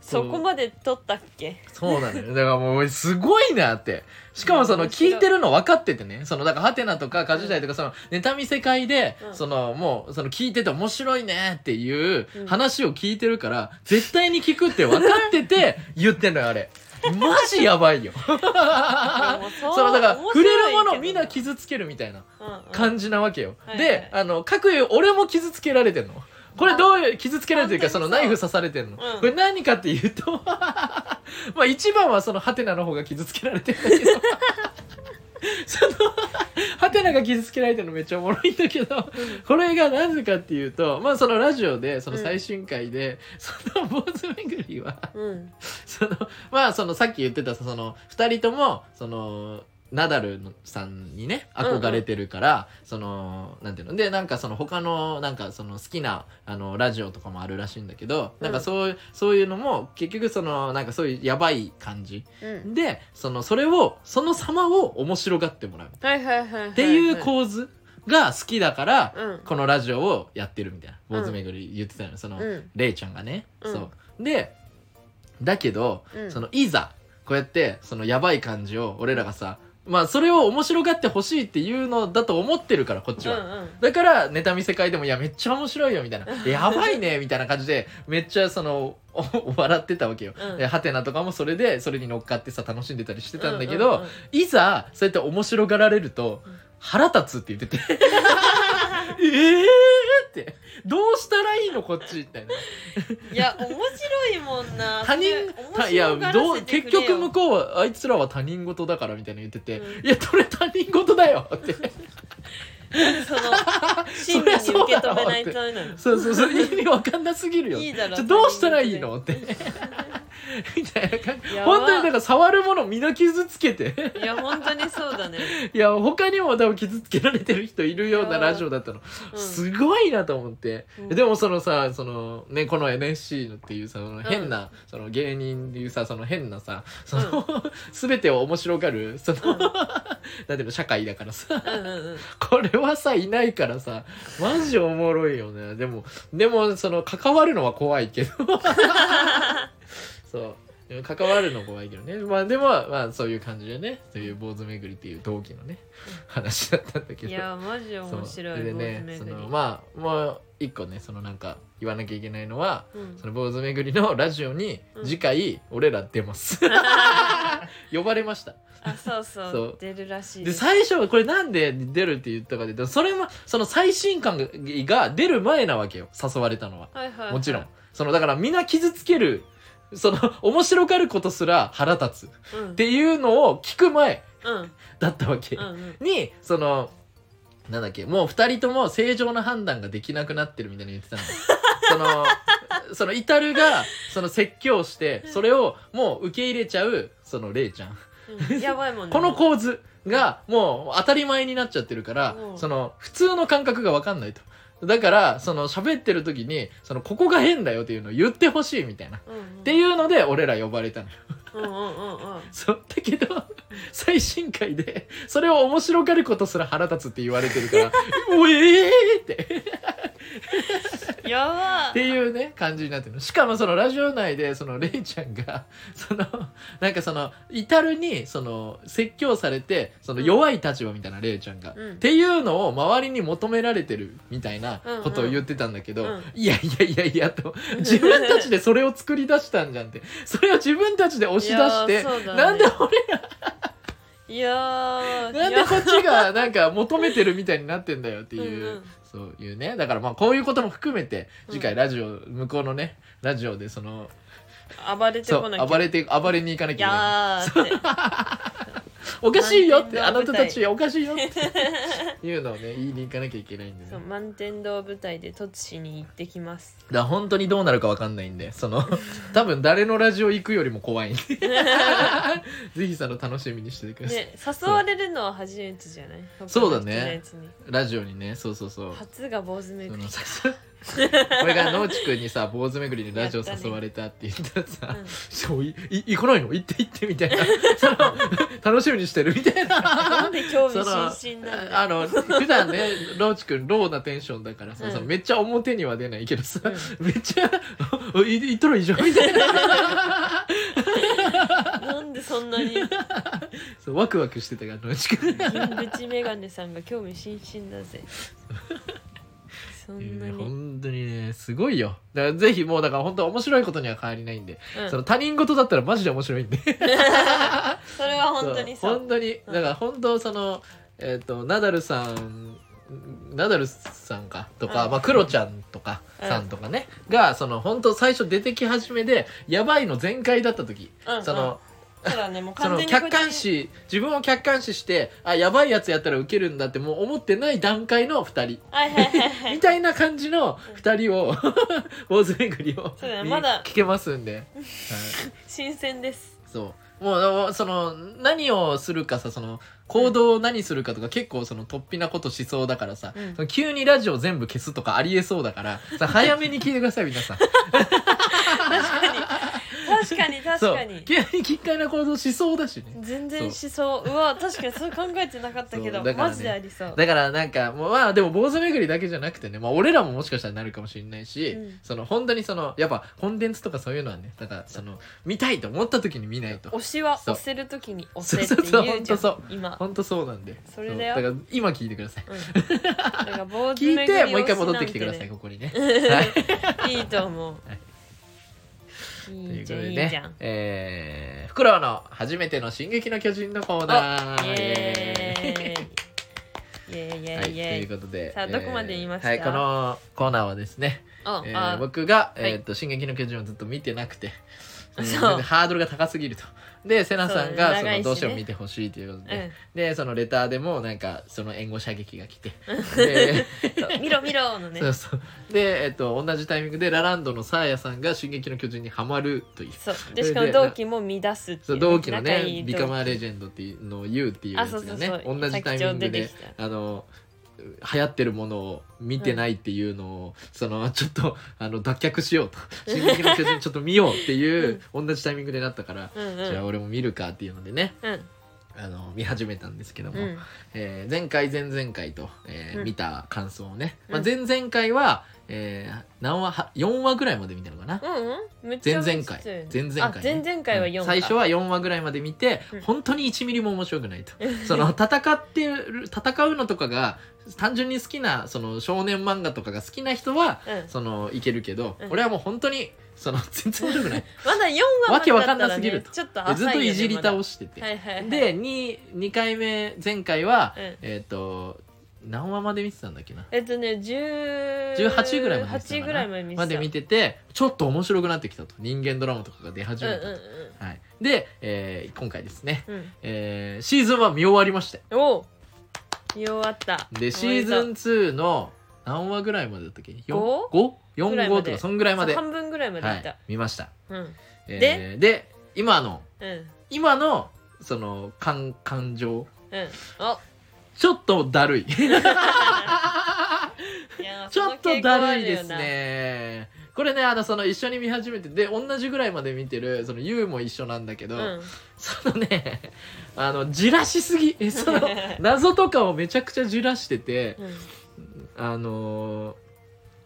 Speaker 1: そこまで取ったっけ
Speaker 2: そうなのよ。だからもう、すごいなって。しかもその、
Speaker 1: 面白い
Speaker 2: 聞いてるの分かっててね。その、だから、ハテナとか、カジュダイとか、その、ネタ見せ会で、
Speaker 1: うん
Speaker 2: その、もう、その、聞いてて面白いねっていう
Speaker 1: うん
Speaker 2: 話を聞いてるから、絶対に聞くって分かってて、言ってんのよ、あれ。マジやばいよ。
Speaker 1: (laughs)
Speaker 2: そ
Speaker 1: もそう
Speaker 2: の、だから、
Speaker 1: 面
Speaker 2: 触れ
Speaker 1: 白
Speaker 2: る
Speaker 1: い
Speaker 2: も
Speaker 1: け
Speaker 2: の
Speaker 1: ど
Speaker 2: みんな傷つけるみたいな
Speaker 1: うんうん
Speaker 2: 感じなわけよ。
Speaker 1: はいはい
Speaker 2: で、あの、各言う俺も傷つけられてんの。これどういう、傷つけられてるか、そ
Speaker 1: 本当
Speaker 2: の
Speaker 1: にそう
Speaker 2: ナイフ刺されてんの。
Speaker 1: うん
Speaker 2: これ何かっていうと、 (laughs) まあ一番はそのハテナの方が傷つけられてるん
Speaker 1: (laughs)
Speaker 2: だけどそのハテナが傷つけられてるのめっちゃおもろいんだけどこれがなぜかっていうとまあそのラジオでその最新回で、その坊主巡りは
Speaker 1: うん
Speaker 2: そのまあそのさっき言ってたその2人ともそのナダルさんにね憧れてるから、そのなんていうのでなんかその他のなんかその好きなあのラジオとかもあるらしいんだけど、
Speaker 1: うん
Speaker 2: なんかそうそういうのも結局そのなんかそういうやばい感じ
Speaker 1: うん
Speaker 2: でそのそれをその様を面白がってもらうっ
Speaker 1: はいはいはいはいはい
Speaker 2: ていう構図が好きだから、
Speaker 1: うん
Speaker 2: このラジオをやってるみたいな
Speaker 1: うん
Speaker 2: 坊主巡り言ってたのよその、
Speaker 1: うん
Speaker 2: レイちゃんがね、
Speaker 1: うん
Speaker 2: そうでだけど、
Speaker 1: うん
Speaker 2: そのいざこうやってそのやばい感じを俺らがさまあそれを面白がってほしいっていうのだと思ってるからこっち
Speaker 1: うん
Speaker 2: は、
Speaker 1: うん
Speaker 2: だからネタ見せ会でも「いやめっちゃ面白いよ」みたいな「やばいね」みたいな感じでめっちゃその (laughs) お笑ってたわけよ
Speaker 1: うん。
Speaker 2: でハテナとかもそれでそれに乗っかってさ楽しんでたりしてたんだけど、
Speaker 1: ううんうん
Speaker 2: いざそうやって面白がられると
Speaker 1: うん
Speaker 2: 腹立つって言って
Speaker 1: (laughs)
Speaker 2: てええってどうしたらいいのこっちみたいない
Speaker 1: や面白いもんな
Speaker 2: 他
Speaker 1: そ
Speaker 2: 人
Speaker 1: れ面白がらせてくれよ
Speaker 2: いやどう結局向こうはあいつらは他人事だからみたいなの言ってて、
Speaker 1: うん
Speaker 2: いやそれ他人事だよって
Speaker 1: (laughs) その (laughs) 真理に受け止めないとダメなの
Speaker 2: そうそうそう意味わかんなすぎるよ
Speaker 1: いいだろ
Speaker 2: ちょどうしたらいいのって (laughs) みたいな感じ
Speaker 1: やば
Speaker 2: 本当になんか触るものみんな傷つけて
Speaker 1: いや本当にそうだね、 (laughs)
Speaker 2: いや他にも多分傷つけられてる人いるようなラジオだったの
Speaker 1: うん、
Speaker 2: すごいなと思って、
Speaker 1: うん
Speaker 2: でもそのさそのねこの NSC のっていうさその変な、その芸人っていうさその変なさその、 (laughs) 全てを面白がるその、
Speaker 1: う
Speaker 2: (laughs)
Speaker 1: ん
Speaker 2: なんていうの社会だからさ
Speaker 1: うんうんうん
Speaker 2: これはさいないからさマジおもろいよねでもでもその関わるのは怖い
Speaker 1: (laughs)
Speaker 2: けどそうでも関わるの怖いけどねまあでもまあそういう感じでねそういう坊主巡りっていう同期のね話だったんだけど
Speaker 1: いやマジ
Speaker 2: そう
Speaker 1: 面白
Speaker 2: で
Speaker 1: い
Speaker 2: ね
Speaker 1: 坊
Speaker 2: そ
Speaker 1: 主巡り
Speaker 2: のまあもう一個ねそのなんか言わなきゃいけないのは
Speaker 1: うん
Speaker 2: その坊主巡りのラジオに
Speaker 1: うん (laughs)
Speaker 2: 次回俺ら出ます、呼ばれました
Speaker 1: あそうそう
Speaker 2: そう
Speaker 1: 出るらしい
Speaker 2: で
Speaker 1: です
Speaker 2: 最初はこれなんで出るって言ったかでそれもその最新感がが出る前なわけよ誘われたのは
Speaker 1: はいはいはい
Speaker 2: もちろんそのだからみんな傷つけるその面白がることすら腹立つっ
Speaker 1: うんうん
Speaker 2: ていうのを聞く前
Speaker 1: うん
Speaker 2: だったわけ、
Speaker 1: うん
Speaker 2: にそのなんだっけもう2人とも正常な判断ができなくなってるみたいに言ってた
Speaker 1: (laughs)
Speaker 2: のそのそのイタルがその説教してそれをもう受け入れちゃうそのレイちゃん
Speaker 1: うんやばいもんね
Speaker 2: この構図がもう当たり前になっちゃってるから
Speaker 1: うん
Speaker 2: その普通の感覚が分かんないと。だからその喋ってる時にそのここが変だよっていうのを言ってほしいみたいな。っ
Speaker 1: うんうん
Speaker 2: ていうので俺ら呼ばれたのよ。
Speaker 1: うんうんうんうん
Speaker 2: そうだけど最新回でそれを面白がることすら腹立つって言われてるから「もうええー!」って
Speaker 1: やば
Speaker 2: っていうね感じになってるのしかもそのラジオ内でそのレイちゃんがそのなんかその至るにその説教されてその弱い立場みたいなレイちゃんが、
Speaker 1: うん
Speaker 2: っていうのを周りに求められてるみたいなことを言ってたんだけど、
Speaker 1: うんうんうん
Speaker 2: いやいやいやいやと自分たちでそれを作り出したんじゃんってそれを自分たちで押し出して、
Speaker 1: いやーそうだね
Speaker 2: なんで俺
Speaker 1: いやー
Speaker 2: なんでこっちがなんか求めてるみたいになってんだよっていう
Speaker 1: うんうん
Speaker 2: そういうねだからまあこういうことも含めて
Speaker 1: うん
Speaker 2: 次回ラジオ、向こうのねラジオでその
Speaker 1: や暴れて
Speaker 2: そ
Speaker 1: こなきゃ
Speaker 2: う暴れて暴れに行かなきゃいけない
Speaker 1: やーって
Speaker 2: おかしいよってあ
Speaker 1: 満
Speaker 2: な
Speaker 1: 点の舞
Speaker 2: た
Speaker 1: 台
Speaker 2: たちおかしい
Speaker 1: (laughs)
Speaker 2: よっていうのをね言いに行かなきゃいけないんでね
Speaker 1: そう
Speaker 2: だか
Speaker 1: 満天堂舞台で突死に行ってき
Speaker 2: (laughs)
Speaker 1: ます
Speaker 2: ら本当にどうなるかわかんないんでその多分誰のラジオ行くよりも怖いんでぜひその楽しみにしててください、
Speaker 1: ね誘われるのは初めてじゃない
Speaker 2: そうだね
Speaker 1: 他の人のやつに
Speaker 2: ラジオにねそうそうそう
Speaker 1: 初が坊主め
Speaker 2: そ
Speaker 1: くり
Speaker 2: のさこれが農地君にさ坊主巡りにラジオ誘われたって言ったらさ
Speaker 1: うん
Speaker 2: 「そういい行かないの行って行って」みたいなその楽しみにしてるみたい
Speaker 1: な。
Speaker 2: なん
Speaker 1: で興
Speaker 2: そ
Speaker 1: 味
Speaker 2: の
Speaker 1: 津々なんだ
Speaker 2: あの普段ね農地君ローなテンションだからさ、
Speaker 1: うん
Speaker 2: そのめっちゃ表には出ないけどさ、
Speaker 1: う
Speaker 2: めっちゃ「おい行ったらいいじゃん」みたいな
Speaker 1: なんでそんなに銀
Speaker 2: そうワクワクしてたから農地君
Speaker 1: 縁メガネさんが興味津々だぜそんなに、うん
Speaker 2: 本当にねすごいよだからぜひもうだから本当面白いことには変わりないんで、その他人事だったらマジで面白いんで
Speaker 1: それは本当にそ
Speaker 2: そう
Speaker 1: う
Speaker 2: 本当に
Speaker 1: うん
Speaker 2: だから本当そのえっ、とナダルさんナダルさんかとか、
Speaker 1: うん
Speaker 2: まあクロちゃんとか
Speaker 1: うん
Speaker 2: さんとかね、がその本当最初出てき始めでやばいの全開だった時、
Speaker 1: うんうん
Speaker 2: その
Speaker 1: そうだねもう
Speaker 2: そ
Speaker 1: 完
Speaker 2: の
Speaker 1: 全に
Speaker 2: 客観視自分を客観視してあやばいやつやったらウケるんだってもう思ってない段階の2人
Speaker 1: はいはいはいはい
Speaker 2: みたいな感じの2人を (laughs) 坊主巡りを
Speaker 1: そうだね
Speaker 2: に
Speaker 1: まだ
Speaker 2: 聞けますんで。はい
Speaker 1: 新鮮です
Speaker 2: そうもうあのその何をするかさその行動を何するかとか、結構その突飛なことしそうだからさ、
Speaker 1: うん
Speaker 2: その急にラジオ全部消すとかありえそうだからさ早めに聞いてください皆さん
Speaker 1: 確かに確
Speaker 2: そう
Speaker 1: かに
Speaker 2: 急に奇怪な行動しそうだしね
Speaker 1: 全然しそううわ確かにそう考えてなかったけ
Speaker 2: そ
Speaker 1: ど、
Speaker 2: うだからね
Speaker 1: マジでありそう
Speaker 2: だからなんかもうまあでも坊主巡りだけじゃなくてね、まあ、俺らももしかしたらなるかもしれないし、
Speaker 1: うん
Speaker 2: その本当にそのやっぱコンテンツとかそういうのはねだからその見たいと思った時に見ないと
Speaker 1: 推しは
Speaker 2: そう
Speaker 1: 押せるときに押せって言うじゃん
Speaker 2: そうそうそうほんと
Speaker 1: 今、
Speaker 2: 本当そうなんで
Speaker 1: それだよ
Speaker 2: そうだから今聞いてください
Speaker 1: うん、だから坊主巡
Speaker 2: 聞い
Speaker 1: り
Speaker 2: て
Speaker 1: 推し
Speaker 2: もう一回戻ってきてください
Speaker 1: なん
Speaker 2: ここにね
Speaker 1: てね
Speaker 2: は
Speaker 1: (laughs)
Speaker 2: い
Speaker 1: いいと思う、い、いうじゃん
Speaker 2: といことで
Speaker 1: いいじゃ
Speaker 2: ね
Speaker 1: ん、
Speaker 2: えー、フクロウの初めての「進撃の巨人」のコーナー
Speaker 1: イエ
Speaker 2: イエ (laughs)
Speaker 1: ーイイエーイイエ
Speaker 2: は
Speaker 1: ー
Speaker 2: い、と
Speaker 1: イイエー
Speaker 2: いう
Speaker 1: イ
Speaker 2: ことで、
Speaker 1: さあどこまで言いました
Speaker 2: えーはい、このコーナーはですね、
Speaker 1: あ
Speaker 2: えー
Speaker 1: あ
Speaker 2: 僕が、
Speaker 1: はい
Speaker 2: えーっと「進撃の巨人」をずっと見てなくて、
Speaker 1: (laughs) そう
Speaker 2: うんなんかハードルが高すぎるとでセナさんが
Speaker 1: そう長
Speaker 2: そ
Speaker 1: いし
Speaker 2: の
Speaker 1: ね
Speaker 2: どうしても見てほしいということで、
Speaker 1: うん
Speaker 2: でそのレターでもなんかその援護射撃
Speaker 1: (laughs)
Speaker 2: が来てで
Speaker 1: そう見ろ見ろのね
Speaker 2: そうそうで、えっと、同じタイミングでラランドのサーヤさんが「進撃の巨人」にはまるという
Speaker 1: そうでしかも同期も乱すって
Speaker 2: そ
Speaker 1: いう
Speaker 2: 同期の
Speaker 1: 仲
Speaker 2: ね
Speaker 1: いい同期
Speaker 2: ビカマーレジェンド」っていうのを「言うっていうやつがね
Speaker 1: あそうそうそう
Speaker 2: 同じタイミン
Speaker 1: 先ほど出
Speaker 2: グで
Speaker 1: てき
Speaker 2: あの流行ってるものを見てないっていうのを、そのちょっと (laughs) あの脱却しよう
Speaker 1: (laughs)
Speaker 2: と「進撃の巨人」ちょっと見ようっていう、同じタイミングでなったから、
Speaker 1: うんう
Speaker 2: じゃあ
Speaker 1: ん
Speaker 2: 俺も見るかっていうのでね
Speaker 1: うん
Speaker 2: あの見始めたんですけども、
Speaker 1: うん
Speaker 2: えー前回前々回と、えー
Speaker 1: うん
Speaker 2: 見た感想をね、
Speaker 1: うん
Speaker 2: まあ、前々回は、えー何話は4話ぐらいまで見たのかかな
Speaker 1: うんうんめっち
Speaker 2: 前
Speaker 1: ゃ
Speaker 2: 々回
Speaker 1: 面白いね
Speaker 2: 前々回ね
Speaker 1: あ前々回は4
Speaker 2: う
Speaker 1: か
Speaker 2: ん最初は4話ぐらいまで見て、
Speaker 1: うん
Speaker 2: 本当に1ミリも面白くないとその戦ってる戦うのとかが単純に好きなその少年漫画とかが好きな人は
Speaker 1: うん
Speaker 2: そのいけるけど、
Speaker 1: うん
Speaker 2: 俺はもう本当にその全然面白
Speaker 1: (laughs)
Speaker 2: くない
Speaker 1: まだ4話ま
Speaker 2: わ
Speaker 1: で
Speaker 2: けわ
Speaker 1: だ
Speaker 2: か
Speaker 1: っ
Speaker 2: ん
Speaker 1: たら、
Speaker 2: なすぎる
Speaker 1: ね
Speaker 2: と、
Speaker 1: ちょっと
Speaker 2: で
Speaker 1: 浅
Speaker 2: ず
Speaker 1: い
Speaker 2: っ
Speaker 1: よ、
Speaker 2: と
Speaker 1: ね、
Speaker 2: いじり
Speaker 1: まだ
Speaker 2: 倒してて、
Speaker 1: はいはいはい、
Speaker 2: で 2, 2回目前回は、
Speaker 1: うん
Speaker 2: えっ、と何話まで見てたんだっけな
Speaker 1: えっとね10
Speaker 2: 18ぐらいまで見てたか
Speaker 1: 8
Speaker 2: な
Speaker 1: ぐらいまで見てた
Speaker 2: まで見ててちょっと面白くなってきたと人間ドラマとかが出始
Speaker 1: うん
Speaker 2: め
Speaker 1: う
Speaker 2: たと、
Speaker 1: ん
Speaker 2: はい、で、えー今回ですね、
Speaker 1: うんうん
Speaker 2: えーシーズン1見終わりました
Speaker 1: おう見終わった
Speaker 2: でシーズン
Speaker 1: ン
Speaker 2: 2の何話ぐらいまでだったっけ
Speaker 1: 五
Speaker 2: ?5?4
Speaker 1: ぐらいまで
Speaker 2: 号とかそんぐらいまで、は
Speaker 1: 半分ぐらいまで見た、
Speaker 2: い、見ました、
Speaker 1: うん
Speaker 2: えーで今の
Speaker 1: うん
Speaker 2: 今のその感感情
Speaker 1: うん
Speaker 2: (laughs)
Speaker 1: お
Speaker 2: ちょっと
Speaker 1: (laughs)
Speaker 2: だるい (laughs)
Speaker 1: いや
Speaker 2: ち
Speaker 1: そ
Speaker 2: ょ
Speaker 1: の
Speaker 2: っと
Speaker 1: 傾向
Speaker 2: だ
Speaker 1: あ
Speaker 2: るい
Speaker 1: る
Speaker 2: で
Speaker 1: よ
Speaker 2: す
Speaker 1: な
Speaker 2: ねこれねあのその一緒に見始めてで同じぐらいまで見てるその YOU も一緒なんだけど、
Speaker 1: うん
Speaker 2: そのねあのじらしすぎえ
Speaker 1: (laughs)
Speaker 2: その謎とかをめちゃくちゃじらしてて
Speaker 1: うん
Speaker 2: あのー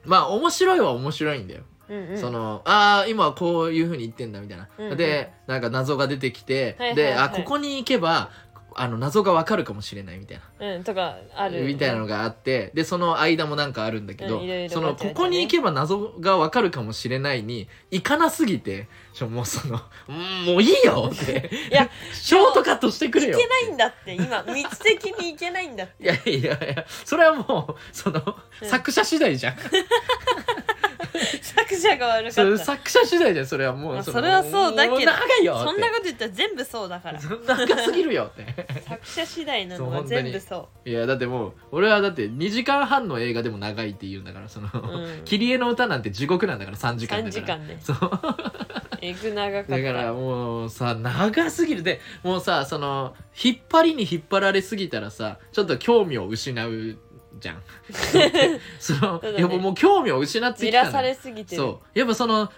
Speaker 2: まあ面白いは面白いんだよ、
Speaker 1: うんうん
Speaker 2: そのああ今はこういうふうに言ってんだみたいな、
Speaker 1: うんうん
Speaker 2: でなんか謎が出てきて、
Speaker 1: はいはいはい
Speaker 2: であここに行けばあの謎がわかるかもしれないみたいな
Speaker 1: うんとかある
Speaker 2: みたいなのがあってでその間もなんかあるんだけど、
Speaker 1: うんいろいろ
Speaker 2: その
Speaker 1: ごちゃごちゃね
Speaker 2: ここに行けば謎がわかるかもしれないに行かなすぎてちょも
Speaker 1: (laughs)
Speaker 2: うそのうんもういいよって
Speaker 1: いや
Speaker 2: (laughs) ショートカットしてくれ
Speaker 1: い
Speaker 2: よ
Speaker 1: けないんだって今道的にいけないんだって
Speaker 2: いやいやいやそれはもうその、
Speaker 1: うん
Speaker 2: 作者次第じゃん
Speaker 1: (laughs) 作者が悪か
Speaker 2: そう
Speaker 1: ったそ
Speaker 2: 作者次第じゃんそれはも
Speaker 1: まあ
Speaker 2: うの
Speaker 1: それはそうだけど
Speaker 2: もう長いよって
Speaker 1: んなこと言ったら全部そうだから
Speaker 2: そんな長すぎるよって
Speaker 1: (laughs) 作者次第なの
Speaker 2: そう
Speaker 1: は
Speaker 2: 本当に
Speaker 1: 全部そ
Speaker 2: いやだってもう俺はだって2時間半の映画でも長いって言うんだからその
Speaker 1: う、うん、
Speaker 2: (laughs) 切り絵の歌なんて地獄なんだから3時間
Speaker 1: 3
Speaker 2: だか
Speaker 1: 時
Speaker 2: ら
Speaker 1: 間ね
Speaker 2: そう
Speaker 1: えぐ長かっ
Speaker 2: だ
Speaker 1: た
Speaker 2: からもうさ長すぎるでもうさその引っ張りに引っ張られすぎたらさちょっと興味を失うじ
Speaker 1: (laughs)
Speaker 2: ゃんその
Speaker 1: そうだね
Speaker 2: いやもう興味を失って
Speaker 1: じ
Speaker 2: きた
Speaker 1: ら
Speaker 2: の
Speaker 1: されすぎてる
Speaker 2: そうやっぱその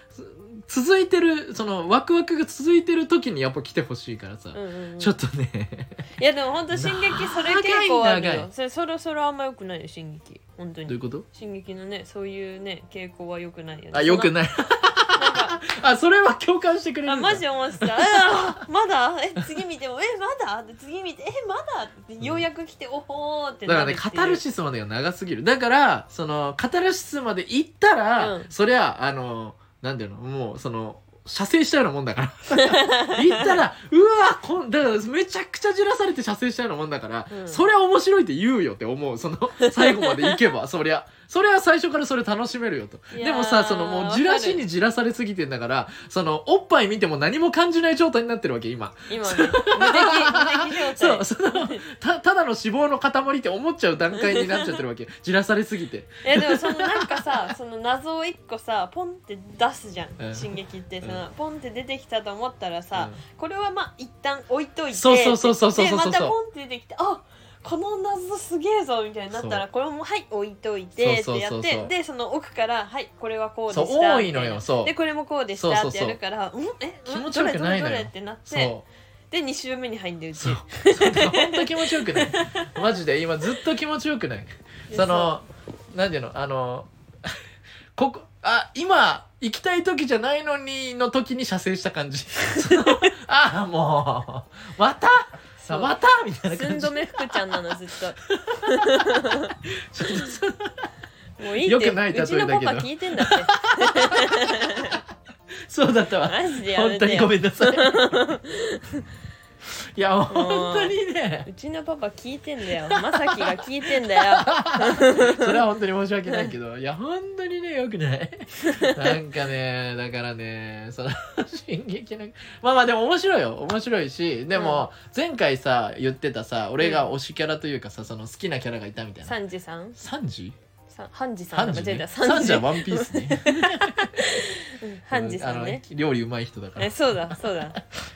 Speaker 2: つ続いてるそのワクワクが続いてる時にやっぱ来てほしいから
Speaker 1: う
Speaker 2: さ、
Speaker 1: んうんうん
Speaker 2: ちょっとね
Speaker 1: いやでも本当進撃それ結構ある
Speaker 2: 長い長
Speaker 1: よ
Speaker 2: い
Speaker 1: それそろそろあんま良くないよ進撃本当
Speaker 2: どういう
Speaker 1: に
Speaker 2: こと
Speaker 1: 進撃のねそういうね傾向は良くないよね
Speaker 2: あよく
Speaker 1: い
Speaker 2: ないあそれは共感してくれる
Speaker 1: あ
Speaker 2: んだ
Speaker 1: マジ思って
Speaker 2: (laughs)
Speaker 1: たあまだえ次見てもえまだで次見てえまだってようやく来ておほーって
Speaker 2: だから
Speaker 1: なる
Speaker 2: ね
Speaker 1: っていう
Speaker 2: カタルシスまでが長すぎるだからそのカタルシスまで行ったら、
Speaker 1: うん
Speaker 2: そりゃあのなんていうのもうその射精したようなもんだから (laughs) 行ったらうわこんだからめちゃくちゃじらされて射精したようなもんだから、
Speaker 1: うん
Speaker 2: そりゃ面白いって言うよって思うその最後まで行けばそりゃそれは最初からそれ楽しめるよと
Speaker 1: いやー
Speaker 2: でもさそのもうじらしにじらされすぎてんだからそのおっぱい見ても何も感じない状態になってるわけ今
Speaker 1: 今ね無敵無敵状態
Speaker 2: そうそのたただの脂肪の塊って思っちゃう段階になっちゃってる
Speaker 1: (laughs)
Speaker 2: わけじらされすぎて
Speaker 1: えでもそのなんかさその謎を一個さポンって出すじゃ
Speaker 2: うん
Speaker 1: ん進撃って
Speaker 2: うん
Speaker 1: そのポンって出てきたと思ったらさ、
Speaker 2: う
Speaker 1: これはまあ一旦置いといて
Speaker 2: そうそうそうそうそうそうそう
Speaker 1: でまたポンって出てきてあこの謎すげえぞみたいになったら
Speaker 2: そ
Speaker 1: これもはい置いといてって
Speaker 2: そうそう
Speaker 1: や
Speaker 2: そうそう
Speaker 1: ってでその奥からはいこれはこうでした
Speaker 2: そう多いのよ
Speaker 1: みたな
Speaker 2: そう
Speaker 1: でこれもこうでしたってやるからうんえ
Speaker 2: 気持ち悪くない
Speaker 1: どれどれど
Speaker 2: のよ
Speaker 1: れってなっ
Speaker 2: そう
Speaker 1: てで2週目に入んでうち
Speaker 2: そうそう本当気持ちよくないマジで今ずっと気持ちよくない
Speaker 1: で
Speaker 2: その何ていうのあのここあ今行きたい時じゃないのにの時に射精した
Speaker 1: (laughs)
Speaker 2: 感じそのああもうまた
Speaker 1: そ
Speaker 2: さ
Speaker 1: う
Speaker 2: またみたいな
Speaker 1: 寸
Speaker 2: 感じ
Speaker 1: 止め福ちゃんなのずっ
Speaker 2: ちょっと (laughs) そ
Speaker 1: ともういいって
Speaker 2: よくない例えだ
Speaker 1: う
Speaker 2: け
Speaker 1: ち
Speaker 2: ど
Speaker 1: のパパ聞いてんだ
Speaker 2: (laughs)
Speaker 1: って
Speaker 2: そうだったわ
Speaker 1: マジでや
Speaker 2: 本
Speaker 1: め
Speaker 2: 当
Speaker 1: て
Speaker 2: に
Speaker 1: よ
Speaker 2: ごめん
Speaker 1: (laughs)
Speaker 2: なさいいや本当にね
Speaker 1: うちのパパ聞いてんだよまさきが聞いてんだよ
Speaker 2: (laughs) それは本当に申し訳ないけど、いや、本当にね、よくない。 (laughs) なんかね、だからね、その、進撃の、まあまあでも面白いよ。面白いし、でも、前回さ、言ってたさ、俺が推しキャラというかさ、その好きなキャラがいたみたいな。
Speaker 1: サンジさん
Speaker 2: サンジ
Speaker 1: さハンジさ
Speaker 2: サ
Speaker 1: ん
Speaker 2: ン
Speaker 1: とか
Speaker 2: ジ、
Speaker 1: 間違えた
Speaker 2: ね、サンジは
Speaker 1: うん
Speaker 2: ワンピースね。
Speaker 1: (laughs) ハンジさんね
Speaker 2: あの、料理うまい人だから
Speaker 1: え。そうだそうだ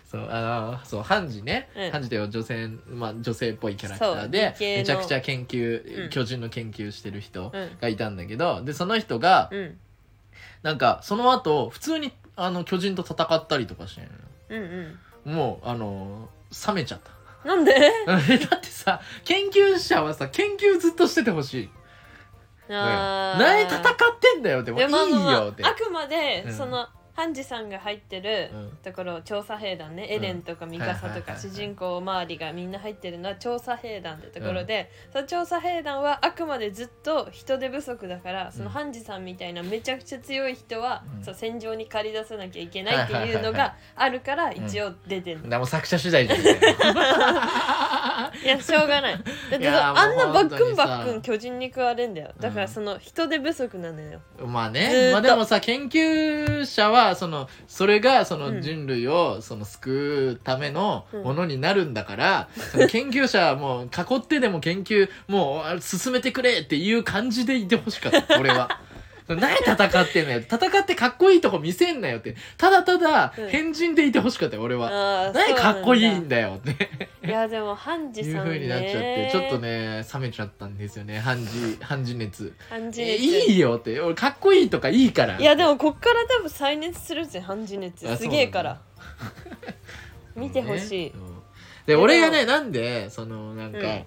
Speaker 2: そうあのそうハンジね、
Speaker 1: うん
Speaker 2: ハンジという女性、まあ、女性っぽいキャラクター
Speaker 1: そう
Speaker 2: で
Speaker 1: 理系の
Speaker 2: めちゃくちゃ研究、
Speaker 1: うん
Speaker 2: 巨人の研究してる人
Speaker 1: うん
Speaker 2: がいたんだけど、でその人が
Speaker 1: うん
Speaker 2: なんかその後普通にあの巨人と戦ったりとかしてんの
Speaker 1: うんうん
Speaker 2: よもうあの冷めちゃった。
Speaker 1: なんで
Speaker 2: (laughs) だってさ研究者はさ研究ずっとしててほしい
Speaker 1: あー
Speaker 2: 何戦ってんだよでもいい
Speaker 1: でまあまあま
Speaker 2: よ
Speaker 1: あ
Speaker 2: って
Speaker 1: あくまで、
Speaker 2: うん
Speaker 1: そのハンジさんが入ってる
Speaker 2: うん
Speaker 1: ところを調査兵団ね、エレンとかミカサ
Speaker 2: はいは
Speaker 1: と
Speaker 2: いはい
Speaker 1: か
Speaker 2: はい
Speaker 1: 主人公周りがみんな入ってるのは調査兵団ってところで、その調査兵団はあくまでずっと人手不足だからそのハンジさんみたいなめちゃくちゃ強い人は、
Speaker 2: うん
Speaker 1: そう戦場に駆り出さなきゃいけないっていうのがあるから
Speaker 2: いはい
Speaker 1: 一応出てるの、
Speaker 2: なもう作者
Speaker 1: (laughs)
Speaker 2: 次第じゃん
Speaker 1: いやしょうが
Speaker 2: (laughs)
Speaker 1: ないだって
Speaker 2: いや
Speaker 1: あんな
Speaker 2: もう
Speaker 1: バッ
Speaker 2: 本当に
Speaker 1: クン
Speaker 2: さ
Speaker 1: バックン巨人に食われんだよだか
Speaker 2: うん
Speaker 1: らその人手不足なのよ、
Speaker 2: まあ
Speaker 1: ずーっ
Speaker 2: ね、
Speaker 1: と
Speaker 2: まあ、でもさ研究者はそのそれがそうの
Speaker 1: ん
Speaker 2: 人類をその救うための
Speaker 1: うん
Speaker 2: ものになるん
Speaker 1: (laughs)
Speaker 2: だから、その研究者はもう囲ってでも研究もうあ進めてくれっていう感じでいてほし
Speaker 1: (laughs)
Speaker 2: かった俺は。その何戦ってんのよ戦ってかっこいいとこ見せんなよってただただ
Speaker 1: うん
Speaker 2: 変人でいてほしかったよ俺は。
Speaker 1: あー
Speaker 2: 何かっこいい
Speaker 1: そうなん
Speaker 2: んだよって
Speaker 1: だいやでもハンジ
Speaker 2: いう
Speaker 1: さんね
Speaker 2: 風になっちゃってちょっとね冷めちゃったんですよね半時半時熱
Speaker 1: ハンジ
Speaker 2: え
Speaker 1: 熱
Speaker 2: い
Speaker 1: い
Speaker 2: いよって俺かっこいいとかいいから
Speaker 1: やでもこっから多分再熱するぜハンジ熱
Speaker 2: あ
Speaker 1: すげえ
Speaker 2: (laughs)
Speaker 1: から
Speaker 2: そうなんだ
Speaker 1: 見てほしい
Speaker 2: うんで
Speaker 1: も
Speaker 2: 俺がねなんでそのなんか、
Speaker 1: うん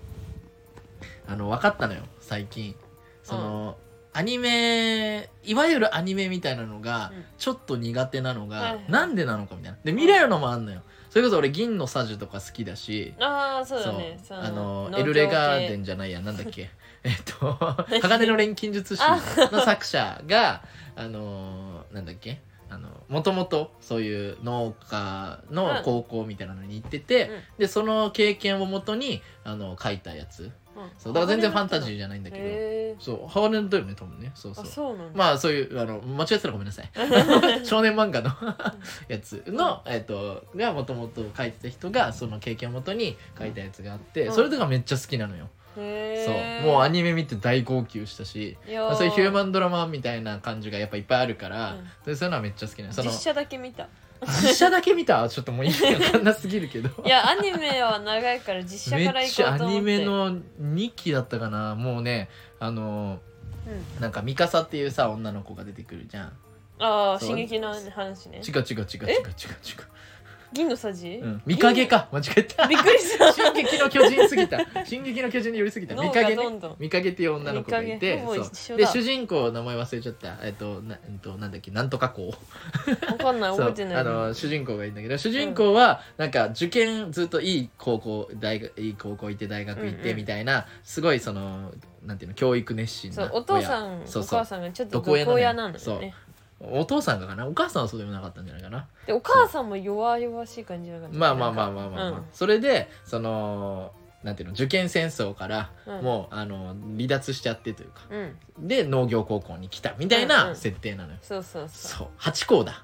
Speaker 2: あの分かったのよ最近その、アニメいわゆるアニメみたいなのが
Speaker 1: うん
Speaker 2: ちょっと苦手なの
Speaker 1: はい
Speaker 2: が、
Speaker 1: はい
Speaker 2: なんでなのかみたいなで見れるのもあんのよそれこそ俺銀のサジュとか好きだし
Speaker 1: ああそうだね
Speaker 2: そうあの
Speaker 1: 農
Speaker 2: エ
Speaker 1: 業
Speaker 2: ルレガーデ
Speaker 1: 系
Speaker 2: ンじゃないやなんだ
Speaker 1: (laughs)
Speaker 2: っけえっと「鋼の錬金術師」の作者があのなんだっけあのもともとそういう農家の高校みたいなのに行ってて、
Speaker 1: うん
Speaker 2: でその経験をもとにあの書いたやつ
Speaker 1: うん
Speaker 2: そうだから全然ファンタジーじゃないんだけど、
Speaker 1: へえ
Speaker 2: そうハワレンだよね多分ねそうそ
Speaker 1: あ
Speaker 2: う
Speaker 1: そうなんだ
Speaker 2: まあそういうあの間違えてたらごめんなさい少年漫画の (laughs) やつの、えっとがもともと書いてた人がその経験をもとに書いたやつがあって、
Speaker 1: うん
Speaker 2: それとかめっちゃ好きなのよ、
Speaker 1: (laughs) へえ
Speaker 2: そうもうアニメ見て大号泣したし、
Speaker 1: いや
Speaker 2: ま
Speaker 1: ー
Speaker 2: あ、そういうヒューマンドラマみたいな感じがやっぱいっぱいあるから、
Speaker 1: うん
Speaker 2: でそういうのはめっちゃ好きなのその
Speaker 1: 実写だけ見た
Speaker 2: 実写だけ見たちょっともう意味わかんなすぎるけど
Speaker 1: いやアニメは長いから実
Speaker 2: め
Speaker 1: 写から
Speaker 2: っ
Speaker 1: 行こ
Speaker 2: ちゃ
Speaker 1: う
Speaker 2: ア
Speaker 1: と思って
Speaker 2: ニメの2期だったかなもうねあのなんかミカサっていうさ女の子が出てくるじゃん
Speaker 1: ああ
Speaker 2: そう
Speaker 1: 進撃の話ね
Speaker 2: 違う違う違う違う違う違う
Speaker 1: 銀のさじ
Speaker 2: うん、見影か間違えた
Speaker 1: びっくり
Speaker 2: (laughs)
Speaker 1: した
Speaker 2: 進撃の巨人すぎた進撃の巨人に寄りすぎた見
Speaker 1: 脳
Speaker 2: 影
Speaker 1: が
Speaker 2: ね
Speaker 1: どんどん
Speaker 2: 見影っていう女の子がいて
Speaker 1: 見影ほぼ一
Speaker 2: そ
Speaker 1: 緒
Speaker 2: うで
Speaker 1: だ
Speaker 2: 主人公名前忘れちゃったえっとな,、えっと、なんだっけなんとかこう
Speaker 1: わかんない
Speaker 2: そ
Speaker 1: 覚え
Speaker 2: う
Speaker 1: てない
Speaker 2: あの主人公がいるんだけど主人公はなんか受験ずっといい高校大学いい高校行って大学行っ
Speaker 1: うんう
Speaker 2: て
Speaker 1: ん
Speaker 2: みたいな、すごいそのなんていうの教育熱心
Speaker 1: そ
Speaker 2: な
Speaker 1: うお父さん
Speaker 2: 親そう
Speaker 1: お
Speaker 2: そ
Speaker 1: 母
Speaker 2: う
Speaker 1: さんがちょっと
Speaker 2: 毒
Speaker 1: 毒
Speaker 2: 親なのよ
Speaker 1: 親なのよね
Speaker 2: お父さんがかなお母さんはそうでもなかったんじゃないかな
Speaker 1: でお母さんも弱々しい感じだから
Speaker 2: まあまあまあまあまあ、まあ
Speaker 1: うん
Speaker 2: それでそのなんていうの受験戦争から
Speaker 1: うん
Speaker 2: もう、あの離脱しちゃってというか
Speaker 1: うん
Speaker 2: で農業高校に来たみたい
Speaker 1: うんう
Speaker 2: なん設定なのよ、
Speaker 1: そうそうそう
Speaker 2: そう八校だ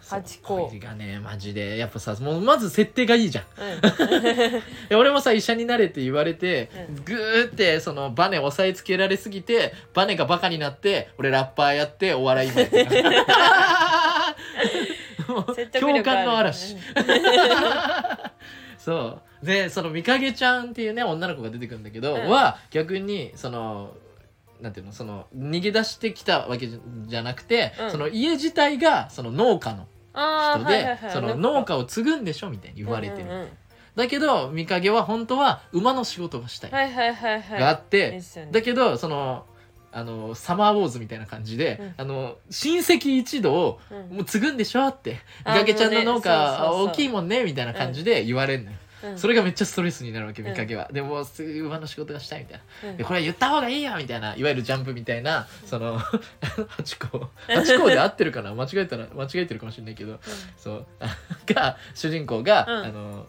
Speaker 2: そう
Speaker 1: 八校
Speaker 2: これがねマジでやっぱさもうまず設定がいいじゃん (laughs)
Speaker 1: うん
Speaker 2: で俺もさ医者になれって言われて、
Speaker 1: うん
Speaker 2: グーってそのバネ押さえつけられすぎてバネがバカになって俺ラッパーやってお笑いになってた
Speaker 1: (laughs)
Speaker 2: もう
Speaker 1: 説得力ある
Speaker 2: 共感の嵐そうでそのみかげちゃんっていうね女の子が出てくるんだけど、
Speaker 1: うん
Speaker 2: は逆にそのなんていうのその逃げ出してきたわけじゃじゃなくて、
Speaker 1: うん
Speaker 2: その家自体がその農家の
Speaker 1: あ
Speaker 2: 人
Speaker 1: あはいはい
Speaker 2: で
Speaker 1: はい
Speaker 2: その農家を継ぐんでしょみたいに言われてる、
Speaker 1: うんうんうん
Speaker 2: だけどみかげは本当は馬の仕事がしたい、
Speaker 1: はいはいはいはい
Speaker 2: があって、
Speaker 1: ですよね
Speaker 2: だけどそのあのサマーウォーズみたいな感じで、
Speaker 1: うん
Speaker 2: あの親戚一同
Speaker 1: うん
Speaker 2: もう継ぐんでしょって
Speaker 1: あ
Speaker 2: みかげちゃんの農家
Speaker 1: もうねそう
Speaker 2: は
Speaker 1: そうそう
Speaker 2: 大きいもんねみたいな感じで言われるのよ、
Speaker 1: うん
Speaker 2: それがめっちゃストレスになるわけ
Speaker 1: うん
Speaker 2: みかげは、でもうすぐ馬の仕事がしたいみたいな、
Speaker 1: うん
Speaker 2: でこれは言った方がいいよみたいないわゆるジャンプみたいなその (laughs) 八
Speaker 1: (laughs)
Speaker 2: 個八個で合ってるかな間違えたら間違えてるかもしれないけどそう (laughs) あが主人公が、
Speaker 1: うん
Speaker 2: あの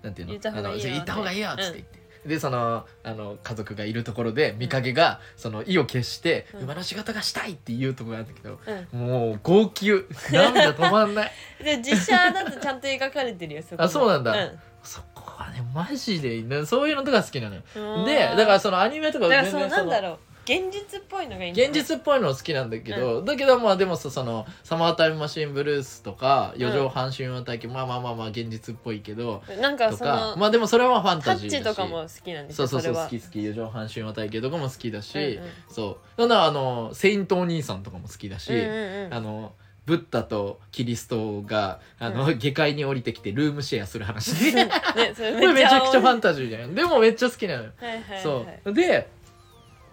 Speaker 2: なんていうの
Speaker 1: 言った方がいいよ
Speaker 2: あの言った方がいいよっ
Speaker 1: うん
Speaker 2: つって言って、でそのあの家族がいるところで見かけが、その意を決して、
Speaker 1: うん
Speaker 2: 馬の仕事がしたいっていうところがあるんだけど
Speaker 1: うんうん
Speaker 2: もう号泣涙止まん
Speaker 1: (laughs)
Speaker 2: ない
Speaker 1: で実写だとちゃんと描かれてるよそこ
Speaker 2: あそうなんだ
Speaker 1: ん
Speaker 2: そこはねマジでねそういうのとか好きなのよ
Speaker 1: うん
Speaker 2: でだからそのアニメとか
Speaker 1: だから
Speaker 2: 全
Speaker 1: その
Speaker 2: 然
Speaker 1: な
Speaker 2: そ
Speaker 1: ん
Speaker 2: の
Speaker 1: だろう現実っぽいのがいいんだね
Speaker 2: 現実っぽいの好きなんだけど、だけどまあでもさその「サマータイムマシンブルース」とか「
Speaker 1: ん
Speaker 2: 四畳半神話体験」まあまあまあまあ現実っぽいけど、
Speaker 1: なんか
Speaker 2: と
Speaker 1: そ
Speaker 2: か
Speaker 1: の
Speaker 2: まあでもそれはファン
Speaker 1: タ
Speaker 2: タジ
Speaker 1: ッ
Speaker 2: ー
Speaker 1: チ
Speaker 2: だし
Speaker 1: とかも好きなんです
Speaker 2: そう
Speaker 1: よ
Speaker 2: そうそう
Speaker 1: れは
Speaker 2: 好き好き四畳半神話体験とかも好きだし、
Speaker 1: うんうん
Speaker 2: そうなんだあの「セイントお兄さん」とかも好きだし、
Speaker 1: うんうんうん
Speaker 2: あのブッダとキリストがあの、下界に降りてきてルームシェアする
Speaker 1: (laughs)
Speaker 2: 話こ
Speaker 1: ねそれ
Speaker 2: れめちゃくちゃファ
Speaker 1: ン
Speaker 2: ンタジーじゃんでもめっちゃ好きなのよ
Speaker 1: はいはいはい
Speaker 2: そうで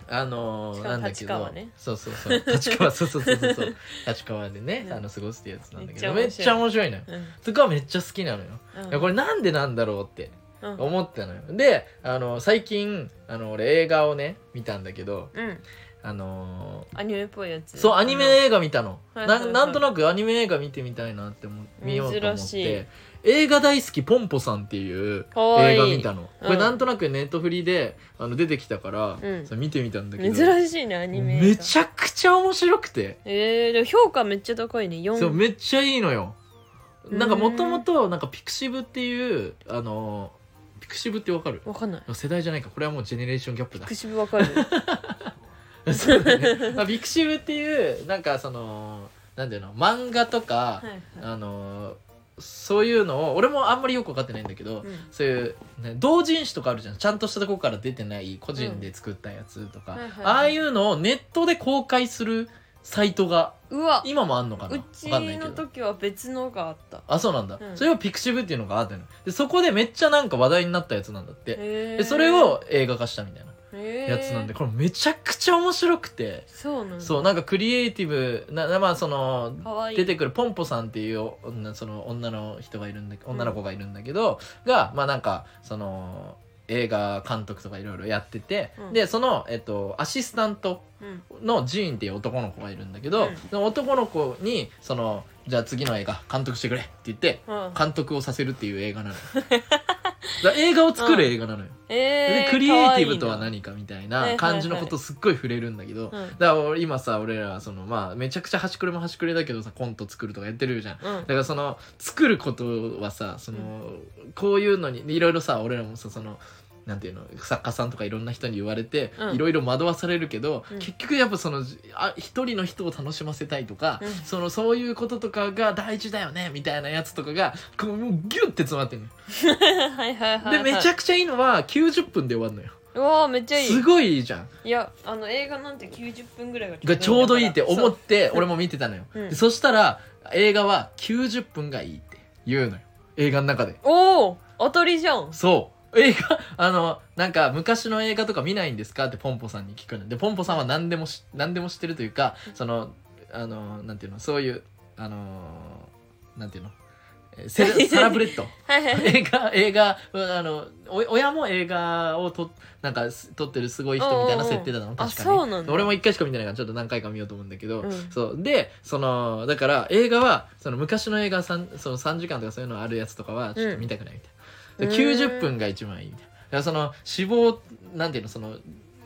Speaker 2: あのー
Speaker 1: しかも
Speaker 2: なんだけ
Speaker 1: 立
Speaker 2: ど、
Speaker 1: 川ね
Speaker 2: そうそうそう立川そうそうそうそう
Speaker 1: (laughs)
Speaker 2: そう立川でね、
Speaker 1: うん
Speaker 2: あの過ごすってやつなんだけ
Speaker 1: めっちゃ面白い
Speaker 2: どめっちゃ面白いのよ
Speaker 1: うん
Speaker 2: そこはめっちゃ好きなのよ、
Speaker 1: うん
Speaker 2: いやこれなんでなんだろうって
Speaker 1: うん
Speaker 2: 思ったのよであの最近あの俺映画をね見たんだけど
Speaker 1: うん
Speaker 2: あの
Speaker 1: アニメっぽいや
Speaker 2: ー
Speaker 1: つ
Speaker 2: そうアニメ映画見たの
Speaker 1: はい
Speaker 2: な
Speaker 1: はいはい
Speaker 2: なんとなくアニメ映画見てみたいなって思見ようと思っ
Speaker 1: 珍しい
Speaker 2: て映画大好きポンポさんっていう
Speaker 1: かわいい
Speaker 2: 映画見たのこ
Speaker 1: う
Speaker 2: れ
Speaker 1: ん
Speaker 2: なんとなくネットフリであの出てきたから、
Speaker 1: うん
Speaker 2: そう見てみたんだけど
Speaker 1: 珍しいねアニメ映画
Speaker 2: めちゃくちゃ面白くて
Speaker 1: えー、でも評価めっちゃ高いね
Speaker 2: そう
Speaker 1: 4
Speaker 2: めっちゃいいのよなんか
Speaker 1: うん
Speaker 2: もともとなんかピクシブっていうあのーピクシブってわかる
Speaker 1: わかんない
Speaker 2: 世代じゃないかこれはもうジェネレーションギャッ
Speaker 1: (laughs)
Speaker 2: プだ
Speaker 1: 口ぶわ
Speaker 2: (laughs)
Speaker 1: かる
Speaker 2: そうだね (laughs) まあビクシブっていうなんかそのなんていうの漫画と
Speaker 1: は
Speaker 2: か、
Speaker 1: いはい
Speaker 2: あのそういうのを俺もあんまりよく分かってないんだけ
Speaker 1: う
Speaker 2: ど、
Speaker 1: ん
Speaker 2: そういう、ね、同人誌とかあるじゃんちゃんとしたとこから出てない個人で作ったやつとか、
Speaker 1: うんはいはいはい
Speaker 2: ああいうのをネットで公開するサイトが
Speaker 1: うわ
Speaker 2: 今もあんのかな
Speaker 1: う
Speaker 2: わ
Speaker 1: ち
Speaker 2: かんないけ
Speaker 1: の
Speaker 2: ど。
Speaker 1: 時は別のがあった
Speaker 2: あそうなんだ、
Speaker 1: うん
Speaker 2: それをピクシブっていうのがあってでそこでめっちゃなんか話題になったやつなんだって、
Speaker 1: え
Speaker 2: でそれを映画化したみたいなや
Speaker 1: や
Speaker 2: つなんで、これめちゃくちゃ面白くて、
Speaker 1: そうなんだ
Speaker 2: そうなんかクリエイティブななまあその
Speaker 1: かわいい
Speaker 2: 出てくるポンポさんっていう女その女の人がいるんだ女の子がいるんだけど、がまあなんかその映画監督とかいろいろやってて、
Speaker 1: うん
Speaker 2: でその、えっと、アシスタント
Speaker 1: うん
Speaker 2: のジーンっていう男の子がいるんだけど、
Speaker 1: うん
Speaker 2: その男の子にそのじゃあ次の映画監督してくれって言って
Speaker 1: うん
Speaker 2: 監督をさせるっていう映
Speaker 1: (laughs)
Speaker 2: 画なのだから映画を作る映画なのよ、
Speaker 1: え
Speaker 2: で
Speaker 1: ー、
Speaker 2: クリエイティブと
Speaker 1: か
Speaker 2: は
Speaker 1: わいい
Speaker 2: 何かみたい
Speaker 1: はいはいは
Speaker 2: ない感じのことすっごい触れるんだけ
Speaker 1: う
Speaker 2: ど、
Speaker 1: ん
Speaker 2: だから俺今さ俺らはそのまあめちゃくちゃ端くれも端くれだけどさコント作るとかやってるじゃんだ
Speaker 1: なうん
Speaker 2: からその作ることはさその、こういうのにいろいろさ俺らもさそのなんていうの作家さんとかいろんな人に言われて
Speaker 1: うん
Speaker 2: いろいろ惑わされるけど、
Speaker 1: うん
Speaker 2: 結局やっぱそのじあ一人の人を楽しませたいとか、
Speaker 1: うん
Speaker 2: そのそういうこととかが大事だよねみたいなやつとかがこうもうギュッて詰まってるのよ
Speaker 1: (laughs) はいはいはい、はい、
Speaker 2: でめちゃくちゃいいのは90分で終わるのよ
Speaker 1: うわーめっちゃいい
Speaker 2: すごいいいじゃん
Speaker 1: いやあの映画なんて90分ぐらいが
Speaker 2: がちょうどいいって思
Speaker 1: っ
Speaker 2: って俺も見てたのよ、
Speaker 1: うん
Speaker 2: でそしたら映画は90分がいいって言うのよ映画の中で
Speaker 1: おお当たりじゃん
Speaker 2: そう映画 (laughs) あのなんか昔の映画とか見ないんですかってポンポさんに聞くのでポンポさんは何でもし何でも知ってるというかそのあのなんていうのそういうあのなんていうのえーセレサラブレッド
Speaker 1: はいはいはい
Speaker 2: 映画映画あのお親も映画をとなんかす撮ってるすごい人みたいな設定だったの
Speaker 1: おうおう
Speaker 2: 確かに
Speaker 1: あそうなんだ
Speaker 2: 俺も一回しか見てないからちょっと何回か見ようと思うんだけど、
Speaker 1: うん
Speaker 2: そうでそのだから映画はその昔の映画さんその3時間とかそういうのあるやつとかはちょっと見たくないみたいな、
Speaker 1: うん
Speaker 2: で90分が一番いいみたいなだからその死亡なんていうのその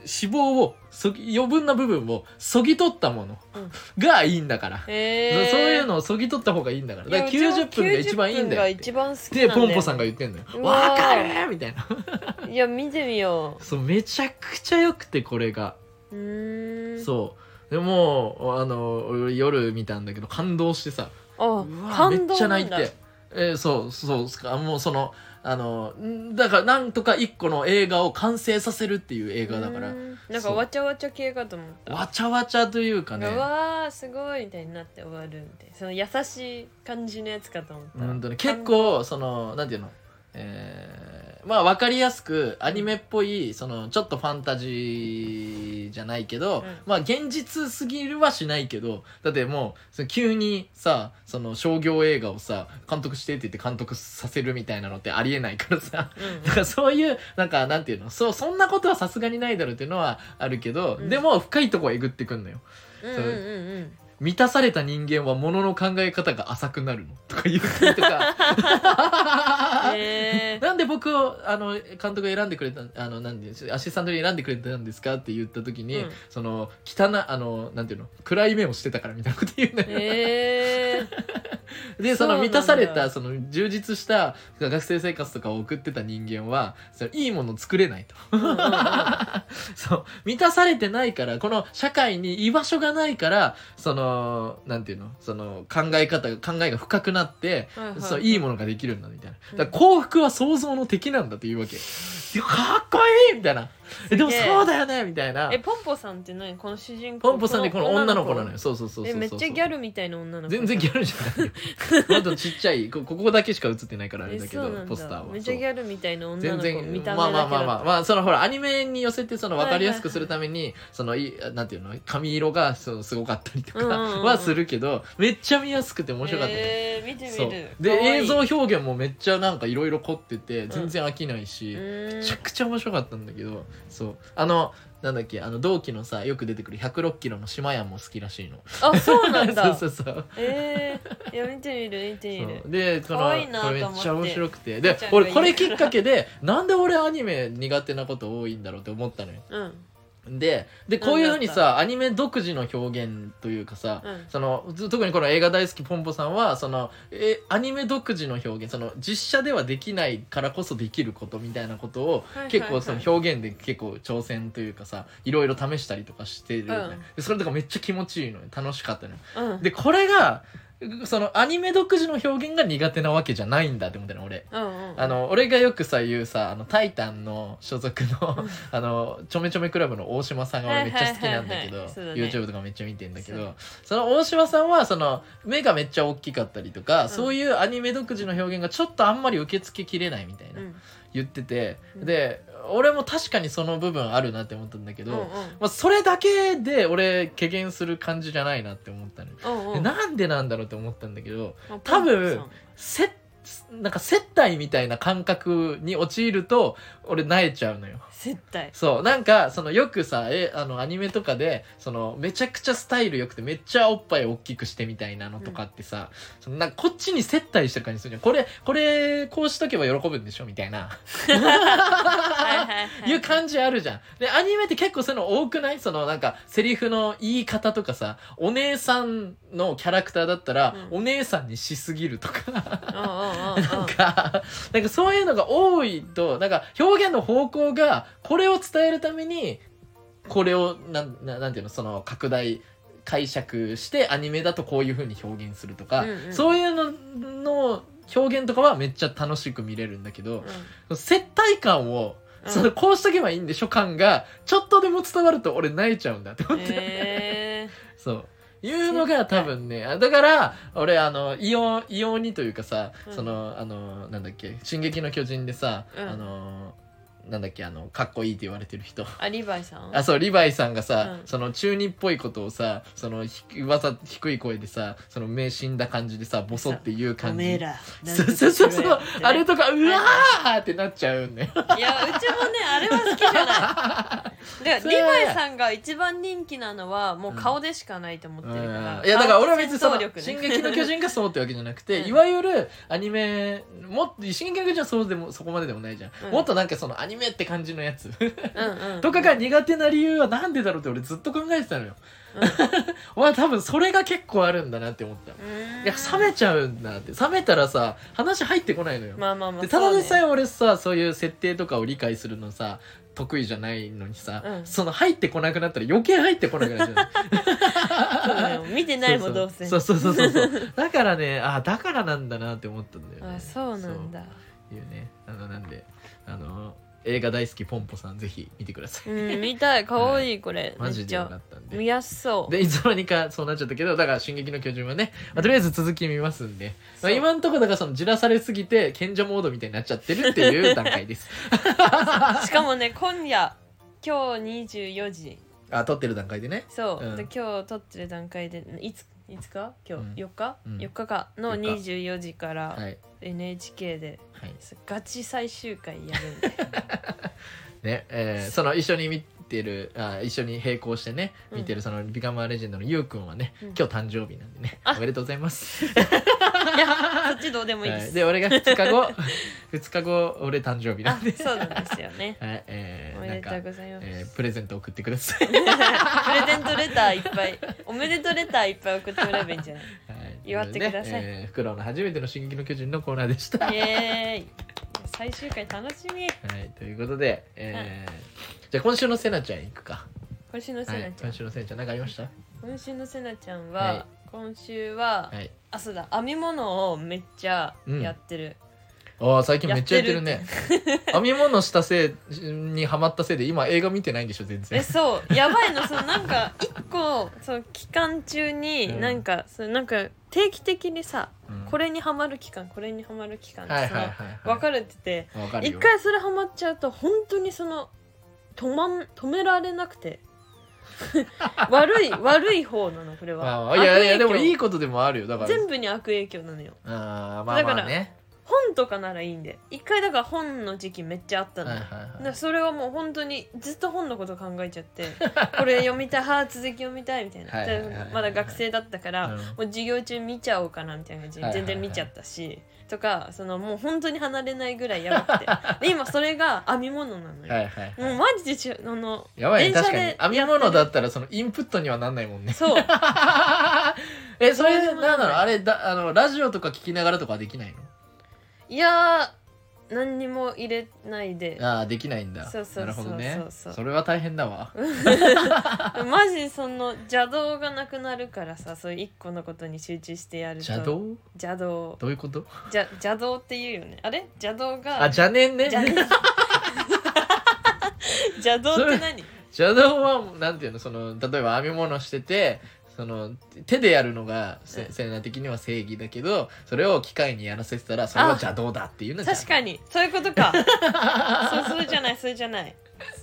Speaker 2: 死亡をそぎ余分な部分をそぎ取ったもの
Speaker 1: うん
Speaker 2: がいいんだから、
Speaker 1: え
Speaker 2: (laughs) そう
Speaker 1: ー、
Speaker 2: そういうのをそぎ取った方がいいんだからだから90分が一番いいんだよ
Speaker 1: や
Speaker 2: っ
Speaker 1: う
Speaker 2: て
Speaker 1: ちも90分が一番好きなんだ
Speaker 2: で
Speaker 1: よ
Speaker 2: ポンポさんが言ってんのよ「
Speaker 1: うわー
Speaker 2: わかる!」みたいな
Speaker 1: いや見てみよ
Speaker 2: そうめちゃくちゃ良くてこれが、
Speaker 1: ううーん
Speaker 2: そうでもあの俺夜見たんだけど感動してさ
Speaker 1: あ
Speaker 2: うわ
Speaker 1: 感動なんだ
Speaker 2: めっちゃ泣いて、えーそうそうあもうそのあのんだからなんとか一個の映画を完成させるっていう映画だか
Speaker 1: う
Speaker 2: ら
Speaker 1: ーんなんかわちゃわちゃ系かと思った
Speaker 2: わちゃわちゃというかね
Speaker 1: うわーすごいみたいになって終わるみたいなその優しい感じのやつかと思った
Speaker 2: うんとね結構そのなんていうのえーまあ分かりやすくアニメっぽいそのちょっとファンタジーじゃないけど、
Speaker 1: うん
Speaker 2: まあ現実すぎるはしないけどだってもうその急にさその商業映画をさ監督してって言って監督させるみたいなのってありえないからさ
Speaker 1: うん
Speaker 2: だからそういうなんかなんていうのそうそんなことはさすがにないだろうっていうのはあるけど、
Speaker 1: うん
Speaker 2: でも深いとこはえぐってくんのよ
Speaker 1: うんうんうん
Speaker 2: 満たされた人間は物の考え方が浅くなるのとか言ったりとか
Speaker 1: えー
Speaker 2: なんで僕をあの監督が選んでくれたあのなんでアシスタントに選んでくれたんですかって言った時に、
Speaker 1: うん
Speaker 2: その汚なあのなんていうの暗い目をしてたからみたいなこと言うのよ、
Speaker 1: (laughs) え
Speaker 2: (laughs)
Speaker 1: ー
Speaker 2: でそ
Speaker 1: そうなんだ
Speaker 2: の満たされたその充実した学生生活とかを送ってた人間はそのいいもの作れないと
Speaker 1: う
Speaker 2: (laughs)
Speaker 1: んうんうん
Speaker 2: そう満たされてないからこの社会に居場所がないからそのなんていうのその考え方考えが深くなって
Speaker 1: はいはい
Speaker 2: そういいものができるんだみたいな
Speaker 1: うん
Speaker 2: だから幸福は想像の敵なんだというわけいやかっこいいみたいなえでも
Speaker 1: すげえ
Speaker 2: そうだよねみたいな
Speaker 1: えポンポさんって何この主人公
Speaker 2: ポンポさんでこの女の子なのよそうそうそうそう
Speaker 1: え
Speaker 2: そう
Speaker 1: めっちゃギャルみたいな女の子
Speaker 2: 全然ギャルじゃないよ
Speaker 1: (laughs)
Speaker 2: あとちっちゃいこここだけしか映ってないからあれ
Speaker 1: え
Speaker 2: だけ
Speaker 1: そう
Speaker 2: ど
Speaker 1: なんだ
Speaker 2: ポスターは
Speaker 1: めっちゃギャルみたいな
Speaker 2: そう
Speaker 1: 女
Speaker 2: 全
Speaker 1: の子見
Speaker 2: 然
Speaker 1: た目だけだ
Speaker 2: まあまあまあまあまあそのほらアニメに寄せてその分かりやすくするためにそのいなんていうの髪色がそのすごかったりとか
Speaker 1: うんうんうん
Speaker 2: はするけどめっちゃ見やすくて面白かったね。
Speaker 1: えー、見てみ
Speaker 2: そう
Speaker 1: る
Speaker 2: で
Speaker 1: かわいい
Speaker 2: 映像表現もめっちゃなんかいろいろ凝ってて全然飽きないうし、めちゃ
Speaker 1: ーん
Speaker 2: くちゃ面白かったんだけどそうあのなんだっけあの同期のさよく出てくる106キロの島屋も好きらしいの
Speaker 1: あそうなんだ
Speaker 2: (laughs) そうそうそう
Speaker 1: えー、いや見てみる見てみる
Speaker 2: そうでこの
Speaker 1: 可愛いなと
Speaker 2: こ
Speaker 1: 思っ
Speaker 2: れ
Speaker 1: て
Speaker 2: めっちゃ面白くて
Speaker 1: み
Speaker 2: で
Speaker 1: ーちゃんが
Speaker 2: 俺
Speaker 1: いい
Speaker 2: こ
Speaker 1: から
Speaker 2: れきっかけでなんで俺アニメ苦手なこと多いんだろうって思ったのよ
Speaker 1: うん
Speaker 2: ででこういうふうにさアニメ独自の表現というかさ、
Speaker 1: うん
Speaker 2: そのず特にこの映画大好きポンポさんはそのえアニメ独自の表現その実写ではできないからこそできることみたいなことを
Speaker 1: いはいはい
Speaker 2: 結構その表現で結構挑戦というかさいろいろ試したりとかしてるよね、
Speaker 1: うん
Speaker 2: でそれとかめっちゃ気持ちいいのよ楽しかったのよ
Speaker 1: うん
Speaker 2: でこれがそのアニメ独自の表現が苦手なわけじゃないんだって思ったの俺。
Speaker 1: うんうん
Speaker 2: あの俺がよくさ言うさ「あのタイタン」の所属の
Speaker 1: うん
Speaker 2: あのちょめちょめクラブの大島さんが俺めっちゃ好きなんだけど
Speaker 1: はいはいはいはいそうだね
Speaker 2: YouTube とかめっちゃ見てんだけ
Speaker 1: そう
Speaker 2: どその大島さんはその目がめっちゃ大きかったりとか、
Speaker 1: ん
Speaker 2: そういうアニメ独自の表現がちょっとあんまり受け付けきれないみたいな、
Speaker 1: うん
Speaker 2: 言ってて
Speaker 1: うん
Speaker 2: で俺も確かにその部分あるなって思ったんだけど、
Speaker 1: うんうん
Speaker 2: まあ、それだけで俺軽減する感じじゃないなって思ったのよ。
Speaker 1: うんう
Speaker 2: で
Speaker 1: ん
Speaker 2: なんでなんだろうって思ったんだけど
Speaker 1: あ
Speaker 2: 多分
Speaker 1: ポン
Speaker 2: せなんか接待みたいな感覚に陥ると俺萎えちゃうの
Speaker 1: ポ
Speaker 2: よ。
Speaker 1: ンさん接
Speaker 2: (laughs)
Speaker 1: 待
Speaker 2: そうなんかそのよくさえあのアニメとかでそのめちゃくちゃスタイル良くてめっちゃおっぱい大きくしてみたいなのとかってさ、そのなんかこっちに接待してる感じするじゃんこれこれこうしとけば喜ぶんでしょみたいな
Speaker 1: はいはいはい
Speaker 2: いう感じあるじゃん。でアニメって結構そういうの多くないそのなんかセリフの言い方とかさお姉さんのキャラクターだったら、
Speaker 1: うん
Speaker 2: お姉さんにしすぎるとか。
Speaker 1: うんうんうん
Speaker 2: なんか、なんかそういうのが多いと、なんか表現の方向が、これを伝えるために、これを、なん、なんなんていうの、その拡大、解釈して、アニメだとこういう風に表現するとか、
Speaker 1: うんうん
Speaker 2: そういうのの表現とかはめっちゃ楽しく見れるんだけど、接待感を、
Speaker 1: うん
Speaker 2: (laughs) そのこうしとけばいいんでしょ感が、ちょっとでも伝わると俺泣いちゃうんだって
Speaker 1: う
Speaker 2: 思
Speaker 1: ん
Speaker 2: (laughs) って。
Speaker 1: へ
Speaker 2: そう。いうのが多分ね、あだから、俺、あの、異様、異様にというかさ、
Speaker 1: うん
Speaker 2: その、あの、なんだっけ、進撃の巨人でさ、
Speaker 1: うん
Speaker 2: あの、なんだっけ、あの、かっこいいって言われてる人。
Speaker 1: ーあリヴァイさん
Speaker 2: あ、そう、リヴァイさんがさ、
Speaker 1: うん
Speaker 2: その中二っぽいことをさ、その、ひわざ低い声でさ、その、目死んだ感じでさ、ボソっていう
Speaker 1: お
Speaker 2: 感
Speaker 1: めえ
Speaker 2: じ。
Speaker 1: ら
Speaker 2: そうそうそうそう、あれ
Speaker 1: と
Speaker 2: とか、うわーってなっちゃうんね。
Speaker 1: いやうちもねあれは好きじ
Speaker 2: (laughs)
Speaker 1: ゃないで
Speaker 2: そ
Speaker 1: リ
Speaker 2: れ
Speaker 1: ヴ
Speaker 2: は
Speaker 1: ァイさんが一番人気なのはもう顔でしかないと思っ
Speaker 2: う
Speaker 1: て
Speaker 2: ん
Speaker 1: るから
Speaker 2: いやだから俺は別にそ
Speaker 1: 顔
Speaker 2: の
Speaker 1: と戦
Speaker 2: 「
Speaker 1: 闘
Speaker 2: 進
Speaker 1: 力ね
Speaker 2: 撃の巨人」がそうってわけじゃなく
Speaker 1: (laughs)
Speaker 2: て、
Speaker 1: うん
Speaker 2: いわゆるアニメもっと「進撃の巨人」はそうでもそこまででもないじゃん、
Speaker 1: うん
Speaker 2: もっとなんかそのアニメって感じのやつ
Speaker 1: うんうん
Speaker 2: とかが苦手な理由はなんでだろうって俺ずっと考え
Speaker 1: (laughs)
Speaker 2: てたのよ、は多分それが結構あるんだなって思った、
Speaker 1: うーん
Speaker 2: いや冷めちゃうんだって冷めたらさ話入ってこないのよ、
Speaker 1: まあまあまあ
Speaker 2: でただでさえ
Speaker 1: え
Speaker 2: 俺さ (laughs) そういう設定とかを理解するのさ得意じゃないのにさ、
Speaker 1: うん
Speaker 2: その入ってこなくなったら余計入ってこなくなっちゃう
Speaker 1: 見てないもんどうせ
Speaker 2: そうそうそうそうそうそうだからねあだからなんだなって思ったんだよね
Speaker 1: あそうなんだ
Speaker 2: そういうねあのなんであの映画大好きポンポさんぜひ見てください、
Speaker 1: うん見たい可愛いこれめ
Speaker 2: マ
Speaker 1: っ
Speaker 2: ジで
Speaker 1: ち
Speaker 2: よかっ
Speaker 1: ゃ
Speaker 2: たん
Speaker 1: 見
Speaker 2: で
Speaker 1: やすそう
Speaker 2: でいつの間にかそうなっちゃったけどだから「進撃の巨人」はね、まあ、とりあえず続き見ますんで、ま
Speaker 1: そ
Speaker 2: あ、
Speaker 1: う
Speaker 2: 今んところだからそのじらされすぎて賢者モードみたいになっちゃってるっていう段階です
Speaker 1: しかもね今夜今日24時
Speaker 2: あ撮ってる段階でね
Speaker 1: そう、
Speaker 2: うん
Speaker 1: で今日撮ってる段階でいついつか今
Speaker 2: うん
Speaker 1: 日、4日、
Speaker 2: うん
Speaker 1: 4日かの
Speaker 2: 4
Speaker 1: 24時か
Speaker 2: は
Speaker 1: ら
Speaker 2: い
Speaker 1: NHK で
Speaker 2: はい
Speaker 1: ガチ最終回やるん
Speaker 2: (laughs)
Speaker 1: で
Speaker 2: ねえーその一緒に見てるあ一緒に並行してね
Speaker 1: うん
Speaker 2: 見てるそのビカマーレジェンドのゆうくんはね、
Speaker 1: うん
Speaker 2: 今日誕生日なんでねおめでとうございます、
Speaker 1: いやそっちどうでもいいで
Speaker 2: はい
Speaker 1: す、
Speaker 2: で俺が2日後 (laughs) 2日後俺誕生日なん
Speaker 1: あ
Speaker 2: で
Speaker 1: そうなんですよね
Speaker 2: はいえ
Speaker 1: お
Speaker 2: ー
Speaker 1: め
Speaker 2: (laughs) な
Speaker 1: で
Speaker 2: ん
Speaker 1: とうご
Speaker 2: か、
Speaker 1: ざいます、
Speaker 2: えープレゼント送ってくださ
Speaker 1: (laughs)
Speaker 2: い、は
Speaker 1: プレゼントレターいっぱいおめでとうレターいっぱい送ってもらえばいいんじゃない
Speaker 2: い、
Speaker 1: 祝ってください
Speaker 2: とうことでねえー、フクロウの初めての「進撃の巨人」のコーナーでした、 (laughs) は
Speaker 1: イエーイ最終回楽しみ
Speaker 2: い、ということで、えーじゃあ今週のせなちゃんいくか、
Speaker 1: 今週のせ
Speaker 2: は、
Speaker 1: ないちゃん、
Speaker 2: 今週のせなちゃん何かありました
Speaker 1: 今週のせなちゃんは、
Speaker 2: はい
Speaker 1: 今週は、
Speaker 2: はい
Speaker 1: あそうだ編み物をめっちゃやってる、
Speaker 2: ああ最近めっちゃやってるね編み物したせい (laughs) にハマったせいで今映画見てないんでしょ全
Speaker 1: え
Speaker 2: 然
Speaker 1: そうやばいのそのなんか一個その期間中
Speaker 2: う
Speaker 1: に
Speaker 2: ん
Speaker 1: なんか、そのなんか定期的にさ
Speaker 2: うん
Speaker 1: これにはまる期間これにはまる期間って
Speaker 2: はい
Speaker 1: さ、
Speaker 2: はいはいはい
Speaker 1: 分かれてて
Speaker 2: わかる
Speaker 1: 一
Speaker 2: よ
Speaker 1: 回それはまっちゃうと本当にその止まん止められなくて (laughs) 悪い悪い方なのこれは、
Speaker 2: まあ、いやいや
Speaker 1: 悪影
Speaker 2: で
Speaker 1: 響
Speaker 2: もいいことでもあるよだから
Speaker 1: 全部に悪影響なのよ
Speaker 2: あーまあまあね
Speaker 1: 本とかならいいんで一回だから本の時期めっちゃあったの、
Speaker 2: はい
Speaker 1: よ
Speaker 2: はい
Speaker 1: だか
Speaker 2: はい
Speaker 1: らそれはもう本当にずっと本のこと考えちゃって (laughs) これ読みたいはあ続き読みたいみたいな
Speaker 2: はいはいはいはい
Speaker 1: だからまだ学生だったから、
Speaker 2: うん
Speaker 1: もう授業中見ちゃおうかなみたいな感じ
Speaker 2: は
Speaker 1: で
Speaker 2: いはいは
Speaker 1: 全然
Speaker 2: い
Speaker 1: 見ちゃったし、とかそのもう本当に離れないぐらいやば
Speaker 2: (laughs)
Speaker 1: くてで今それが編み物なのよ、
Speaker 2: はいはい
Speaker 1: もうマジでちゅあの
Speaker 2: (laughs) やばいね
Speaker 1: 電
Speaker 2: 確
Speaker 1: 車
Speaker 2: かに
Speaker 1: で
Speaker 2: 編み物だったらそのインプットにはなんないもんね
Speaker 1: そう
Speaker 2: えそれ
Speaker 1: そうで
Speaker 2: で
Speaker 1: も
Speaker 2: 何
Speaker 1: ない
Speaker 2: なのあれだあのラジオとか聞きながらとかはできない
Speaker 1: いやー何にも入れないで
Speaker 2: のああできないんだ
Speaker 1: そうそうそう
Speaker 2: なるほどね
Speaker 1: そうそう
Speaker 2: それは大変だわ
Speaker 1: マジその邪道がなくなるからさそういう一個のことに集中してやると
Speaker 2: 邪道
Speaker 1: 邪道
Speaker 2: どういうこと
Speaker 1: じゃ邪道って言うよねあれ邪道
Speaker 2: あ
Speaker 1: が
Speaker 2: 邪念ね
Speaker 1: (laughs) 邪邪道って何
Speaker 2: 邪道はなんていうのその例えば編み物しててその手でやるのがせ
Speaker 1: うん
Speaker 2: セレナ的には正義だけどそれを機械にやらせてたらそれは邪道だっていうの
Speaker 1: 確かにそういうこと
Speaker 2: (laughs)
Speaker 1: かそうそれじゃないそれじゃない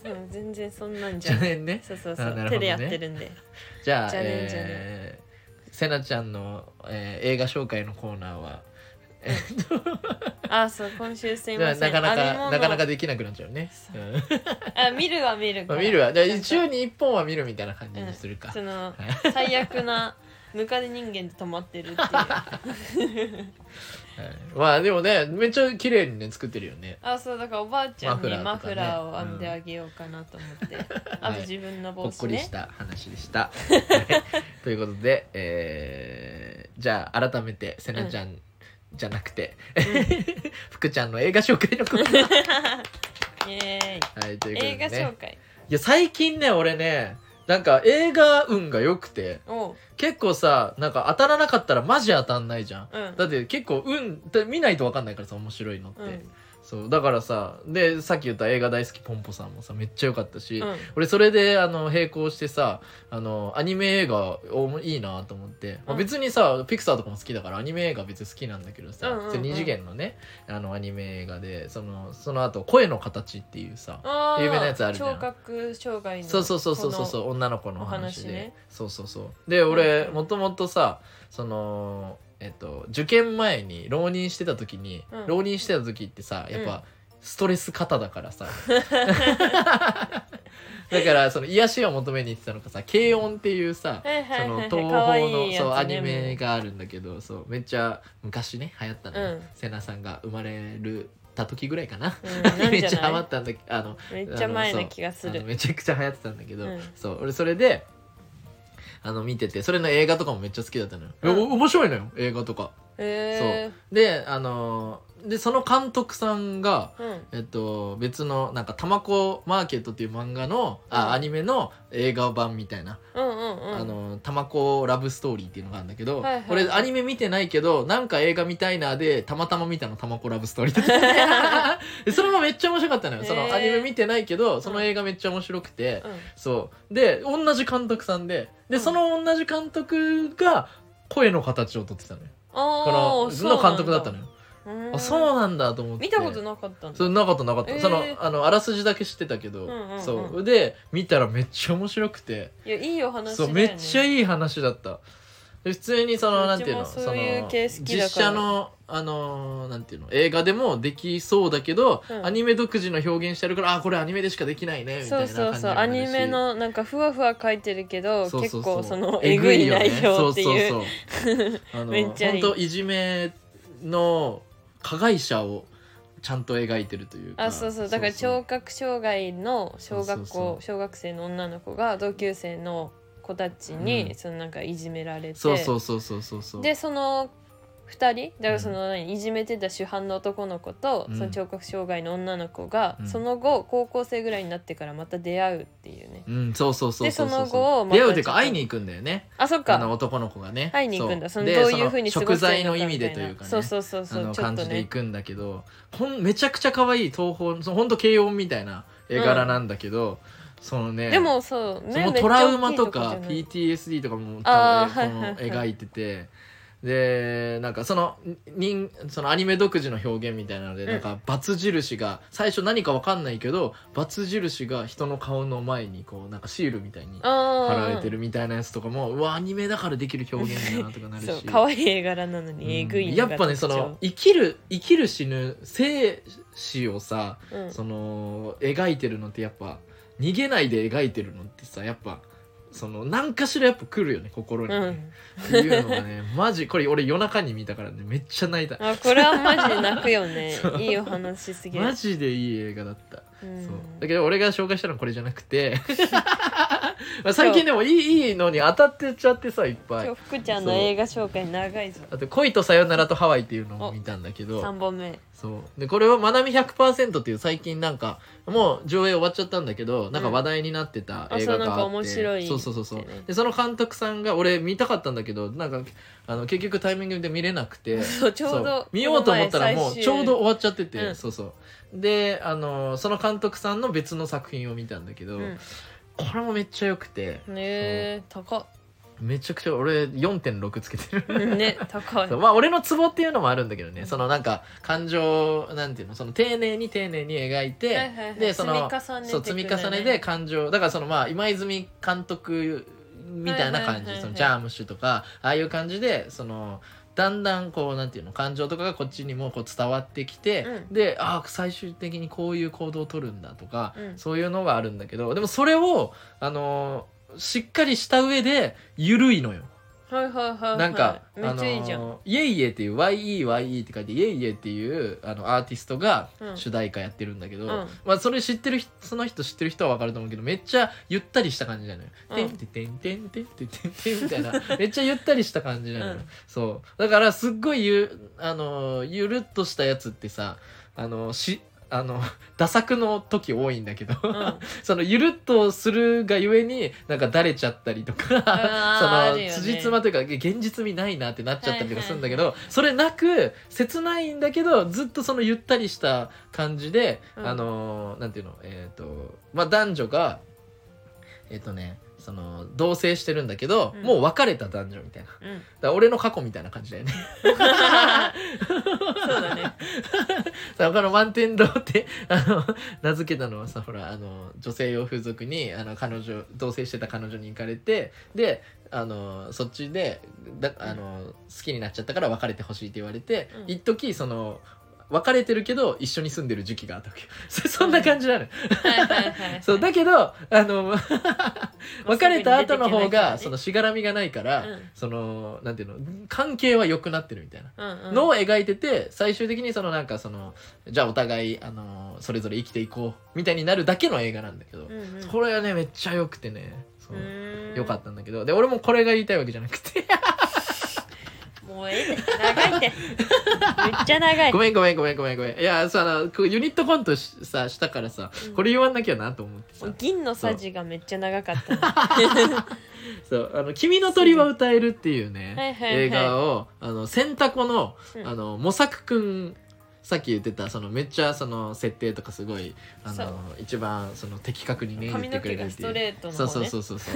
Speaker 1: そう全然そんなんじゃ
Speaker 2: 邪
Speaker 1: ない
Speaker 2: 念ね
Speaker 1: そうそうそ
Speaker 2: あ
Speaker 1: う、
Speaker 2: なるほどね
Speaker 1: 手でやってるんで
Speaker 2: じゃあ
Speaker 1: 邪念邪念
Speaker 2: えーセナちゃんの、えー映画紹介のコーナーは
Speaker 1: あそう今週すいま
Speaker 2: な
Speaker 1: せ
Speaker 2: なんかな
Speaker 1: 編み
Speaker 2: か
Speaker 1: 物
Speaker 2: なかなかできなくなっちゃうね
Speaker 1: そううんあ見るは見るか
Speaker 2: (laughs) まあ
Speaker 1: ら
Speaker 2: 見るわじゃあ
Speaker 1: ちゃんと
Speaker 2: 週に1本は見るみたいな感じにするか、
Speaker 1: その
Speaker 2: はい
Speaker 1: 最悪なムカデ人間で止まってる
Speaker 2: (laughs)
Speaker 1: っていう
Speaker 2: はいまあでもねめっちゃ綺麗にね作ってるよね
Speaker 1: あそうだからおばあちゃんにマ
Speaker 2: マ
Speaker 1: フ
Speaker 2: フ
Speaker 1: ラー
Speaker 2: ラーと
Speaker 1: を
Speaker 2: かね
Speaker 1: 編んであげようかなと思って、あと自分の
Speaker 2: ほ
Speaker 1: 帽
Speaker 2: っ
Speaker 1: 子
Speaker 2: こり
Speaker 1: ね
Speaker 2: した話
Speaker 1: (laughs)
Speaker 2: でした。はいということで、えーじゃあ改めてせなちゃん、じゃなくて、 (laughs) 福ちゃんの映画紹介のコーナー
Speaker 1: イエーイ (laughs)
Speaker 2: はいということ
Speaker 1: 映画
Speaker 2: で、ね
Speaker 1: 紹、介
Speaker 2: いや最近ね俺ねなんか映画運が良くて
Speaker 1: おう
Speaker 2: 結構さなんか当たらなかったらマジ当たんないじゃん、
Speaker 1: うん
Speaker 2: だって結構運だ見ないと分かんないからさ面白いのって、
Speaker 1: うん
Speaker 2: そうだからさでさっき言った映画大好きポンポさんもさめっちゃ良かったし、
Speaker 1: うん
Speaker 2: 俺それであの並行してさあのアニメ映画おいいなと思って、ま
Speaker 1: うん
Speaker 2: あ、別にさ、ピクサーとかも好きだからアニメ映画別に好きなんだけどさ、
Speaker 1: うんうんうん
Speaker 2: 2次元のねあのアニメ映画でそのその後声の形」っていうさ、
Speaker 1: あー
Speaker 2: 有名なやつあるじゃん
Speaker 1: 聴覚障害の
Speaker 2: そうそうそうそうそう
Speaker 1: こ
Speaker 2: そう女の子のお話で
Speaker 1: お話ね
Speaker 2: そうそうそうで俺
Speaker 1: うん
Speaker 2: もともとさそのえっと受験前に浪人してた時に、
Speaker 1: うん
Speaker 2: 浪人してた時ってさやっ
Speaker 1: うん
Speaker 2: ぱストレス肩だからさ (laughs) だからその癒しを求めに行ってたのかさ軽音っていうさ
Speaker 1: のはいは
Speaker 2: そ
Speaker 1: い
Speaker 2: の
Speaker 1: はい (laughs) はい
Speaker 2: 東宝
Speaker 1: かわい
Speaker 2: の
Speaker 1: いやつね
Speaker 2: そうアニメがあるんだけどそうめっちゃ昔ね流行ったのよ、
Speaker 1: うん
Speaker 2: 瀬名さんが生まれるた時ぐらいかな、
Speaker 1: うんなんじゃない
Speaker 2: (laughs) めっちゃハマったんだけあの
Speaker 1: めっちゃ前な気がす
Speaker 2: あの
Speaker 1: る
Speaker 2: めちゃくちゃ流行ってたんだけど、
Speaker 1: うん
Speaker 2: そう俺それであの見ててそれの映画とかもめっちゃ好きだったのよ、
Speaker 1: うん
Speaker 2: お面白いのよ映画とか
Speaker 1: へえ
Speaker 2: であのーでその監督さんが
Speaker 1: ーうん
Speaker 2: えっと別のなんか「たまこマーケット」っていう漫画の、
Speaker 1: うん
Speaker 2: あアニメの映画版みたいな
Speaker 1: うんうんうん
Speaker 2: あのタマコラブストーリーっていうのがあるんだけど、
Speaker 1: はいはい
Speaker 2: 俺アニメ見てないけどなんか映画見たいなでたまたま見たのタマコラブストーリーだった
Speaker 1: (laughs)
Speaker 2: でそれもめっちゃ面白かったのよそ
Speaker 1: へー
Speaker 2: のアニメ見てないけどその映画めっちゃ面白くて、
Speaker 1: うん
Speaker 2: そうで同じ監督さんで
Speaker 1: う
Speaker 2: で、
Speaker 1: ん
Speaker 2: その同じ監督が声の形をとってたのよこ
Speaker 1: あ
Speaker 2: の
Speaker 1: ー
Speaker 2: 図
Speaker 1: そうなん
Speaker 2: の
Speaker 1: だ
Speaker 2: 監督だったのよ
Speaker 1: うん
Speaker 2: あそうなんだと思って
Speaker 1: 見たことなかったんだ
Speaker 2: そうなかったなかった、
Speaker 1: えー
Speaker 2: そのあのあらすじだけ知ってたけど、
Speaker 1: うんうんうん
Speaker 2: そうで見たらめっちゃ面白くて、
Speaker 1: いやいいお話だ
Speaker 2: そ
Speaker 1: よ
Speaker 2: う
Speaker 1: ね
Speaker 2: めっちゃいい話だったで普通にその
Speaker 1: う
Speaker 2: な
Speaker 1: ち
Speaker 2: ん
Speaker 1: も
Speaker 2: ていうの
Speaker 1: そういう
Speaker 2: の
Speaker 1: 系好きだから
Speaker 2: 実写のあのなんていうの映画でもできそうだけど、
Speaker 1: うん
Speaker 2: アニメ独自の表現してるからあこれアニメでしかできないねみたい
Speaker 1: そ
Speaker 2: な
Speaker 1: う
Speaker 2: 感じ
Speaker 1: そうそうアニメのなんかふわふわ書いてるけど
Speaker 2: そう
Speaker 1: 結
Speaker 2: う
Speaker 1: 構
Speaker 2: う
Speaker 1: そのえぐい内容っていう
Speaker 2: そうそうそうあの
Speaker 1: めっちゃいい
Speaker 2: 本当いじめの加害者をちゃんと描いてるというか
Speaker 1: あそうそうだから聴覚障害の小学校
Speaker 2: そうそうそう
Speaker 1: 小学生の女の子が同級生の子たちに、
Speaker 2: うん
Speaker 1: そのなんかいじめられて
Speaker 2: そうそうそうそうそうそう
Speaker 1: でその2人だからその、何いじめてた主犯の男の子と、
Speaker 2: うん
Speaker 1: その聴覚障害の女の子が、
Speaker 2: うん
Speaker 1: その後高校生ぐらいになってからまた出会うっていうね
Speaker 2: うんそうそうそううう
Speaker 1: でその後また
Speaker 2: 出会うという
Speaker 1: ちょっ
Speaker 2: か
Speaker 1: と
Speaker 2: 会いに行くんだよね
Speaker 1: あそっ
Speaker 2: あの
Speaker 1: か
Speaker 2: 男の子がね
Speaker 1: 会いに行くんだそうの
Speaker 2: で
Speaker 1: どういうふうに過
Speaker 2: その
Speaker 1: ご
Speaker 2: 食
Speaker 1: したらい
Speaker 2: 材
Speaker 1: いの
Speaker 2: の
Speaker 1: か
Speaker 2: 意味
Speaker 1: みた
Speaker 2: で
Speaker 1: い
Speaker 2: と
Speaker 1: な
Speaker 2: いうかね
Speaker 1: そうそうそうそ
Speaker 2: あ
Speaker 1: う
Speaker 2: の
Speaker 1: ちょっ
Speaker 2: 感
Speaker 1: と
Speaker 2: じで行
Speaker 1: ね
Speaker 2: くんだけどほんめちゃくちゃ可愛い東宝その本当軽音みたいな絵柄なんだけど、そのね
Speaker 1: でもそう
Speaker 2: そ
Speaker 1: ねめ
Speaker 2: の
Speaker 1: っちゃ
Speaker 2: トラウ
Speaker 1: 大
Speaker 2: マ
Speaker 1: きい
Speaker 2: と
Speaker 1: こじゃ
Speaker 2: か
Speaker 1: ない
Speaker 2: PTSD とかも
Speaker 1: あ
Speaker 2: 多
Speaker 1: ー
Speaker 2: 分こ
Speaker 1: はい
Speaker 2: の
Speaker 1: はいはい
Speaker 2: 描いててでなんかその人そのアニメ独自の表現みたいなので、
Speaker 1: うん
Speaker 2: なんかバツ印が最初何かわかんないけどバツ印が人の顔の前にこうなんかシールみたいに貼
Speaker 1: あー
Speaker 2: られてるみたいなやつとかもうわアニメだからできる表現だなとかなるし
Speaker 1: そう可愛い絵柄なのにえぐい
Speaker 2: うん
Speaker 1: の
Speaker 2: や
Speaker 1: が
Speaker 2: っぱねその生きる生きる死ぬ生死をさ、
Speaker 1: 特徴うん
Speaker 2: その描いてるのってやっぱ逃げないで描いてるのってさやっぱその何かしらやっぱ来るよね心にね、
Speaker 1: うん
Speaker 2: っていうのがね (laughs) マジこれ俺夜中に見たからねめっちゃ泣いた
Speaker 1: あこれはマジで泣くよね
Speaker 2: (laughs) そう
Speaker 1: いいお話すぎる
Speaker 2: マジでいい映画だった、
Speaker 1: うん
Speaker 2: そうだけど俺が紹介したのはこれじゃなく
Speaker 1: (laughs)
Speaker 2: てまあ最近でもいいいいのに当たってっちゃってさいっぱ
Speaker 1: 今
Speaker 2: い
Speaker 1: 日福ちゃんの映画紹介長いぞ
Speaker 2: あと「恋とさよならとハワイ」っていうのを見たんだけど
Speaker 1: 3本目
Speaker 2: そうでこれは「まなみ100%」っていう最近なんかもう上映終わっちゃったんだけどなんか話題になってた
Speaker 1: うん
Speaker 2: 映
Speaker 1: あそ
Speaker 2: 画があって、
Speaker 1: うなんか面白いって
Speaker 2: そ
Speaker 1: ね
Speaker 2: うそうそうそうでその監督さんが俺見たかったんだけどなんかあの結局タイミングで見れなくて
Speaker 1: そう (laughs) ちょうど
Speaker 2: そ
Speaker 1: この前
Speaker 2: 見ようと思ったらもう
Speaker 1: 最終
Speaker 2: ちょうど終わっちゃってて、
Speaker 1: うん
Speaker 2: そうそうであのその監督さんの別の作品を見たんだけど、
Speaker 1: うん
Speaker 2: これもめっちゃ良くて
Speaker 1: ねえ高っ
Speaker 2: めちゃくちゃ俺4.6つけて
Speaker 1: (laughs)
Speaker 2: る
Speaker 1: ね高い
Speaker 2: そうまあ俺のツボっていうのもあるんだけどね、
Speaker 1: うん
Speaker 2: そのなんか感情なんていうのその丁寧に丁寧に描いて、
Speaker 1: はいはいはい
Speaker 2: でその
Speaker 1: 積み重ねて
Speaker 2: そう
Speaker 1: く
Speaker 2: 積
Speaker 1: ね
Speaker 2: み重ねで感情だからそのまあ今泉監督みたい
Speaker 1: は
Speaker 2: な感じ、
Speaker 1: いはいはいはい
Speaker 2: そのジャームシュとかああいう感じでそのだんだんこうなんていうの感情とかがこっちにもこう伝わってきて、
Speaker 1: う
Speaker 2: でああ最終的にこういう行動を取るんだとか、
Speaker 1: うん
Speaker 2: そういうのがあるんだけどでもそれをあのーしっかりした上で緩いのよ。
Speaker 1: はいはいはいはい
Speaker 2: なんか、
Speaker 1: めっちゃいいじゃ
Speaker 2: あ
Speaker 1: ん
Speaker 2: のーイエイエイっていう YEYE って書いてイエイエイっていうあのアーティストが
Speaker 1: うん
Speaker 2: 主題歌やってるんだけど、
Speaker 1: うん
Speaker 2: まあそれ知ってる人その人知ってる人はわかると思うけどめっちゃゆったりした感じなのよ。
Speaker 1: うん
Speaker 2: てんてんてんてんてんてんてんてんみたいなめっちゃゆったりした感じなのよ。
Speaker 1: うん
Speaker 2: そうだからすっごいゆあのーゆるっとしたやつってさあのーしあの打作の時多いんだけど、
Speaker 1: ん
Speaker 2: そのゆるっとするがゆえになんかだれちゃったりと
Speaker 1: あ
Speaker 2: か
Speaker 1: るよ
Speaker 2: (laughs) その
Speaker 1: ね
Speaker 2: 辻褄というか現実味ないなってなっちゃったりとかするんだけど、
Speaker 1: はい
Speaker 2: それなく切ないんだけどずっとそのゆったりした感じで、
Speaker 1: うん
Speaker 2: あのなんていうのえっ、とまあ男女がえっ、とねその同棲してるんだけど、
Speaker 1: うん
Speaker 2: もう別れた男女みたいなだか (laughs)
Speaker 1: うん
Speaker 2: ら俺の過去みたいな感じだよね
Speaker 1: そうだね
Speaker 2: だから満天堂って (laughs) あの名付けたのはさほらあの女性用風俗にあの彼女同棲してた彼女に行かれてであのそっちでだあの好きになっちゃったから別れてほしいって言われて、
Speaker 1: うん
Speaker 2: 一時その別れてるけど一緒に住んでる時期があったわけよそ (laughs) そんな感じなの、
Speaker 1: はいはいはい
Speaker 2: そうだけどあの
Speaker 1: (laughs)
Speaker 2: 別れた後の方がそ
Speaker 1: その
Speaker 2: のしがらみがないから、
Speaker 1: うん
Speaker 2: そのなんていうの関係は良くなってるみたいな。の
Speaker 1: の
Speaker 2: を描いてて最終的にそのなんかそのじゃあお互いあのそれぞれ生きていこうみたいになるだけの映画なんだけど、これはねめっちゃ良くてねそう、良かったんだけどで俺もこれが言いたいわけじゃなくて
Speaker 1: たもうええって長
Speaker 2: (laughs)
Speaker 1: いってめっちゃ長い
Speaker 2: ごめんごめんごめんごめんごめんいやそのこうユニットコントしさしたからさ
Speaker 1: うん
Speaker 2: これ言わなきゃなと思ってさ、
Speaker 1: 銀のさじがめっちゃ長かったね
Speaker 2: そうあの君の鳥は歌えるっていうね、
Speaker 1: はいはいはい
Speaker 2: 映画をあのセンタコの
Speaker 1: うん
Speaker 2: あの模索くんさっき言ってたそのめっちゃその設定とかすごいあ
Speaker 1: そう
Speaker 2: の一番その的確にね
Speaker 1: (laughs)
Speaker 2: 言
Speaker 1: 髪
Speaker 2: って
Speaker 1: の
Speaker 2: くれ
Speaker 1: 毛が
Speaker 2: るっ
Speaker 1: ス
Speaker 2: てい
Speaker 1: ト
Speaker 2: う。
Speaker 1: レートの
Speaker 2: そう
Speaker 1: 方
Speaker 2: そう
Speaker 1: ね
Speaker 2: そうそうそう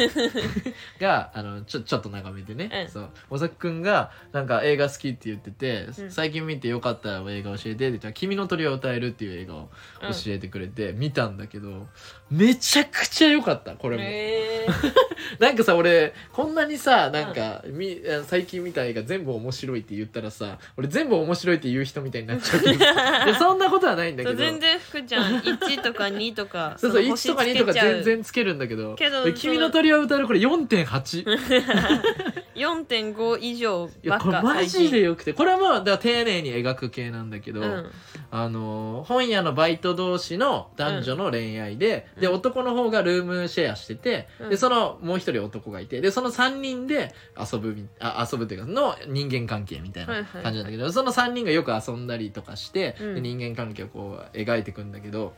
Speaker 1: (laughs)
Speaker 2: があのちょちょっと長めでね、
Speaker 1: うん
Speaker 2: そう模索くんがなんか映画好きって言ってて、
Speaker 1: うん
Speaker 2: 最近見てよかったら映画教えてって言ったら「君の鳥を歌える」っていう映画を
Speaker 1: うん
Speaker 2: 教えてくれて、見たんだけどめちゃくちゃ良かったこれも、
Speaker 1: へー
Speaker 2: なんかさ俺こんなにさなんか、みあの最近見た映画全部面白いって言ったらさ俺全部面白いって言う人みたいになっちゃ
Speaker 1: (laughs)
Speaker 2: うけどでそんなことはないんだけ
Speaker 1: そう
Speaker 2: ど
Speaker 1: 全然福ちゃん1とか2とか
Speaker 2: (laughs) そうそう
Speaker 1: の
Speaker 2: 1
Speaker 1: 星
Speaker 2: とか2
Speaker 1: つ
Speaker 2: と
Speaker 1: け
Speaker 2: か
Speaker 1: ちゃう
Speaker 2: 全然つけるんだけど
Speaker 1: けど
Speaker 2: で
Speaker 1: その
Speaker 2: 君の鳥を歌うこれ4.8
Speaker 1: 4.5以上
Speaker 2: い
Speaker 1: ば
Speaker 2: や
Speaker 1: っ
Speaker 2: これ
Speaker 1: か
Speaker 2: マジでよくてこれはまあだから丁寧に描く系なんだけど、
Speaker 1: 最近うん
Speaker 2: あのー本屋のバイト同士の男女の恋愛で、
Speaker 1: うん
Speaker 2: で
Speaker 1: うん
Speaker 2: 男の方がルームシェアしてて、
Speaker 1: うん
Speaker 2: でそのもう一人男がいてでその3人で遊ぶみあ遊ぶというかの人間関係みたい
Speaker 1: はい
Speaker 2: な
Speaker 1: はい
Speaker 2: 感じなんだけど、その3人がよく遊んだりとかして、
Speaker 1: うん
Speaker 2: で人間関係をこう描いていくんだけど、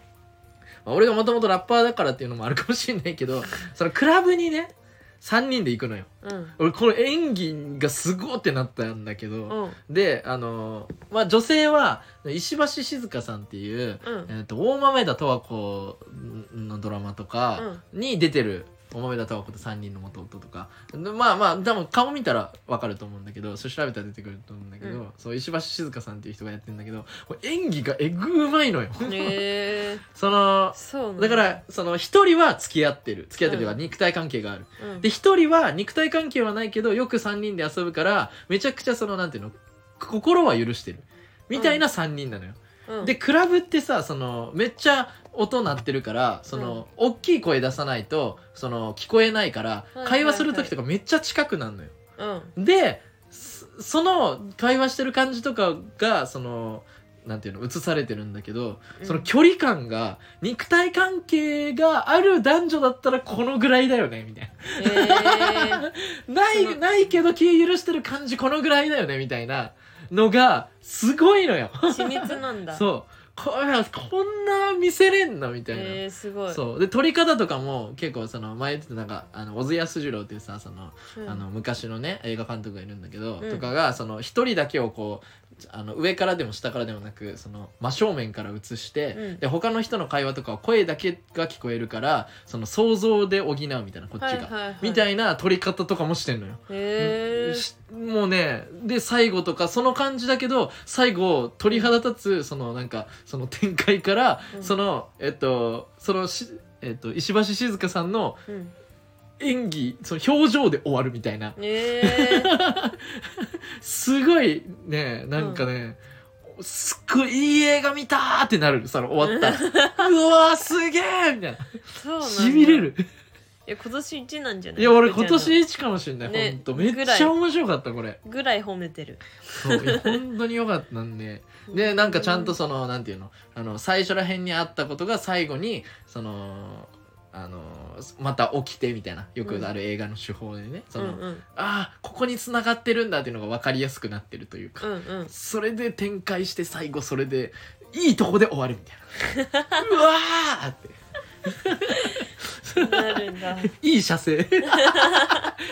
Speaker 2: まあ、俺がもともとラッパーだからっていうのもあるかもしれない
Speaker 1: (laughs)
Speaker 2: けどそのクラブにね3人で行くのよ。
Speaker 1: うん
Speaker 2: 俺この演技がすごってなったんだけ
Speaker 1: う
Speaker 2: ど、
Speaker 1: ん
Speaker 2: であのまあ女性は石橋静香さんって (laughs) いう、
Speaker 1: うん
Speaker 2: えー、と大豆田十和子のドラマとかに出てるお豆田わ子と3人の元夫とかでまあまあ多分顔見たら分かると思うんだけどそれ調べたら出てくると思うんだけど、
Speaker 1: うん
Speaker 2: そう石橋静香さんっていう人がやってるんだけどこれ演技がえぐうまいのよ
Speaker 1: へえ
Speaker 2: その
Speaker 1: そうなん
Speaker 2: だからその一人は付き合ってる付き合ってるというか
Speaker 1: う
Speaker 2: 肉体関係がある、
Speaker 1: うん
Speaker 2: で一人は肉体関係はないけどよく3人で遊ぶからめちゃくちゃそのなんていうの心は許してるみたいな3人なのよ、
Speaker 1: うん
Speaker 2: でクラブってさそのめっちゃ音鳴ってるからその、大きい声出さないとその聞こえないから、
Speaker 1: いはいはい
Speaker 2: 会話する時とかめっちゃ近くなるのよ。
Speaker 1: うん
Speaker 2: でそその会話してる感じとかがそのなんていうの映されてるんだけど、その距離感が肉体関係がある男女だったらこのぐらいだよねみたい
Speaker 1: へーそ
Speaker 2: な。(laughs) な
Speaker 1: の
Speaker 2: い、ないけど気許してる感じこのぐらいだよね、みたいなのが、すごいのよ。
Speaker 1: 緻密なんだう
Speaker 2: そう。これはこんな見せれんのみたいな。
Speaker 1: えー、すごい
Speaker 2: そうで撮り方とかも結構その前言ってたなんかあの小津安二郎っていうさその,、
Speaker 1: うん、
Speaker 2: あの昔のね映画監督がいるんだけど、
Speaker 1: うん
Speaker 2: とかがその一人だけをこうあの上からでも下からでもなくその真正面から映して、
Speaker 1: うん
Speaker 2: で他の人の会話とかは声だけが聞こえるからその想像で補うみたいなこっちが、
Speaker 1: はいはいはい、
Speaker 2: み
Speaker 1: い
Speaker 2: たいな撮り方とかもしてんのよ。
Speaker 1: へえ
Speaker 2: しもうねで最後とかその感じだけど最後鳥肌立つそのなんかその展開から、
Speaker 1: うん
Speaker 2: そのえっとそのし、えっと、石橋静香さんの
Speaker 1: うん
Speaker 2: 演技その表情で終わるみたいな
Speaker 1: え
Speaker 2: (laughs)
Speaker 1: ー、
Speaker 2: すごいねなんかね、すっごいいい映画見たーってなるその終わっ
Speaker 1: (laughs)
Speaker 2: たらうわーすげえみたい
Speaker 1: そうなん
Speaker 2: な
Speaker 1: だ
Speaker 2: しびれる
Speaker 1: いや今年一なんじゃない
Speaker 2: いや俺今
Speaker 1: じゃ
Speaker 2: 年一かもしんない、
Speaker 1: ね
Speaker 2: ほんとめっちゃ面白かったこれ
Speaker 1: あぐらい褒めてる
Speaker 2: そういや本当に良かった
Speaker 1: (laughs)
Speaker 2: んででなんかちゃんとそのなんていうのあの最初らへんにあったことが最後にそのあのまた起きてみたいなよくある映画の手法でね、その、
Speaker 1: うんうん
Speaker 2: ああここに繋がってるんだっていうのが分かりやすくなってるというか、
Speaker 1: うんうん
Speaker 2: それで展開して最後それでいいとこで終わるみたいなうわーって
Speaker 1: なるん
Speaker 2: (laughs)
Speaker 1: だ
Speaker 2: いい射精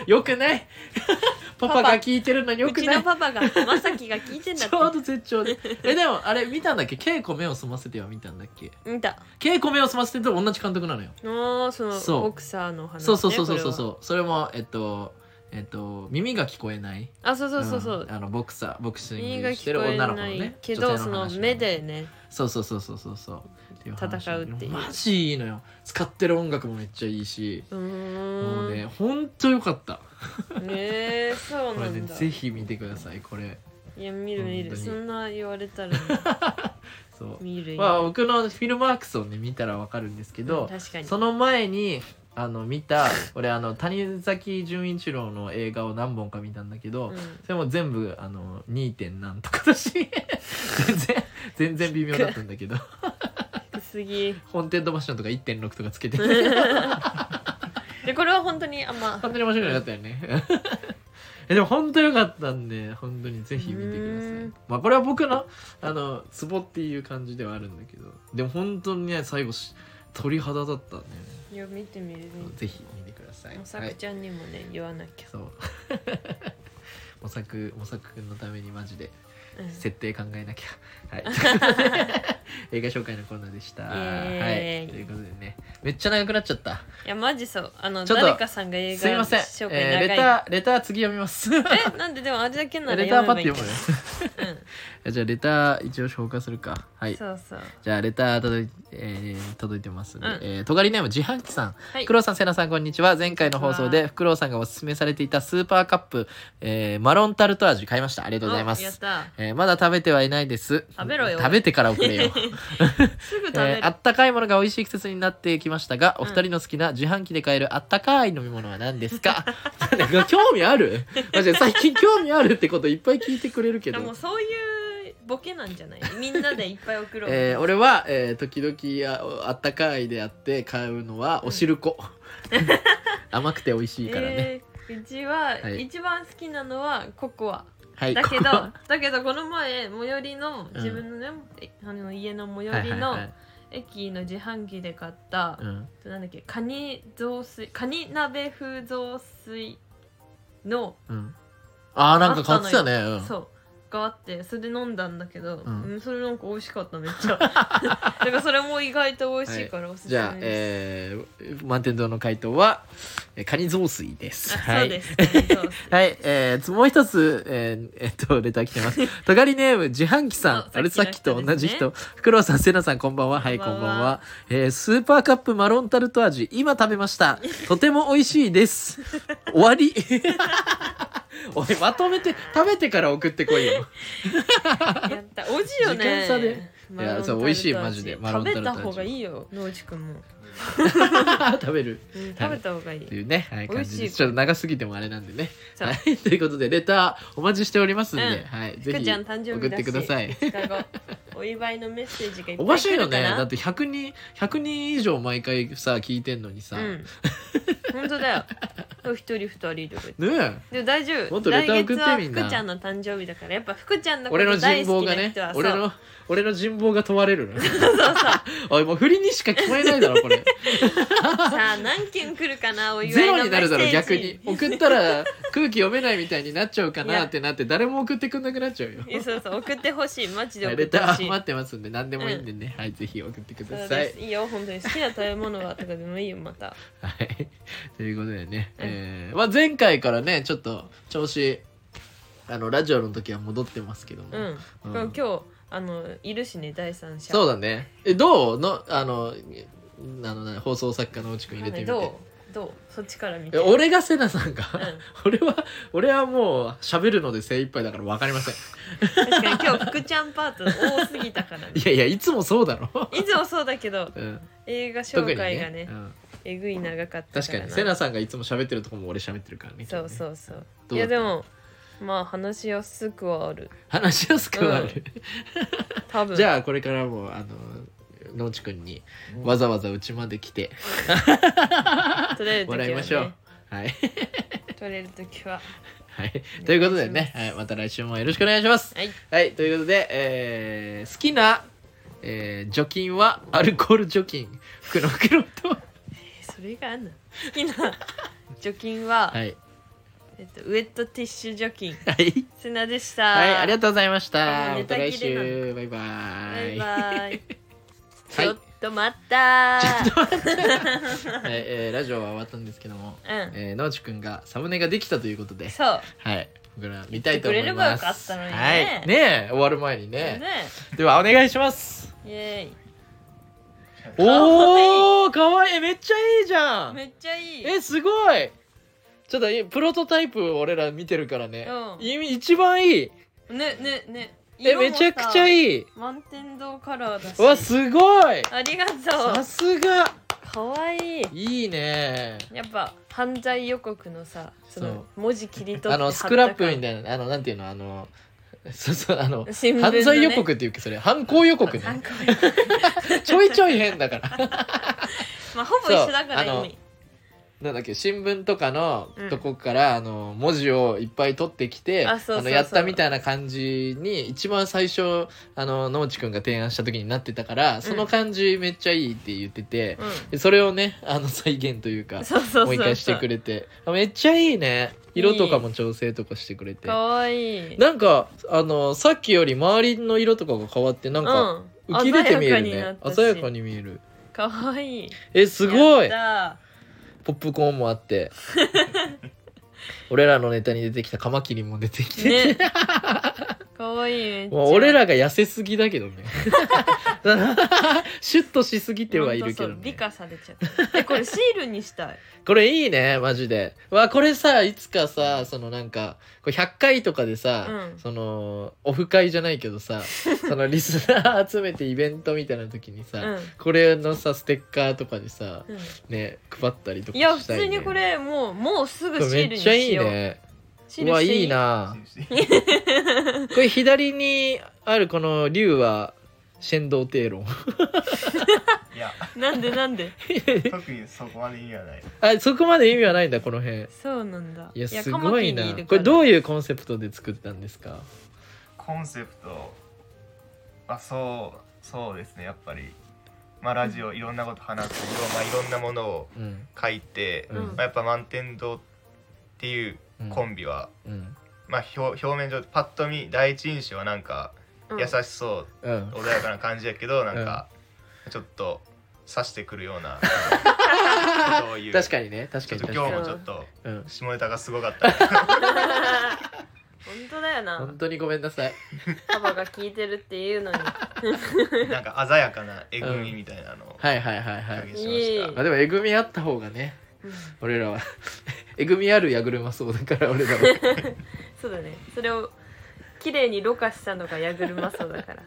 Speaker 2: よくない (laughs) パパが聞いてるのによ
Speaker 1: う
Speaker 2: く
Speaker 1: ち
Speaker 2: ない
Speaker 1: のパパがまさきが聞いてんだ
Speaker 2: (laughs) ち
Speaker 1: って
Speaker 2: ょうど絶頂で。え、でも、あれ見たんだっけ稽古目を澄ませては見たんだっけ
Speaker 1: 見た
Speaker 2: 稽古目を澄ませてと同じ監督なのよ。
Speaker 1: ああその
Speaker 2: そう
Speaker 1: ボクサーの話、ね、
Speaker 2: そうそうそうそ
Speaker 1: こ
Speaker 2: う
Speaker 1: れ
Speaker 2: そう
Speaker 1: は
Speaker 2: そう。それも、えっと、えっと、耳が聞こえない。
Speaker 1: あそうそうそうそう、
Speaker 2: んあの、ボクサー、ボクシン
Speaker 1: 耳
Speaker 2: グ
Speaker 1: が
Speaker 2: して
Speaker 1: 聞
Speaker 2: る
Speaker 1: こえ
Speaker 2: 女の子
Speaker 1: な
Speaker 2: の
Speaker 1: い
Speaker 2: ね。
Speaker 1: け
Speaker 2: 女
Speaker 1: ど
Speaker 2: 性
Speaker 1: そ
Speaker 2: の
Speaker 1: の
Speaker 2: 話
Speaker 1: 目。でね
Speaker 2: そうそうそうそうそうそう。っていう話
Speaker 1: 戦うっていう
Speaker 2: マジいいのよ。使ってる音楽もめっちゃいいし。
Speaker 1: う
Speaker 2: もう
Speaker 1: ーん
Speaker 2: ね、ほんとよかった。
Speaker 1: えー、そう
Speaker 2: こ
Speaker 1: な
Speaker 2: れね、
Speaker 1: んだ
Speaker 2: ぜひ見てください、これ。
Speaker 1: いや見る見る
Speaker 2: 本当に
Speaker 1: そんな言われたら
Speaker 2: そう。
Speaker 1: 見るよ、
Speaker 2: まあ、僕のフィルムワークスをね、見たらわかるんですけ
Speaker 1: う
Speaker 2: ど、
Speaker 1: ん確かに
Speaker 2: その前にあの見た俺あの谷崎潤一郎の映画を何本か見たんだけど、
Speaker 1: うん
Speaker 2: それも全部あの 2. 点なんとかだし全然全然微妙だったんだけど
Speaker 1: 低すぎ
Speaker 2: ホーンテッドマッションとか1.6とかつ
Speaker 1: (laughs)
Speaker 2: けて
Speaker 1: でこれは本当にあんま
Speaker 2: 本当に面白くなかったよね (laughs) えでも本当良かったんで本当にぜひ見てくださ
Speaker 1: う
Speaker 2: い
Speaker 1: ん
Speaker 2: まあこれは僕のあのツボっていう感じではあるんだけどでも本当にね最後し鳥肌だったんだよね
Speaker 1: いや見てみる見
Speaker 2: ぜひ見てください
Speaker 1: てもさ
Speaker 2: はい
Speaker 1: くちゃんにもね言わなきゃ、
Speaker 2: そう。 (laughs) 模索模索のためにマジで
Speaker 1: うん
Speaker 2: 設定考えなきゃ。
Speaker 1: (laughs)
Speaker 2: はい。ということで映画紹介のコーナーでした。
Speaker 1: イエー
Speaker 2: は
Speaker 1: イ
Speaker 2: い。ということでね、めっちゃ長くなっちゃった。
Speaker 1: いやマジそうあの
Speaker 2: ちょっと
Speaker 1: 誰かさんが映
Speaker 2: すい
Speaker 1: 画
Speaker 2: ません。
Speaker 1: 紹介
Speaker 2: え
Speaker 1: 長
Speaker 2: ー
Speaker 1: い、
Speaker 2: レターレター次読みます。レ
Speaker 1: えなんででもあれだ
Speaker 2: (laughs)
Speaker 1: けなら
Speaker 2: ターパ
Speaker 1: 読めば
Speaker 2: ッて
Speaker 1: いい
Speaker 2: 読
Speaker 1: か
Speaker 2: む
Speaker 1: ら
Speaker 2: ね。
Speaker 1: うん
Speaker 2: (laughs) じゃあレター一応紹介するか。はい。
Speaker 1: そうそう
Speaker 2: じゃあレター届い,、えー届いてますんで、
Speaker 1: うん
Speaker 2: えーとがりネーム自販機さん、
Speaker 1: はい
Speaker 2: フクロウさんせなさんこんにちは前回の放
Speaker 1: こ
Speaker 2: 送
Speaker 1: んにち
Speaker 2: で
Speaker 1: は
Speaker 2: フクロウさんがおすすめされていたスーパーカップ、えーマロンタルト味買いましたありがとうございま
Speaker 1: おやっ
Speaker 2: す
Speaker 1: た
Speaker 2: えーまだ食べてはいないです
Speaker 1: 食べろよ
Speaker 2: 食べてから送
Speaker 1: (laughs)
Speaker 2: れよ、
Speaker 1: すぐ食べる、
Speaker 2: えーあったかいものが美味しい季節になってきましたがお二人の好きな自販機で買えるあったかい飲み物は何ですか (laughs) なんか興味あるマジで最近興味あるってこといっぱい聞いてくれるけ
Speaker 1: で
Speaker 2: ど
Speaker 1: もそういうボケなんじゃないみんなでいっぱい送ろう、
Speaker 2: えー俺は、えー時々ああったかいであって買うのはおしる
Speaker 1: (laughs)
Speaker 2: こ、甘くて美味しいからね、
Speaker 1: えーうちは
Speaker 2: はい
Speaker 1: 一番好きなのはココア、
Speaker 2: (laughs) はい
Speaker 1: だけ
Speaker 2: こ
Speaker 1: ど
Speaker 2: こ
Speaker 1: だけどこの前最寄りの自分のね、えあの家の最寄りの
Speaker 2: はいはいはい
Speaker 1: 駅の自販機で買った、
Speaker 2: うん
Speaker 1: なんだっけカニ雑炊カニ鍋風雑炊の、
Speaker 2: うんあーなんか買ってたねうん
Speaker 1: そうがあってそれで飲んだんだけど、
Speaker 2: うん
Speaker 1: うんそれなんか美味しかっためっちゃ (laughs) だからそれも意外と美味しいからおすすめ
Speaker 2: じゃあ、
Speaker 1: です、
Speaker 2: えー、満天堂の回答は、えーカニ雑炊です。
Speaker 1: あ
Speaker 2: は
Speaker 1: そう
Speaker 2: い
Speaker 1: で。す、はい、
Speaker 2: はい、えー、つもう一つ、えー、えっと、レター来
Speaker 1: (laughs)
Speaker 2: てます。とがりネーム、自販機さん。
Speaker 1: あ
Speaker 2: あれ、さ
Speaker 1: さ
Speaker 2: っ
Speaker 1: っ
Speaker 2: き
Speaker 1: き
Speaker 2: と
Speaker 1: の人ですね
Speaker 2: 同じ人。ふくろうさん、せなさん、こんばんは。はい、こ
Speaker 1: こ
Speaker 2: ん
Speaker 1: ん
Speaker 2: ば
Speaker 1: ば
Speaker 2: ん
Speaker 1: んは
Speaker 2: は。えー、スーパーカップマロンタルト味、今食べました。とても美味し
Speaker 1: (laughs)
Speaker 2: いです。終わり。 (laughs) おい、まとめて、食べてから送ってこいよ。 (laughs)
Speaker 1: やった美味しいよね
Speaker 2: 時間差で
Speaker 1: マロン
Speaker 2: (laughs) いや
Speaker 1: タル
Speaker 2: そ
Speaker 1: ト
Speaker 2: う
Speaker 1: 味
Speaker 2: 美味しいマジでマロン
Speaker 1: 食べ
Speaker 2: タルト味
Speaker 1: た方がいいよ農地君も、
Speaker 2: 食べる。
Speaker 1: うん、食べた方がいい、
Speaker 2: っていうね、は
Speaker 1: 美
Speaker 2: い、感
Speaker 1: 味しい
Speaker 2: じです。ちょっと長すぎてもあれなんでね。
Speaker 1: そう
Speaker 2: はい、 (laughs) ということで、レターお待ちしておりますんで、
Speaker 1: うん
Speaker 2: はい、
Speaker 1: ふ
Speaker 2: ぜ
Speaker 1: く
Speaker 2: ひ
Speaker 1: ちゃん誕生
Speaker 2: 送
Speaker 1: 日
Speaker 2: っ
Speaker 1: だ
Speaker 2: て
Speaker 1: し
Speaker 2: ください。
Speaker 1: 2日後お祝いのメッセージがいっぱい来るか
Speaker 2: お
Speaker 1: な
Speaker 2: かしいよね。だって100人、100人以上毎回さ、聞いてんのにさ。
Speaker 1: うん本当だよ一人二人いる
Speaker 2: ねえ。
Speaker 1: でも大丈
Speaker 2: もっ
Speaker 1: 夫
Speaker 2: とレ
Speaker 1: 来
Speaker 2: ター送って
Speaker 1: 月
Speaker 2: みんな
Speaker 1: は福ちゃんの誕生日だからやっぱ福ちゃんのこ
Speaker 2: 俺の
Speaker 1: と大
Speaker 2: 人
Speaker 1: 好
Speaker 2: 望
Speaker 1: き
Speaker 2: が
Speaker 1: な
Speaker 2: ね
Speaker 1: 人は、
Speaker 2: 俺
Speaker 1: そう
Speaker 2: の、俺の人望が問わ
Speaker 1: (laughs)
Speaker 2: れるな。 (laughs) おい、もう振りにしか聞こえないだろ、これ。
Speaker 1: さあ何件来るかな (laughs) お祝
Speaker 2: ゼ
Speaker 1: いの
Speaker 2: ロ
Speaker 1: メ
Speaker 2: になる
Speaker 1: ッセ
Speaker 2: だ
Speaker 1: ー
Speaker 2: ろ、
Speaker 1: ジ
Speaker 2: 逆に。送ったら空気読めないみたいになっちゃうかなってなって、誰も送ってくんなくなっちゃうよ。
Speaker 1: えそうそう送ってほしいマジで
Speaker 2: はい
Speaker 1: 送っ
Speaker 2: レ
Speaker 1: て
Speaker 2: タ
Speaker 1: ほし
Speaker 2: ー
Speaker 1: い
Speaker 2: 待ってますんで、何でもいいんでね。はい、ぜひ送ってく
Speaker 1: そ
Speaker 2: だ
Speaker 1: う
Speaker 2: さ
Speaker 1: で
Speaker 2: い
Speaker 1: す。いいよ本当に好きな食べ物はとかでもいいよまた
Speaker 2: はい。ということでね、
Speaker 1: うん
Speaker 2: えーまあ、前回からね、ちょっと調子、あの、ラジオの時は戻ってますけども。
Speaker 1: うん、
Speaker 2: う
Speaker 1: 今
Speaker 2: ん
Speaker 1: 日あのいるしね第三者
Speaker 2: そうだね。え、どうの、あの、あの、放送作家のうちくん入れてみて。
Speaker 1: どうどうそっちから見
Speaker 2: え
Speaker 1: て
Speaker 2: 俺がセナさんか、
Speaker 1: ん
Speaker 2: (laughs) 俺は俺はもう喋るので精一杯だから分かりません
Speaker 1: 確かに今日福ちゃんパート多すぎたからね
Speaker 2: (laughs) いやいやいつもそうだろ、
Speaker 1: (laughs) いつもそうだけど
Speaker 2: うん、
Speaker 1: 映画紹
Speaker 2: 特に
Speaker 1: 介がね
Speaker 2: うん
Speaker 1: えぐい長かった
Speaker 2: 確かにセナさんがいつも喋ってるとこも俺喋ってるからね
Speaker 1: そう
Speaker 2: う
Speaker 1: そうそう
Speaker 2: ど
Speaker 1: いう
Speaker 2: だった
Speaker 1: やでもまあ話しやすくはある
Speaker 2: 話しやすくなる、
Speaker 1: 多分
Speaker 2: じ
Speaker 1: あ
Speaker 2: ゃあこれからもあの農地くんにわざわざうちまで来て
Speaker 1: 取れる時は、ね、
Speaker 2: 笑いましょうはい、 (laughs)
Speaker 1: 取れる時は
Speaker 2: はい、ということでね、はい、また来週もよろしくお願いします
Speaker 1: はい
Speaker 2: はい、ということで、えー好きな、えー除菌はアルコール除菌、黒
Speaker 1: (laughs)
Speaker 2: 黒と、
Speaker 1: えそれがあんの好きな除菌は、
Speaker 2: はい、
Speaker 1: えっと、ウェットティッシュ除菌
Speaker 2: はい、
Speaker 1: 砂でした
Speaker 2: はい、ありが
Speaker 1: と
Speaker 2: とうございまし
Speaker 1: あ
Speaker 2: た。
Speaker 1: ー
Speaker 2: ま
Speaker 1: ネ
Speaker 2: た
Speaker 1: タ
Speaker 2: 来
Speaker 1: 切れなの
Speaker 2: 週、バイバ
Speaker 1: バ
Speaker 2: ー
Speaker 1: イ
Speaker 2: イ。
Speaker 1: バイ
Speaker 2: は
Speaker 1: ち
Speaker 2: い
Speaker 1: ょっと待ったー
Speaker 2: はい、えーラジオは終わったんですけども、
Speaker 1: うん
Speaker 2: えー、農地くんがサムネができたということで、
Speaker 1: そう
Speaker 2: はい、僕ら見たいと思い
Speaker 1: 言ってくれれば
Speaker 2: ま
Speaker 1: よ
Speaker 2: す。
Speaker 1: かったのにね
Speaker 2: はい、ねえ終わる前にね。
Speaker 1: ね
Speaker 2: ではお願いします。
Speaker 1: イエ
Speaker 2: おお、可愛いい、めっちゃいいじゃ
Speaker 1: ーイ
Speaker 2: ん。
Speaker 1: めっちゃいい
Speaker 2: えすごいちょっといプロトタイプ俺ら見てるからね、
Speaker 1: うん
Speaker 2: い一番いい
Speaker 1: ねねね
Speaker 2: えめちゃくちゃ
Speaker 1: い
Speaker 2: いい
Speaker 1: 満天堂カラーだし
Speaker 2: わすごい
Speaker 1: ありがと
Speaker 2: さ
Speaker 1: う
Speaker 2: すが
Speaker 1: かわいい
Speaker 2: いいね
Speaker 1: やっぱ犯罪予告のさそ
Speaker 2: そう
Speaker 1: の文字切り取って
Speaker 2: あのスクラップみ
Speaker 1: い
Speaker 2: たいなあのなんていうのあのそうそうあの
Speaker 1: 新聞のね
Speaker 2: 犯罪予告っていうかそれ犯行
Speaker 1: (laughs)
Speaker 2: 予告ねちょいちょい変だから
Speaker 1: まあほぼ一緒だか
Speaker 2: そう
Speaker 1: ら
Speaker 2: あの
Speaker 1: 意味
Speaker 2: なんだっけ新聞とかの
Speaker 1: うん
Speaker 2: とこから、あの文字をいっぱい取ってきて
Speaker 1: あそうそうそう
Speaker 2: のやったみたいな感じに一番最初あの農地君が提案した時になってたからその感じめっちゃいいって言ってて、でそれをねあの再現という
Speaker 1: う
Speaker 2: か
Speaker 1: ん (laughs) そうそうそうそう
Speaker 2: もう一回してくれてあめっちゃいいね色とかも調整とかしてくれて
Speaker 1: かわいい
Speaker 2: なんかあのさっきより周りの色とかが変わってなんか
Speaker 1: うん
Speaker 2: 浮き出て見えるね、
Speaker 1: 鮮
Speaker 2: 鮮や
Speaker 1: や
Speaker 2: か
Speaker 1: かになったし
Speaker 2: に見える
Speaker 1: かわいい
Speaker 2: えすごい
Speaker 1: やっ
Speaker 2: ポップコーンもあって俺らのネタに出てきたカマキリも出てき
Speaker 1: た
Speaker 2: (laughs) て、
Speaker 1: ねかわいいめっちゃ
Speaker 2: まあ俺らが痩せすぎだけどね (laughs) シュッとしすぎてはいるけど、
Speaker 1: ほんとそう美
Speaker 2: ね、
Speaker 1: 化されちゃったえこれシールに
Speaker 2: (laughs)
Speaker 1: したい
Speaker 2: これいいねマジでわこれさいつかさそのなんかこれ100回とかでさ、
Speaker 1: うん
Speaker 2: そのオフ会じゃないけ
Speaker 1: (laughs)
Speaker 2: どさそのリスナー集めてイベントみたいな時に
Speaker 1: う
Speaker 2: さ、
Speaker 1: ん、
Speaker 2: これのさステッカーとかでさ
Speaker 1: うん
Speaker 2: ね配ったりとか
Speaker 1: いや普
Speaker 2: したい、ね、
Speaker 1: 通にこれもうもうすぐ
Speaker 2: こ
Speaker 1: シ
Speaker 2: れ
Speaker 1: ール
Speaker 2: め
Speaker 1: に
Speaker 2: っ
Speaker 1: し
Speaker 2: ちゃいい
Speaker 1: よう
Speaker 2: ね
Speaker 1: シー
Speaker 2: う
Speaker 1: ル
Speaker 2: わ
Speaker 1: してい
Speaker 2: い
Speaker 1: い
Speaker 2: いな
Speaker 3: 印
Speaker 2: これ左にあるこの竜は神道帝論
Speaker 3: いや
Speaker 1: なんでなんで
Speaker 3: 特にそこまで意味はない
Speaker 2: あそこまで意味はないんだこの辺
Speaker 1: そうなんだ
Speaker 2: いやすごい
Speaker 1: カマキリ
Speaker 2: な
Speaker 1: る
Speaker 2: こ
Speaker 1: から
Speaker 2: れどういうコンセプトで作ったんですか
Speaker 3: コンセプトあそうそうですねやっぱりまあラジオいろんなこと話すまあいろんなものを
Speaker 2: うん
Speaker 3: 書いて、
Speaker 2: うん
Speaker 3: まあ、やっぱ満天堂っていうコンビは
Speaker 2: うん
Speaker 3: まあ表表面上パッと見第一印象はなんか優しそ
Speaker 2: う
Speaker 3: う、
Speaker 2: ん
Speaker 3: 穏やかな感じやけどなんかちょっと刺してくるよ
Speaker 2: (laughs)
Speaker 3: うなそういう
Speaker 2: 確かにね確かに
Speaker 3: ちょっ
Speaker 2: 確
Speaker 3: と今
Speaker 2: か
Speaker 3: 日
Speaker 2: に
Speaker 3: もちょっと
Speaker 2: うん
Speaker 3: 下ネタがすごかったね、
Speaker 1: 本当だよな
Speaker 2: 本当にごめんなさい
Speaker 1: パパが聞いてるっていう
Speaker 2: (laughs)
Speaker 1: のに
Speaker 3: なんか鮮やかなえぐみみたいなのを
Speaker 2: はいはいはいは
Speaker 3: お
Speaker 2: い
Speaker 3: かけしました、
Speaker 1: いい
Speaker 2: まあでもえぐみあった方がね
Speaker 1: うん
Speaker 2: 俺らは (laughs) えぐみあるやぐるまそうだから俺ら
Speaker 1: (laughs)
Speaker 2: は
Speaker 1: そうだねそれを綺麗にろ過したのがヤグルマソだ
Speaker 2: (laughs)
Speaker 1: から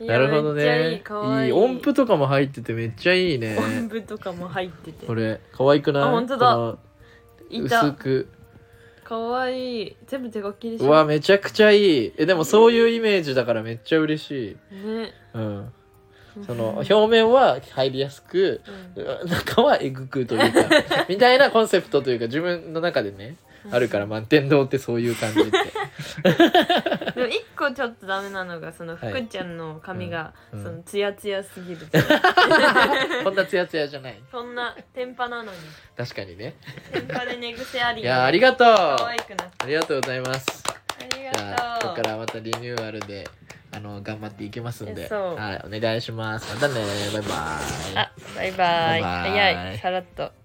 Speaker 1: い
Speaker 2: な
Speaker 1: や
Speaker 2: るほど
Speaker 1: めっちゃ
Speaker 2: ね
Speaker 1: いいかわいい
Speaker 2: 音符とかも入っててめっちゃいいね
Speaker 1: 音符とかも入ってて
Speaker 2: これ可愛くない
Speaker 1: あ本当だ
Speaker 2: この
Speaker 1: い
Speaker 2: 薄
Speaker 1: た
Speaker 2: く
Speaker 1: かわいい全部手書きでし
Speaker 2: うわ
Speaker 1: ょ
Speaker 2: めちゃくちゃいいえでもそういうイメージだからめっちゃ嬉しい
Speaker 1: ね
Speaker 2: うんその表面は入りやすく
Speaker 1: うん
Speaker 2: うん中はえぐくというかみたいなコンセプトというか自分の中でねあるから満天堂ってそういう感
Speaker 1: (laughs)
Speaker 2: じって
Speaker 1: でも一個ちょっとダメなのがその
Speaker 2: はい
Speaker 1: 福ちゃんの髪が、
Speaker 2: うんうん
Speaker 1: そのツヤツヤすぎる
Speaker 2: こんなツヤツヤじゃない
Speaker 1: そんな天パなのに
Speaker 2: 確かにね
Speaker 1: 天パで寝癖あり
Speaker 2: いやありがとう
Speaker 1: 可愛
Speaker 2: あ
Speaker 1: くなった
Speaker 2: りがとうございます
Speaker 1: あり
Speaker 2: じゃ
Speaker 1: が
Speaker 2: あ
Speaker 1: と
Speaker 2: こ
Speaker 1: う
Speaker 2: こからまたリニューアルであの頑張っていきますんで
Speaker 1: えそう
Speaker 2: はいお願いしますまたねバイバイ
Speaker 1: あバイバイ
Speaker 2: バイバイ
Speaker 1: 早いさらっと